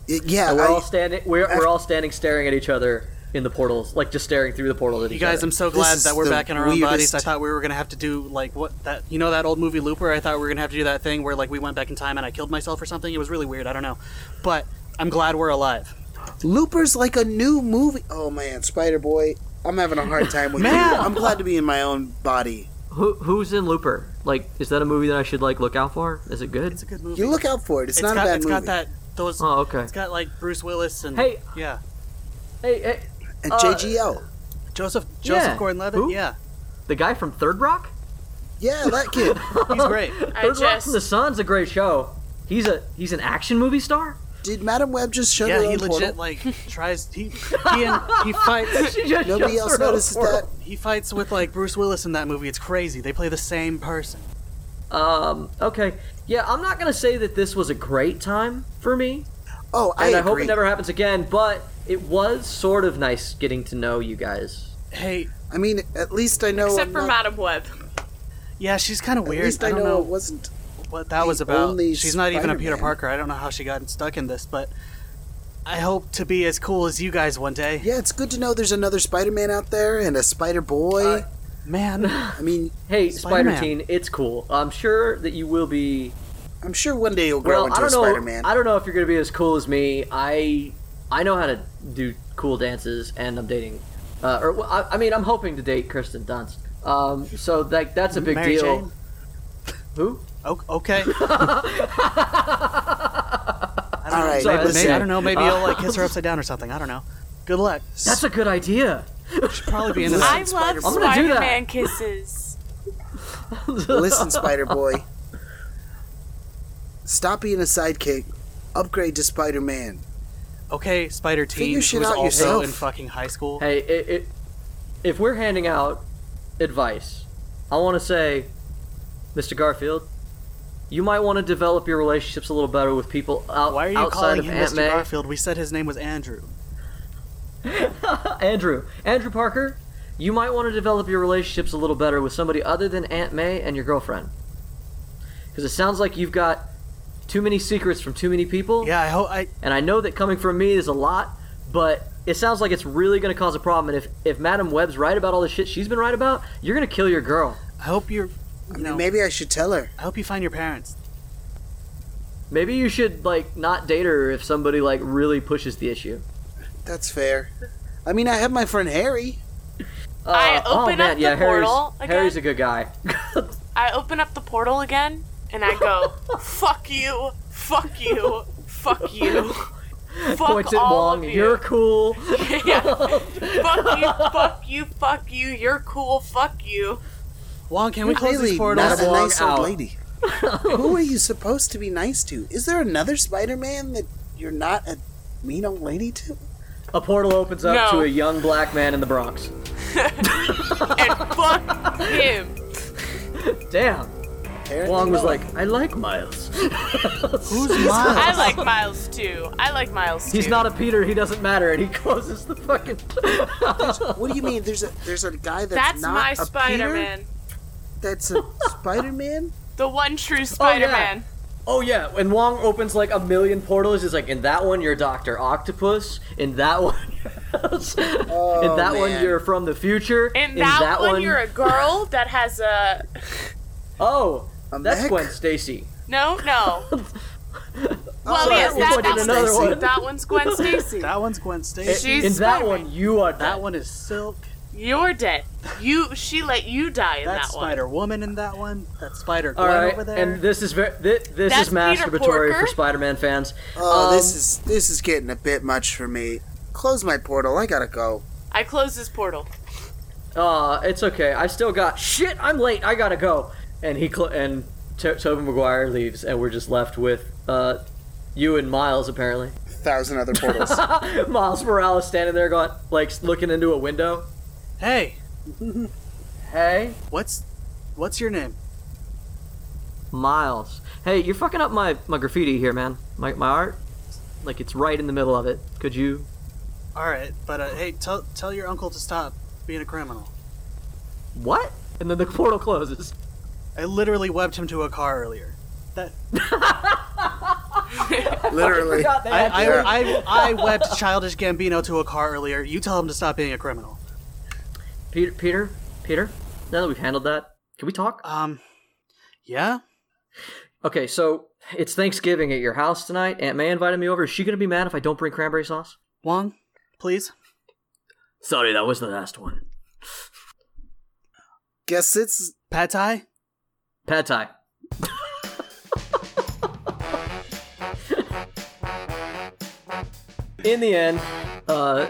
Y- yeah,
and we're
I-
all standing. We're, we're all standing, staring at each other in the portals, like just staring through the portal at
You
each
guys,
other.
I'm so
This
glad
is
that we're
the
back in our own bodies.
weirdest-
I thought we were gonna have to do like what that you know that old movie Looper. I thought we were gonna have to do that thing where like we went back in time and I killed myself or something. It was really weird. I don't know, but I'm glad we're alive.
Looper's like a new movie. Oh man, Spider Boy, I'm having a hard time with you.
Man.
I'm glad to be in my own body.
Who who's in Looper? Like, is that a movie that I should like look out for? Is it good?
It's a good movie.
You look out for it. It's,
It's
not
got,
a bad
it's
movie.
got that those.
Oh, okay.
It's got like Bruce Willis and
Hey.
yeah,
Hey, hey,
And JGL.
Joseph Joseph
Yeah.
Gordon-Levitt.
Who?
Yeah,
the guy from Third Rock.
Yeah, that kid.
he's great.
I
Third Rock from the
just
Sun's a great show. He's a he's an action movie star.
Did Madam Web just shut
yeah,
her own
he legit
portal?
like tries he he, and, he fights
She just
Nobody
shut
else
her own
notices
portal.
that.
he fights with like Bruce Willis in that movie. It's crazy. They play the same person.
Um. Okay. Yeah, I'm not gonna say that this was a great time for me,
Oh, I
and I,
agree.
hope it never happens again. But it was sort of nice getting to know you guys.
Hey,
I mean, at least I
Oh,
know.
except
I'm
for
not-
Madam Web.
yeah, she's kind of
At
weird.
least
I
I
don't
know
know
it wasn't.
what that
the
was about.
only
She's not even a Peter
Spider-Man.
Parker. I don't know how she got stuck in this, but I hope to be as cool as you guys one day.
Yeah, it's good to know there's another Spider-Man out there and a Spider Boy.
Man,
I mean,
Hey, Spider
Spider-Man.
Teen, it's cool. I'm sure that you will be.
I'm sure one day you'll
Well,
grow
I
into a
don't know.
Spider-Man.
I don't know if you're gonna be as cool as me. I I know how to do cool dances, and I'm dating. Uh, or well, I, I mean, I'm hoping to date Kristen Dunst. Um, so like that's a big
Mary
deal.
Jane.
Who?
O- okay.
All right,
Sorry,
Maybe,
let's
maybe,
see.
I don't know. Maybe you'll like kiss her
Uh,
upside down or something. I don't know. Good luck.
That's a good idea.
Should probably be in this.
I love
I'm gonna do that.
Spider-Man kisses.
listen, Spider Boy. Stop being a sidekick. Upgrade to Spider-Man.
Okay, Spider Teen,
Figure
who's
shit out
also
yourself.
in fucking high school.
Hey, it, it, if we're handing out advice, I want to say, Mr. Garfield, you might want to develop your relationships a little better with people out,
Why are you
outside
calling
of
him
Aunt
Mr.
May.
Garfield? We said his name was Andrew.
Andrew, Andrew Parker, you might want to develop your relationships a little better with somebody other than Aunt May and your girlfriend. Because it sounds like you've got too many secrets from too many people.
Yeah, I hope I.
And I know that coming from me is a lot, but it sounds like it's really going to cause a problem. And if, if Madam Webb's right about all the shit she's been right about, you're going to kill your girl.
I hope you're.
I
You
mean,
know,
maybe I should tell her.
I hope you find your parents.
Maybe you should, like, not date her if somebody, like, really pushes the issue.
That's fair. I mean, I have my friend Harry.
Uh,
I
oh,
open
man,
up the
yeah, Harry's,
portal again.
Harry's a good guy.
I open up the portal again and I go, "Fuck you, fuck you, fuck you, fuck
Points at
all
Wong.
of
You. are
you."
cool.
yeah. fuck you, fuck you, fuck you. You're cool. Fuck you.
Wong, can we close
Really,
these portals?
not a
Madam
nice
Wong
old
out.
lady. Who are you supposed to be nice to? Is there another Spider-Man that you're not a mean old lady to?
A portal opens up
No.
to a young black man in the Bronx.
And fuck him.
Damn.
Apparently
Wong was
not.
like, I like Miles.
Who's mine?
I like Miles too. I like Miles too.
He's not a Peter, he doesn't matter, and he closes the fucking.
What do you mean? There's a there's a guy that's,
That's
not
my
a Peter?
Spider-Man.
That's a Spider-Man.
The one true Spider-Man.
oh, yeah, when Wong opens like a million portals, he's like, in that one, you're Dr. Octopus, in that one, in
Oh,
that one,
Oh, man.
you're from the future,
In that, one,
one,
you're a girl that has a
Oh,
A
that's
mech?
Gwen Stacy.
no, no. well,
sorry,
yes,
we
that,
put in
that,
another
one's-
one.
that one's Gwen Stacy.
that one's Gwen Stacy.
In-
She's
in that
Spider-Man.
one, you are
that one is Silk.
You're dead. You. She let you die in
That's
that one.
Spider Woman in that one. That's Spider
All
Gwen
right,
over there.
and this is very this, this
That's
is
Peter
masturbatory
Porker?
for Spider-Man fans.
Oh,
Um,
this is this is getting a bit much for me. Close my portal. I gotta go.
I close this portal.
Uh, it's okay. I still got shit. I'm late. I gotta go. And he cl- and to- Tobey Maguire leaves, and we're just left with uh, you and Miles apparently.
A thousand other portals.
Miles Morales standing there, going like looking into a window.
hey,
Hey,
what's what's your name?
Miles. Hey, you're fucking up my my graffiti here, man. My my art. Like it's right in the middle of it. Could you?
All right, but uh, hey, tell tell your uncle to stop being a criminal.
What? And then the portal closes.
I literally webbed him to a car earlier. That
Literally.
Forgot they
I,
had-
I, I, I webbed Childish Gambino to a car earlier. You tell him to stop being a criminal.
Peter, Peter, Peter. Now that we've handled that, can we talk?
Um, yeah.
Okay, so it's Thanksgiving at your house tonight. Aunt May invited me over. Is she gonna be mad if I don't bring cranberry sauce?
Wong, please.
Sorry, that was the last one.
Guess it's
Pad Thai?
Pad Thai. In the end, uh,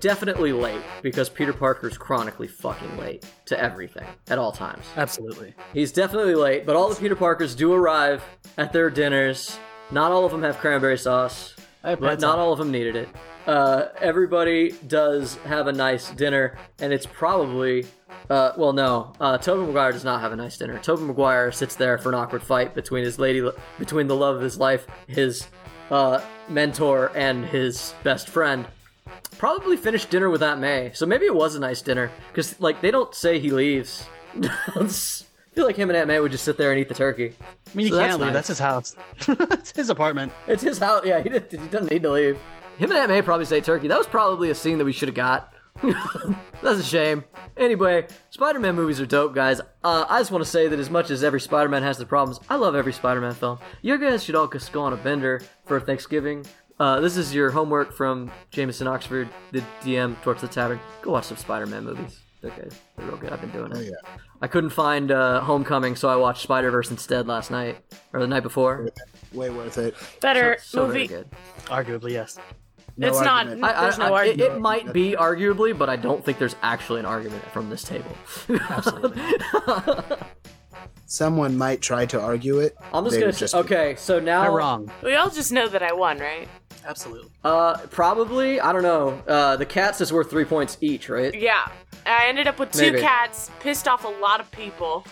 definitely late because Peter Parker's chronically fucking late to everything at all times.
Absolutely.
He's definitely late, but all the Peter Parkers do arrive at their dinners. Not all of them have cranberry sauce,
I have
but
Pad
not
Thai.
all of them needed it. Uh, everybody does have a nice dinner, and it's probably. Uh, well, no. Uh, Tobey Maguire does not have a nice dinner. Tobey Maguire sits there for an awkward fight between his lady, between the love of his life, his uh, mentor, and his best friend. Probably finished dinner with Aunt May, so maybe it was a nice dinner because, like, they don't say he leaves. I feel like him and Aunt May would just sit there and eat the turkey.
I mean, you
So that's
can't leave.
nice.
That's his house. it's his apartment.
It's his house. Yeah, he, did, he doesn't need to leave. Him and Aunt May probably say turkey. That was probably a scene that we should have got. That's a shame. Anyway, Spider-Man movies are dope, guys. Uh, I just want to say that as much as every Spider-Man has the problems, I love every Spider-Man film. You guys should all just go on a bender for Thanksgiving. Uh, this is your homework from Jameson Oxford, the DM, Torch the Tavern. Go watch some Spider-Man movies. Okay, they're real good. I've been doing it. I couldn't find uh, Homecoming, so I watched Spider-Verse instead last night or the night before.
way worth it.
Better
So very
movie.
good.
Arguably, yes.
No
it's not.
argument.
I,
there's
I,
no
I, it,
argument.
it might be arguably, but I don't think there's actually an argument from this table.
Absolutely.
Someone might try to argue it.
I'm just
They
gonna
would just
say, okay, so now
i wrong.
we all just know that I won, right?
Absolutely.
Uh, probably I don't know. Uh, the cats is worth three points each, right?
Yeah. I ended up with two
Maybe.
cats, pissed off a lot of people.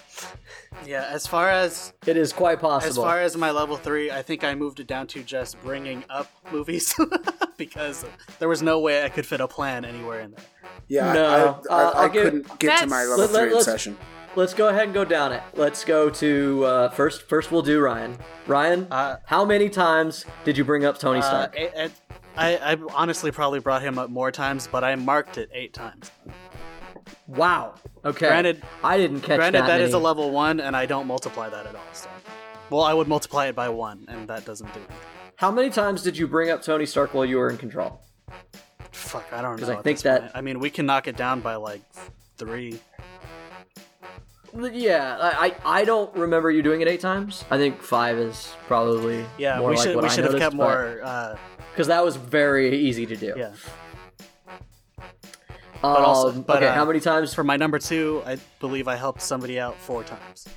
Yeah, as far as
It is quite
as
possible.
far as my level three, I think I moved it down to just bringing up movies because there was no way I could fit a plan anywhere in there.
Yeah,
No,
I, I,
uh,
I,
I'll give-
couldn't get to
That's-
my level
Let- let-
three in
let's-
session.
Let's go ahead and go down it. Let's go to uh, first. First, we'll do Ryan. Ryan,
Uh,
how many times did you bring up Tony
Uh,
Stark?
it, it, I, I honestly probably brought him up more times, but I marked it eight times.
wow. Okay.
Granted-
I didn't catch
Granted,
that.
that
many.
is a level one, and I don't multiply that at all. So, well, I would multiply it by one, and that doesn't do it.
How many times did you bring up Tony Stark while you were in control?
Fuck, I don't know.
'Cause I
at
think
this
that-
point. I mean, we can knock it down by like three.
Yeah, I, I I don't remember you doing it eight times. I think five is probably
Yeah,
More
we
like
should
what
we
I
should have
noticed,
kept more. Uh,
because that was very easy to do.
yeah.
um,
but also- but,
okay,
uh,
how many times?
For my number two, I believe I helped somebody out four times.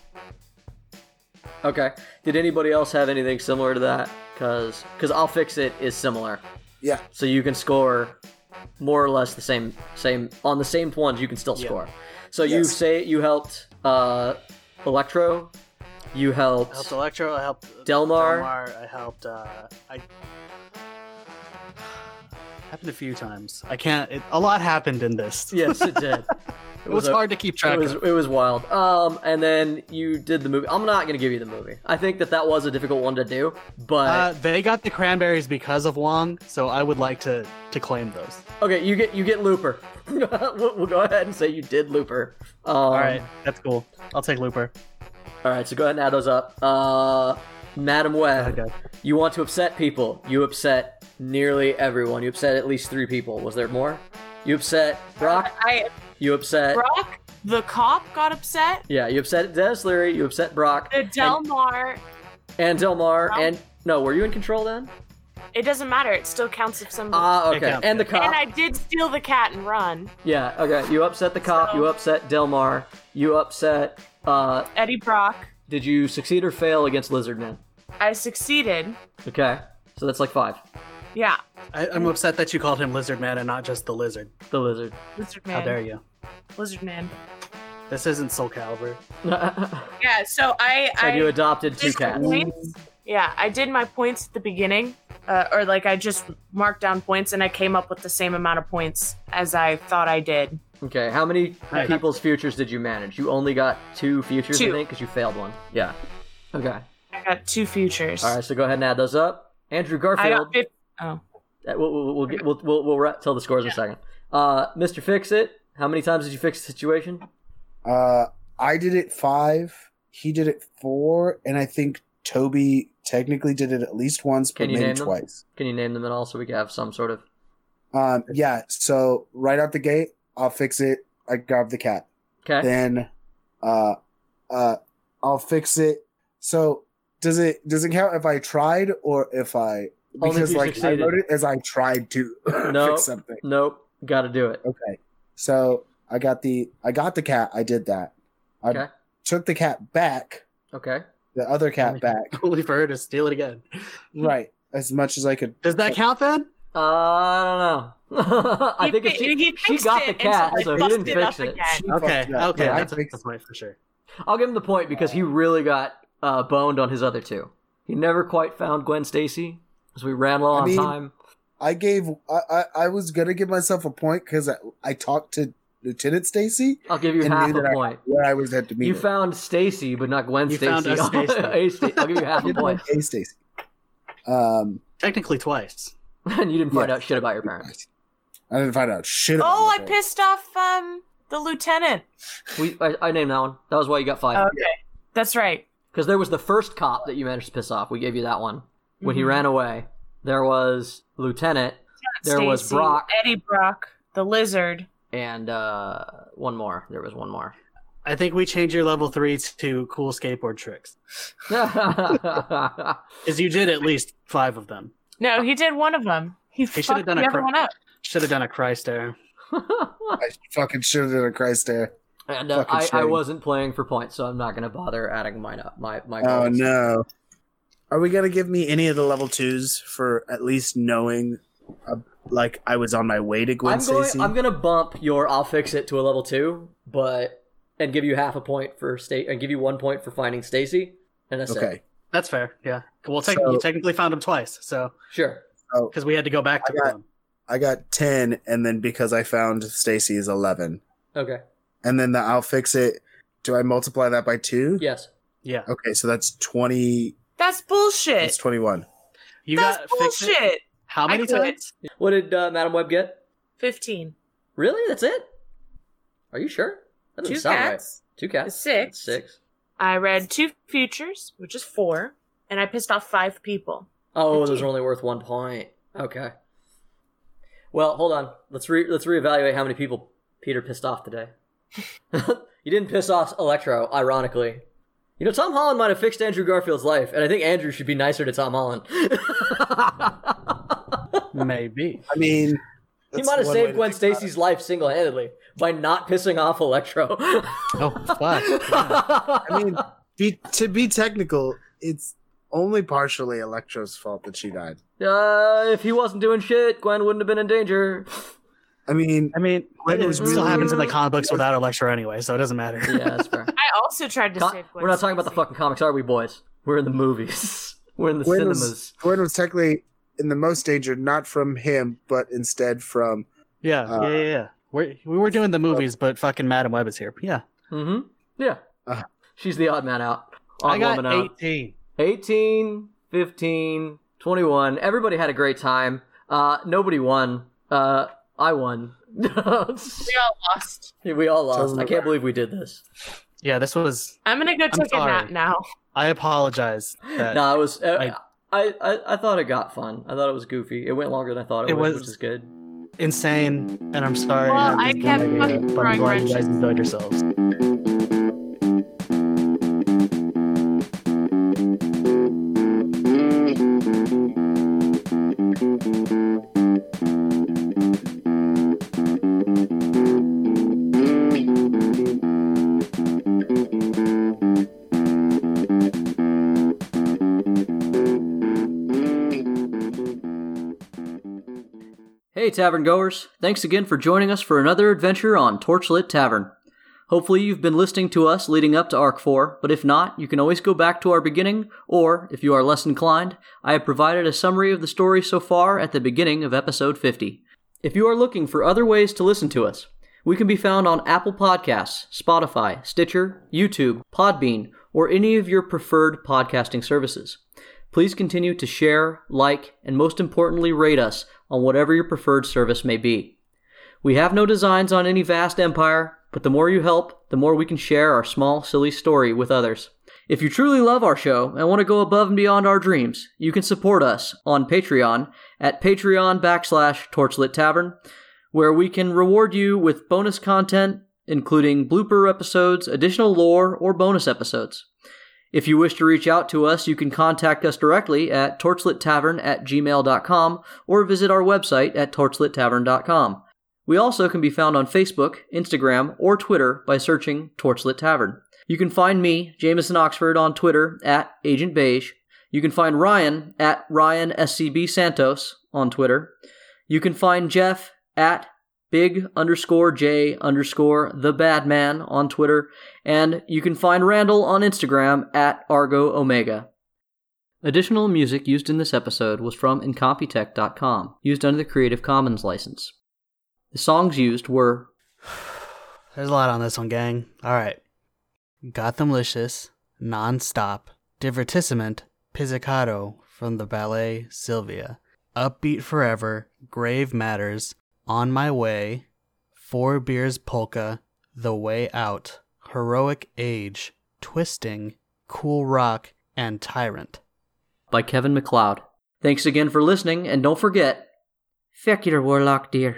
okay, did anybody else have anything similar to that? Because because I'll fix it is similar,
Yeah,
so you can score more or less the same same on the same ones. You can still
Yeah.
score. So you
Yes.
say you helped uh, Electro, you helped,
I helped Electro. I helped
Delmar.
Delmar. I helped. Uh, I happened a few times. I can't. It, a lot happened in this.
yes, it did. It,
it was,
a-
hard to keep track
It was,
of.
it was wild. Um, and then you did the movie. I'm not gonna give you the movie. I think that that was a difficult one to
Uh,
do, but
they got the cranberries because of Wong, so I would like to to claim those.
okay, you get you get Looper. we'll, we'll go ahead and say you did Looper. Um, all
All right, that's cool. I'll take Looper.
all right. So go ahead and add those up. Uh, Madam Web,
Okay.
you want to upset people. You upset nearly everyone. You upset at least three people. Was there more? You upset Brock.
I
You upset.
Brock, the cop, got upset.
Yeah, you upset Dennis Leary. You upset Brock.
The Delmar.
and Delmar.
Brock.
And no, were you in control then?
It doesn't matter. It still counts if somebody.
Ah,
It
okay.
counts,
And the cop.
and I did steal the cat and run.
Yeah, okay. You upset the cop,
So-
you upset Delmar, you upset uh
Eddie Brock.
did you succeed or fail against Lizardman?
I succeeded.
Okay. So that's like five.
Yeah.
I, I'm upset that you called him Lizard Man and not just the lizard.
The lizard.
Lizard
How
Man.
dare you?
Lizard Man.
This isn't Soul Calibur.
so
Yeah, so I. I
you adopted two
did my
cats.
points. Yeah, I did my points at the beginning. Uh, or like I just marked down points and I came up with the same amount of points as I thought I did.
Okay, how many people's futures did you manage? You only got two futures, I
Two.
think, because you failed one. Yeah. Okay.
I got two futures.
All right, so go ahead and add those up. Andrew
I
Garfield.
got fif- Oh,
Uh, We'll, we'll, we'll, get, we'll, we'll, we'll ra- tell the scores in a second. Uh, Mr. Fix It, how many times did you fix the situation?
uh, I did it five. He did it four, and I think Toby technically did it at least once,
Can
but
you
maybe
name them?
twice.
Can you name them at all so we can have some sort of.
Um, yeah. So right out the gate, I'll fix it. I grabbed the cat.
Okay.
Then Uh, uh, I'll fix it. So does it does it count if I tried or if I
Only if
because
you
like
succeeded.
I wrote it as I tried to
No.
fix something.
Nope. Got to do it.
Okay, so I got the I got the cat. I did that. I
Okay.
took the cat back,
Okay.
the other cat back,
Only for her to steal it again.
right? As much as I could.
Does that count then?
Uh, I don't know. I
He
think if
fi-
she,
he
she
fixed
got the
it and
cat,
somebody
so he
busted
didn't
up
fix it.
again.
She
Okay,
fucked up.
okay,
Yeah, I
that's,
fixed-
that's mine for sure.
I'll give him the point because he really got uh, boned on his other two. He never quite found Gwen Stacy, so we ran low
I
on
mean-
time.
I gave I, I I was gonna give myself a point because I, I talked to Lieutenant Stacy
I'll give you
and
half
knew
a
that I-
point.
where I was had to meet.
You
her.
found Stacy, but not Gwen
You
Stacy.
found us Stacy.
A Sta- I'll give you half a point,
Hey Stacy. Um,
Technically twice.
and you didn't find
Yeah.
out shit about your parents.
I didn't find out shit. about
Oh,
my
I
parents.
pissed off um the lieutenant.
We, I, I named that one. That was why you got five.
Okay, that's right.
Because there was the first cop that you managed to piss off. We gave you that one when
Mm-hmm.
he ran away. There was Lieutenant There was
Stacy,
Brock.
Eddie Brock, the lizard.
and uh, one more. There was one more.
I think we change your level three to cool skateboard tricks. Because you did at least five of them.
No, he did one of them. He,
should've
fucked
done
the
a
other
cr-
one up.
Should have done a cry stare.
I fucking should have done a Christ there.
And uh,
Fucking
I, I
shame.
wasn't playing for points, so I'm not going to bother adding mine up. My my.
Oh
goals.
no. Are we gonna give me any of the level twos for at least knowing, uh, like I was on my way to Gwen
I'm going.
Stacy?
I'm going to bump your. I'll fix it to a level two, but and give you half a point for state and give you one point for finding Stacy. And that's
Okay,
it.
That's fair. Yeah. Well, tec-
So-
you technically found them twice. So,
Sure.
because we had to go back to
I got-
them.
I got ten, and then because I found Stacy is eleven,
Okay.
and then the I'll fix it. Do I multiply that by two?
Yes.
Yeah.
Okay, so that's twenty.
That's bullshit.
That's twenty-one.
You
that's
got fixed it
bullshit.
how
I
many
quit.
times?
What did uh, Madam Web get?
Fifteen.
Really? That's it? Are you sure? That doesn't
Two
sound
cats.
right. Two cats.
Six.
Six.
I read two futures, which is four, and I pissed off five people.
Oh, those are only worth one point. Okay. Well, hold on. Let's re let's reevaluate how many people Peter pissed off today. you didn't piss off Electro, ironically. You know, Tom Holland might have fixed Andrew Garfield's life, and I think Andrew should be nicer to Tom Holland.
Maybe.
I mean,
he
that's
might have
one way
saved Gwen
to think about it.
Stacy's life single handedly by not pissing off Electro.
Oh, fuck.
I mean, be, to be technical, it's only partially Electro's fault that she died.
Uh, if he wasn't doing shit, Gwen wouldn't have been in danger.
I mean,
I mean,
It
it,
was
still
really-
happens in the comic books without Electro anyway, so it doesn't matter.
Yeah, that's fair.
I also tried to
Co-
save. Gwen
we're not talking about the
Stacy.
fucking comics, are we, boys? We're in the movies. We're in the
Gwen
cinemas.
was, Gwen was technically in the most danger, not from him, but instead from.
Yeah,
Uh,
yeah, yeah. yeah. We're, we were doing the movies, but fucking Madam Web is here. Yeah.
Mm-hmm. Yeah.
Uh.
She's the odd man out. Odd
I got
woman out.
18.
18, 15, 21. Everybody had a great time. Uh, nobody won. Uh, I won.
We all lost.
we all lost.
Doesn't
I can't believe we did this.
Yeah, this was.
I'm gonna go take a
sorry.
nap now.
I apologize. That
No, it was. Uh,
I-
I, I I thought it got fun. I thought it was goofy. It went longer than I thought it,
It
would,
was-
which is good.
Insane, and I'm sorry.
Well,
and I'm
I
just
kept
glad-
fucking
but
throwing
I'm glad you
wrenches.
guys enjoyed yourselves.
Hey, tavern goers! Thanks again for joining us for another adventure on Torchlit Tavern. Hopefully, you've been listening to us leading up to Arc 4, but if not, you can always go back to our beginning, or, if you are less inclined, I have provided a summary of the story so far at the beginning of episode 50. If you are looking for other ways to listen to us, we can be found on Apple Podcasts, Spotify, Stitcher, YouTube, Podbean, or any of your preferred podcasting services. Please continue to share, like, and most importantly, rate us on whatever your preferred service may be. We have no designs on any vast empire, but the more you help, the more we can share our small, silly story with others. If you truly love our show and want to go above and beyond our dreams, you can support us on Patreon at patreon backslash torchlit tavern, where we can reward you with bonus content, including blooper episodes, additional lore, or bonus episodes. If you wish to reach out to us, you can contact us directly at torchlittavern at gmail.com or visit our website at torchlittavern.com. We also can be found on Facebook, Instagram, or Twitter by searching Torchlit Tavern. You can find me, Jameson Oxford, on Twitter at Agent Beige. You can find Ryan at Ryan SCB Santos on Twitter. You can find Jeff at big underscore J underscore the bad man on Twitter, and you can find Randall on Instagram at Argo Omega. Additional music used in this episode was from Incompetech.com, used under the Creative Commons license. The songs used were
There's a lot on this one, gang. All right. Gothamlicious, Nonstop, Divertissement, Pizzicato from the ballet Sylvia, Upbeat Forever, Grave Matters, On My Way, Four Beers Polka, The Way Out, Heroic Age, Twisting, Cool Rock, and Tyrant.
by Kevin McLeod. Thanks again for listening, and don't forget, feck your warlock, dear.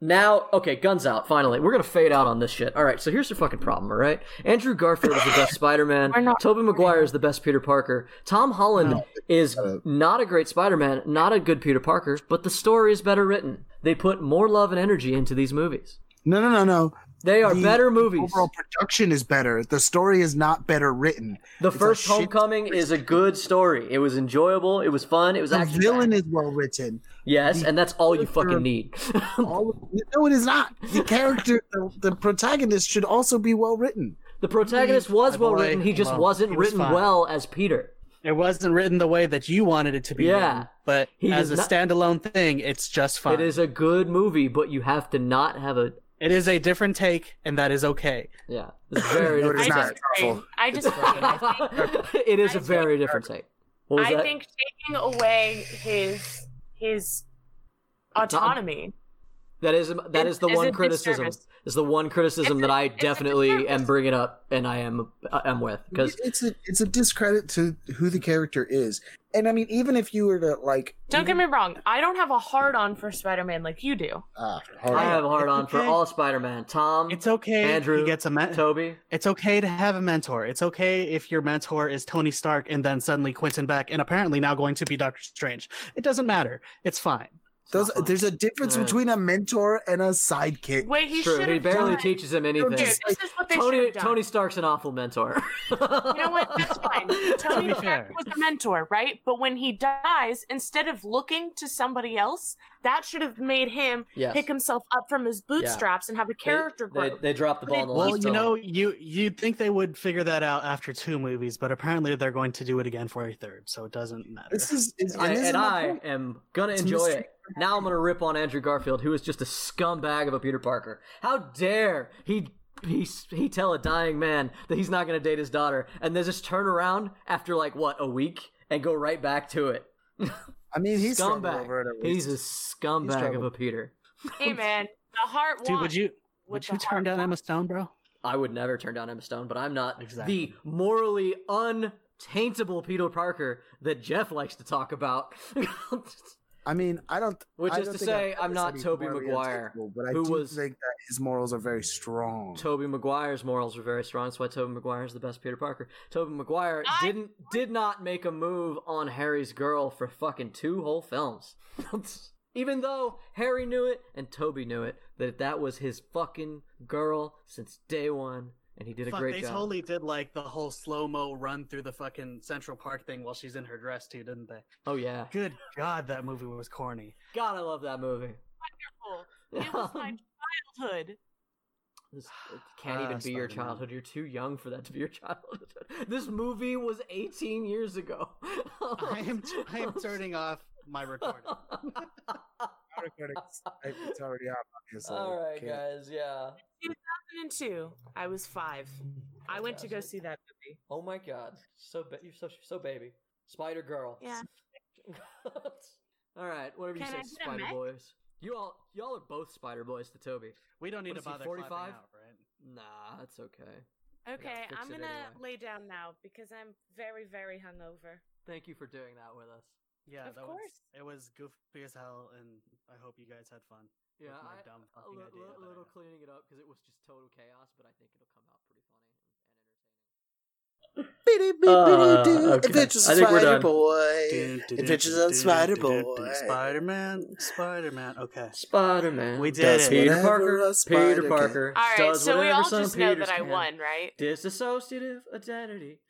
Now, okay, guns out, finally. We're gonna fade out on this shit. Alright, so here's the fucking problem, alright? Andrew Garfield is the best Spider Man. Tobey Maguire is the best Peter Parker. Tom Holland is not a great Spider Man, not a good Peter Parker, but the story is better written. They put more love and energy into these movies.
No, no, no, no.
They are
The
better movies.
Overall production is better. The story is not better written.
The
It's a
first
shit-
Homecoming is a good story. It was enjoyable. It was fun. It was
The
action.
villain is well written.
yes, and that's all you fucking need.
All no, it is not. The character, the, the protagonist, should also be well written.
the protagonist was
My boy,
well written. He just
well,
wasn't
he was
written
fine.
well as Peter.
It wasn't written the way that you wanted it to be.
Yeah.
written, but
He
as a
does not-
standalone thing, it's just fine.
It is a good movie, but you have to not have a
It is a different take, and that is okay.
yeah. It's very
No, it is
different.
not.
I disagree. I disagree. I think
take. it is a very different take. What was
I
that?
think taking away his his autonomy.
that is that is the
is a
one
disservice.
criticism. Is the one criticism
It's a-
that I
it's a
definitely am
disservice.
bringing up, and I am uh, am with because
It's a it's a discredit to who the character is. And I mean, even if you were to like,
Don't get me wrong. I don't have a hard on for Spider Man like you do.
ah,
I have a hard
It's
on for
okay.
all Spider-Man. Tom,
It's okay.
Andrew,
he gets a men-
Toby.
It's okay to have a mentor. It's okay if your mentor is Tony Stark and then suddenly Quentin Beck and apparently now going to be Doctor Strange. It doesn't matter. It's fine.
those,
not fun.
there's a difference
Yeah.
between a mentor and a sidekick.
Wait, he
True,
should
he
have
barely
done.
teaches him
Dude,
anything.
this is what they should
Tony
have done.
Tony Stark's an awful mentor. you
You know what? That's fine. Tony
be
Stark
fair.
was a mentor, right? But when he dies, instead of looking to somebody else, that should have made him
Yes.
pick himself up from his bootstraps and have a character
They,
growth.
they dropped the ball in the
Well,
last
you
one.
know, you you'd think they would figure that out after two movies, but apparently they're going to do it again for a third, so it doesn't matter.
This is it's,
I,
this is
and
my
I
point.
am gonna
It's
enjoy
mystery.
it. Now I'm gonna rip on Andrew Garfield, who is just a scumbag of a Peter Parker. How dare he he he tell a dying man that he's not gonna date his daughter, and then just turn around after like what a week and go right back to it.
I mean, he's
scumbag.
over it at
He's a
least.
scumbag of
struggled.
a Peter.
hey, man, the heart.
Dude, would
won.
you
With
would
the
you turn
heart
down
won.
Emma Stone, bro?
I would never turn down Emma Stone, but I'm not the
Exactly.
morally untaintable Peter Parker that Jeff likes to talk about.
I mean, I don't.
Which
I
is
don't
to
think I've
say,
ever
I'm not
said he's
Tobey
morally
Maguire,
untouchable, but I
who
do
was-
think that his morals are very strong.
Toby Maguire's morals were very strong. That's why Toby Maguire is the best Peter Parker. Toby Maguire
I-
didn't did not make a move on Harry's girl for fucking two whole films. Even though Harry knew it and Toby knew it that that was his fucking girl since day one, and he did a
Fuck,
great
they
job.
totally did like the whole slow mo run through the fucking Central Park thing while she's in her dress too, didn't they?
Oh yeah,
Good God, that movie was corny.
God, I love that movie.
It was my childhood.
This, uh, it can't
Ah,
even be your
Spider-Man.
childhood. You're too young for that to be your childhood. This movie was 18 years ago.
I am I am turning off my recording.
It's already out, obviously.
All right,
Can't-
guys. Yeah.
2002. I was five. I went to go see that movie.
Oh my God. So ba- you're so so baby. Spider Girl.
Yeah.
all right. Whatever
Can I
you
get
say,
a
Spider
mech?
Boys. You all y'all are both Spider Boys to Toby.
We don't need
What
to
is he,
bother
45?
45? clapping out, right?
Nah, that's okay.
Okay,
fix
I'm
it
gonna
anyway.
lay down now because I'm very, very hungover.
Thank you for doing that with us.
Yeah,
Of
that
course.
was it was goofy as hell, and I hope you guys had fun.
Yeah,
with my
I-
dumb
a
fucking
li-
idea
li-
that I
little
had.
cleaning it up because it was just total chaos, but I think it'll come out pretty funny and, and entertaining.
Beady, beady,
Uh,
doo.
okay.
Adventures
I
of
think we're
Spider
done.
Boy.
Do, do, do,
Adventures
do,
of
do,
Spider
do, do,
Boy.
do, Spider-Man, Spider-Man. Okay.
Spider Man.
We did it.
Peter
Whatever
Parker.
a
Peter
spider
Parker.
All right,
does
so we
whatever
all
some
just know
Peters
that I
can.
won, right?
Disassociative identity.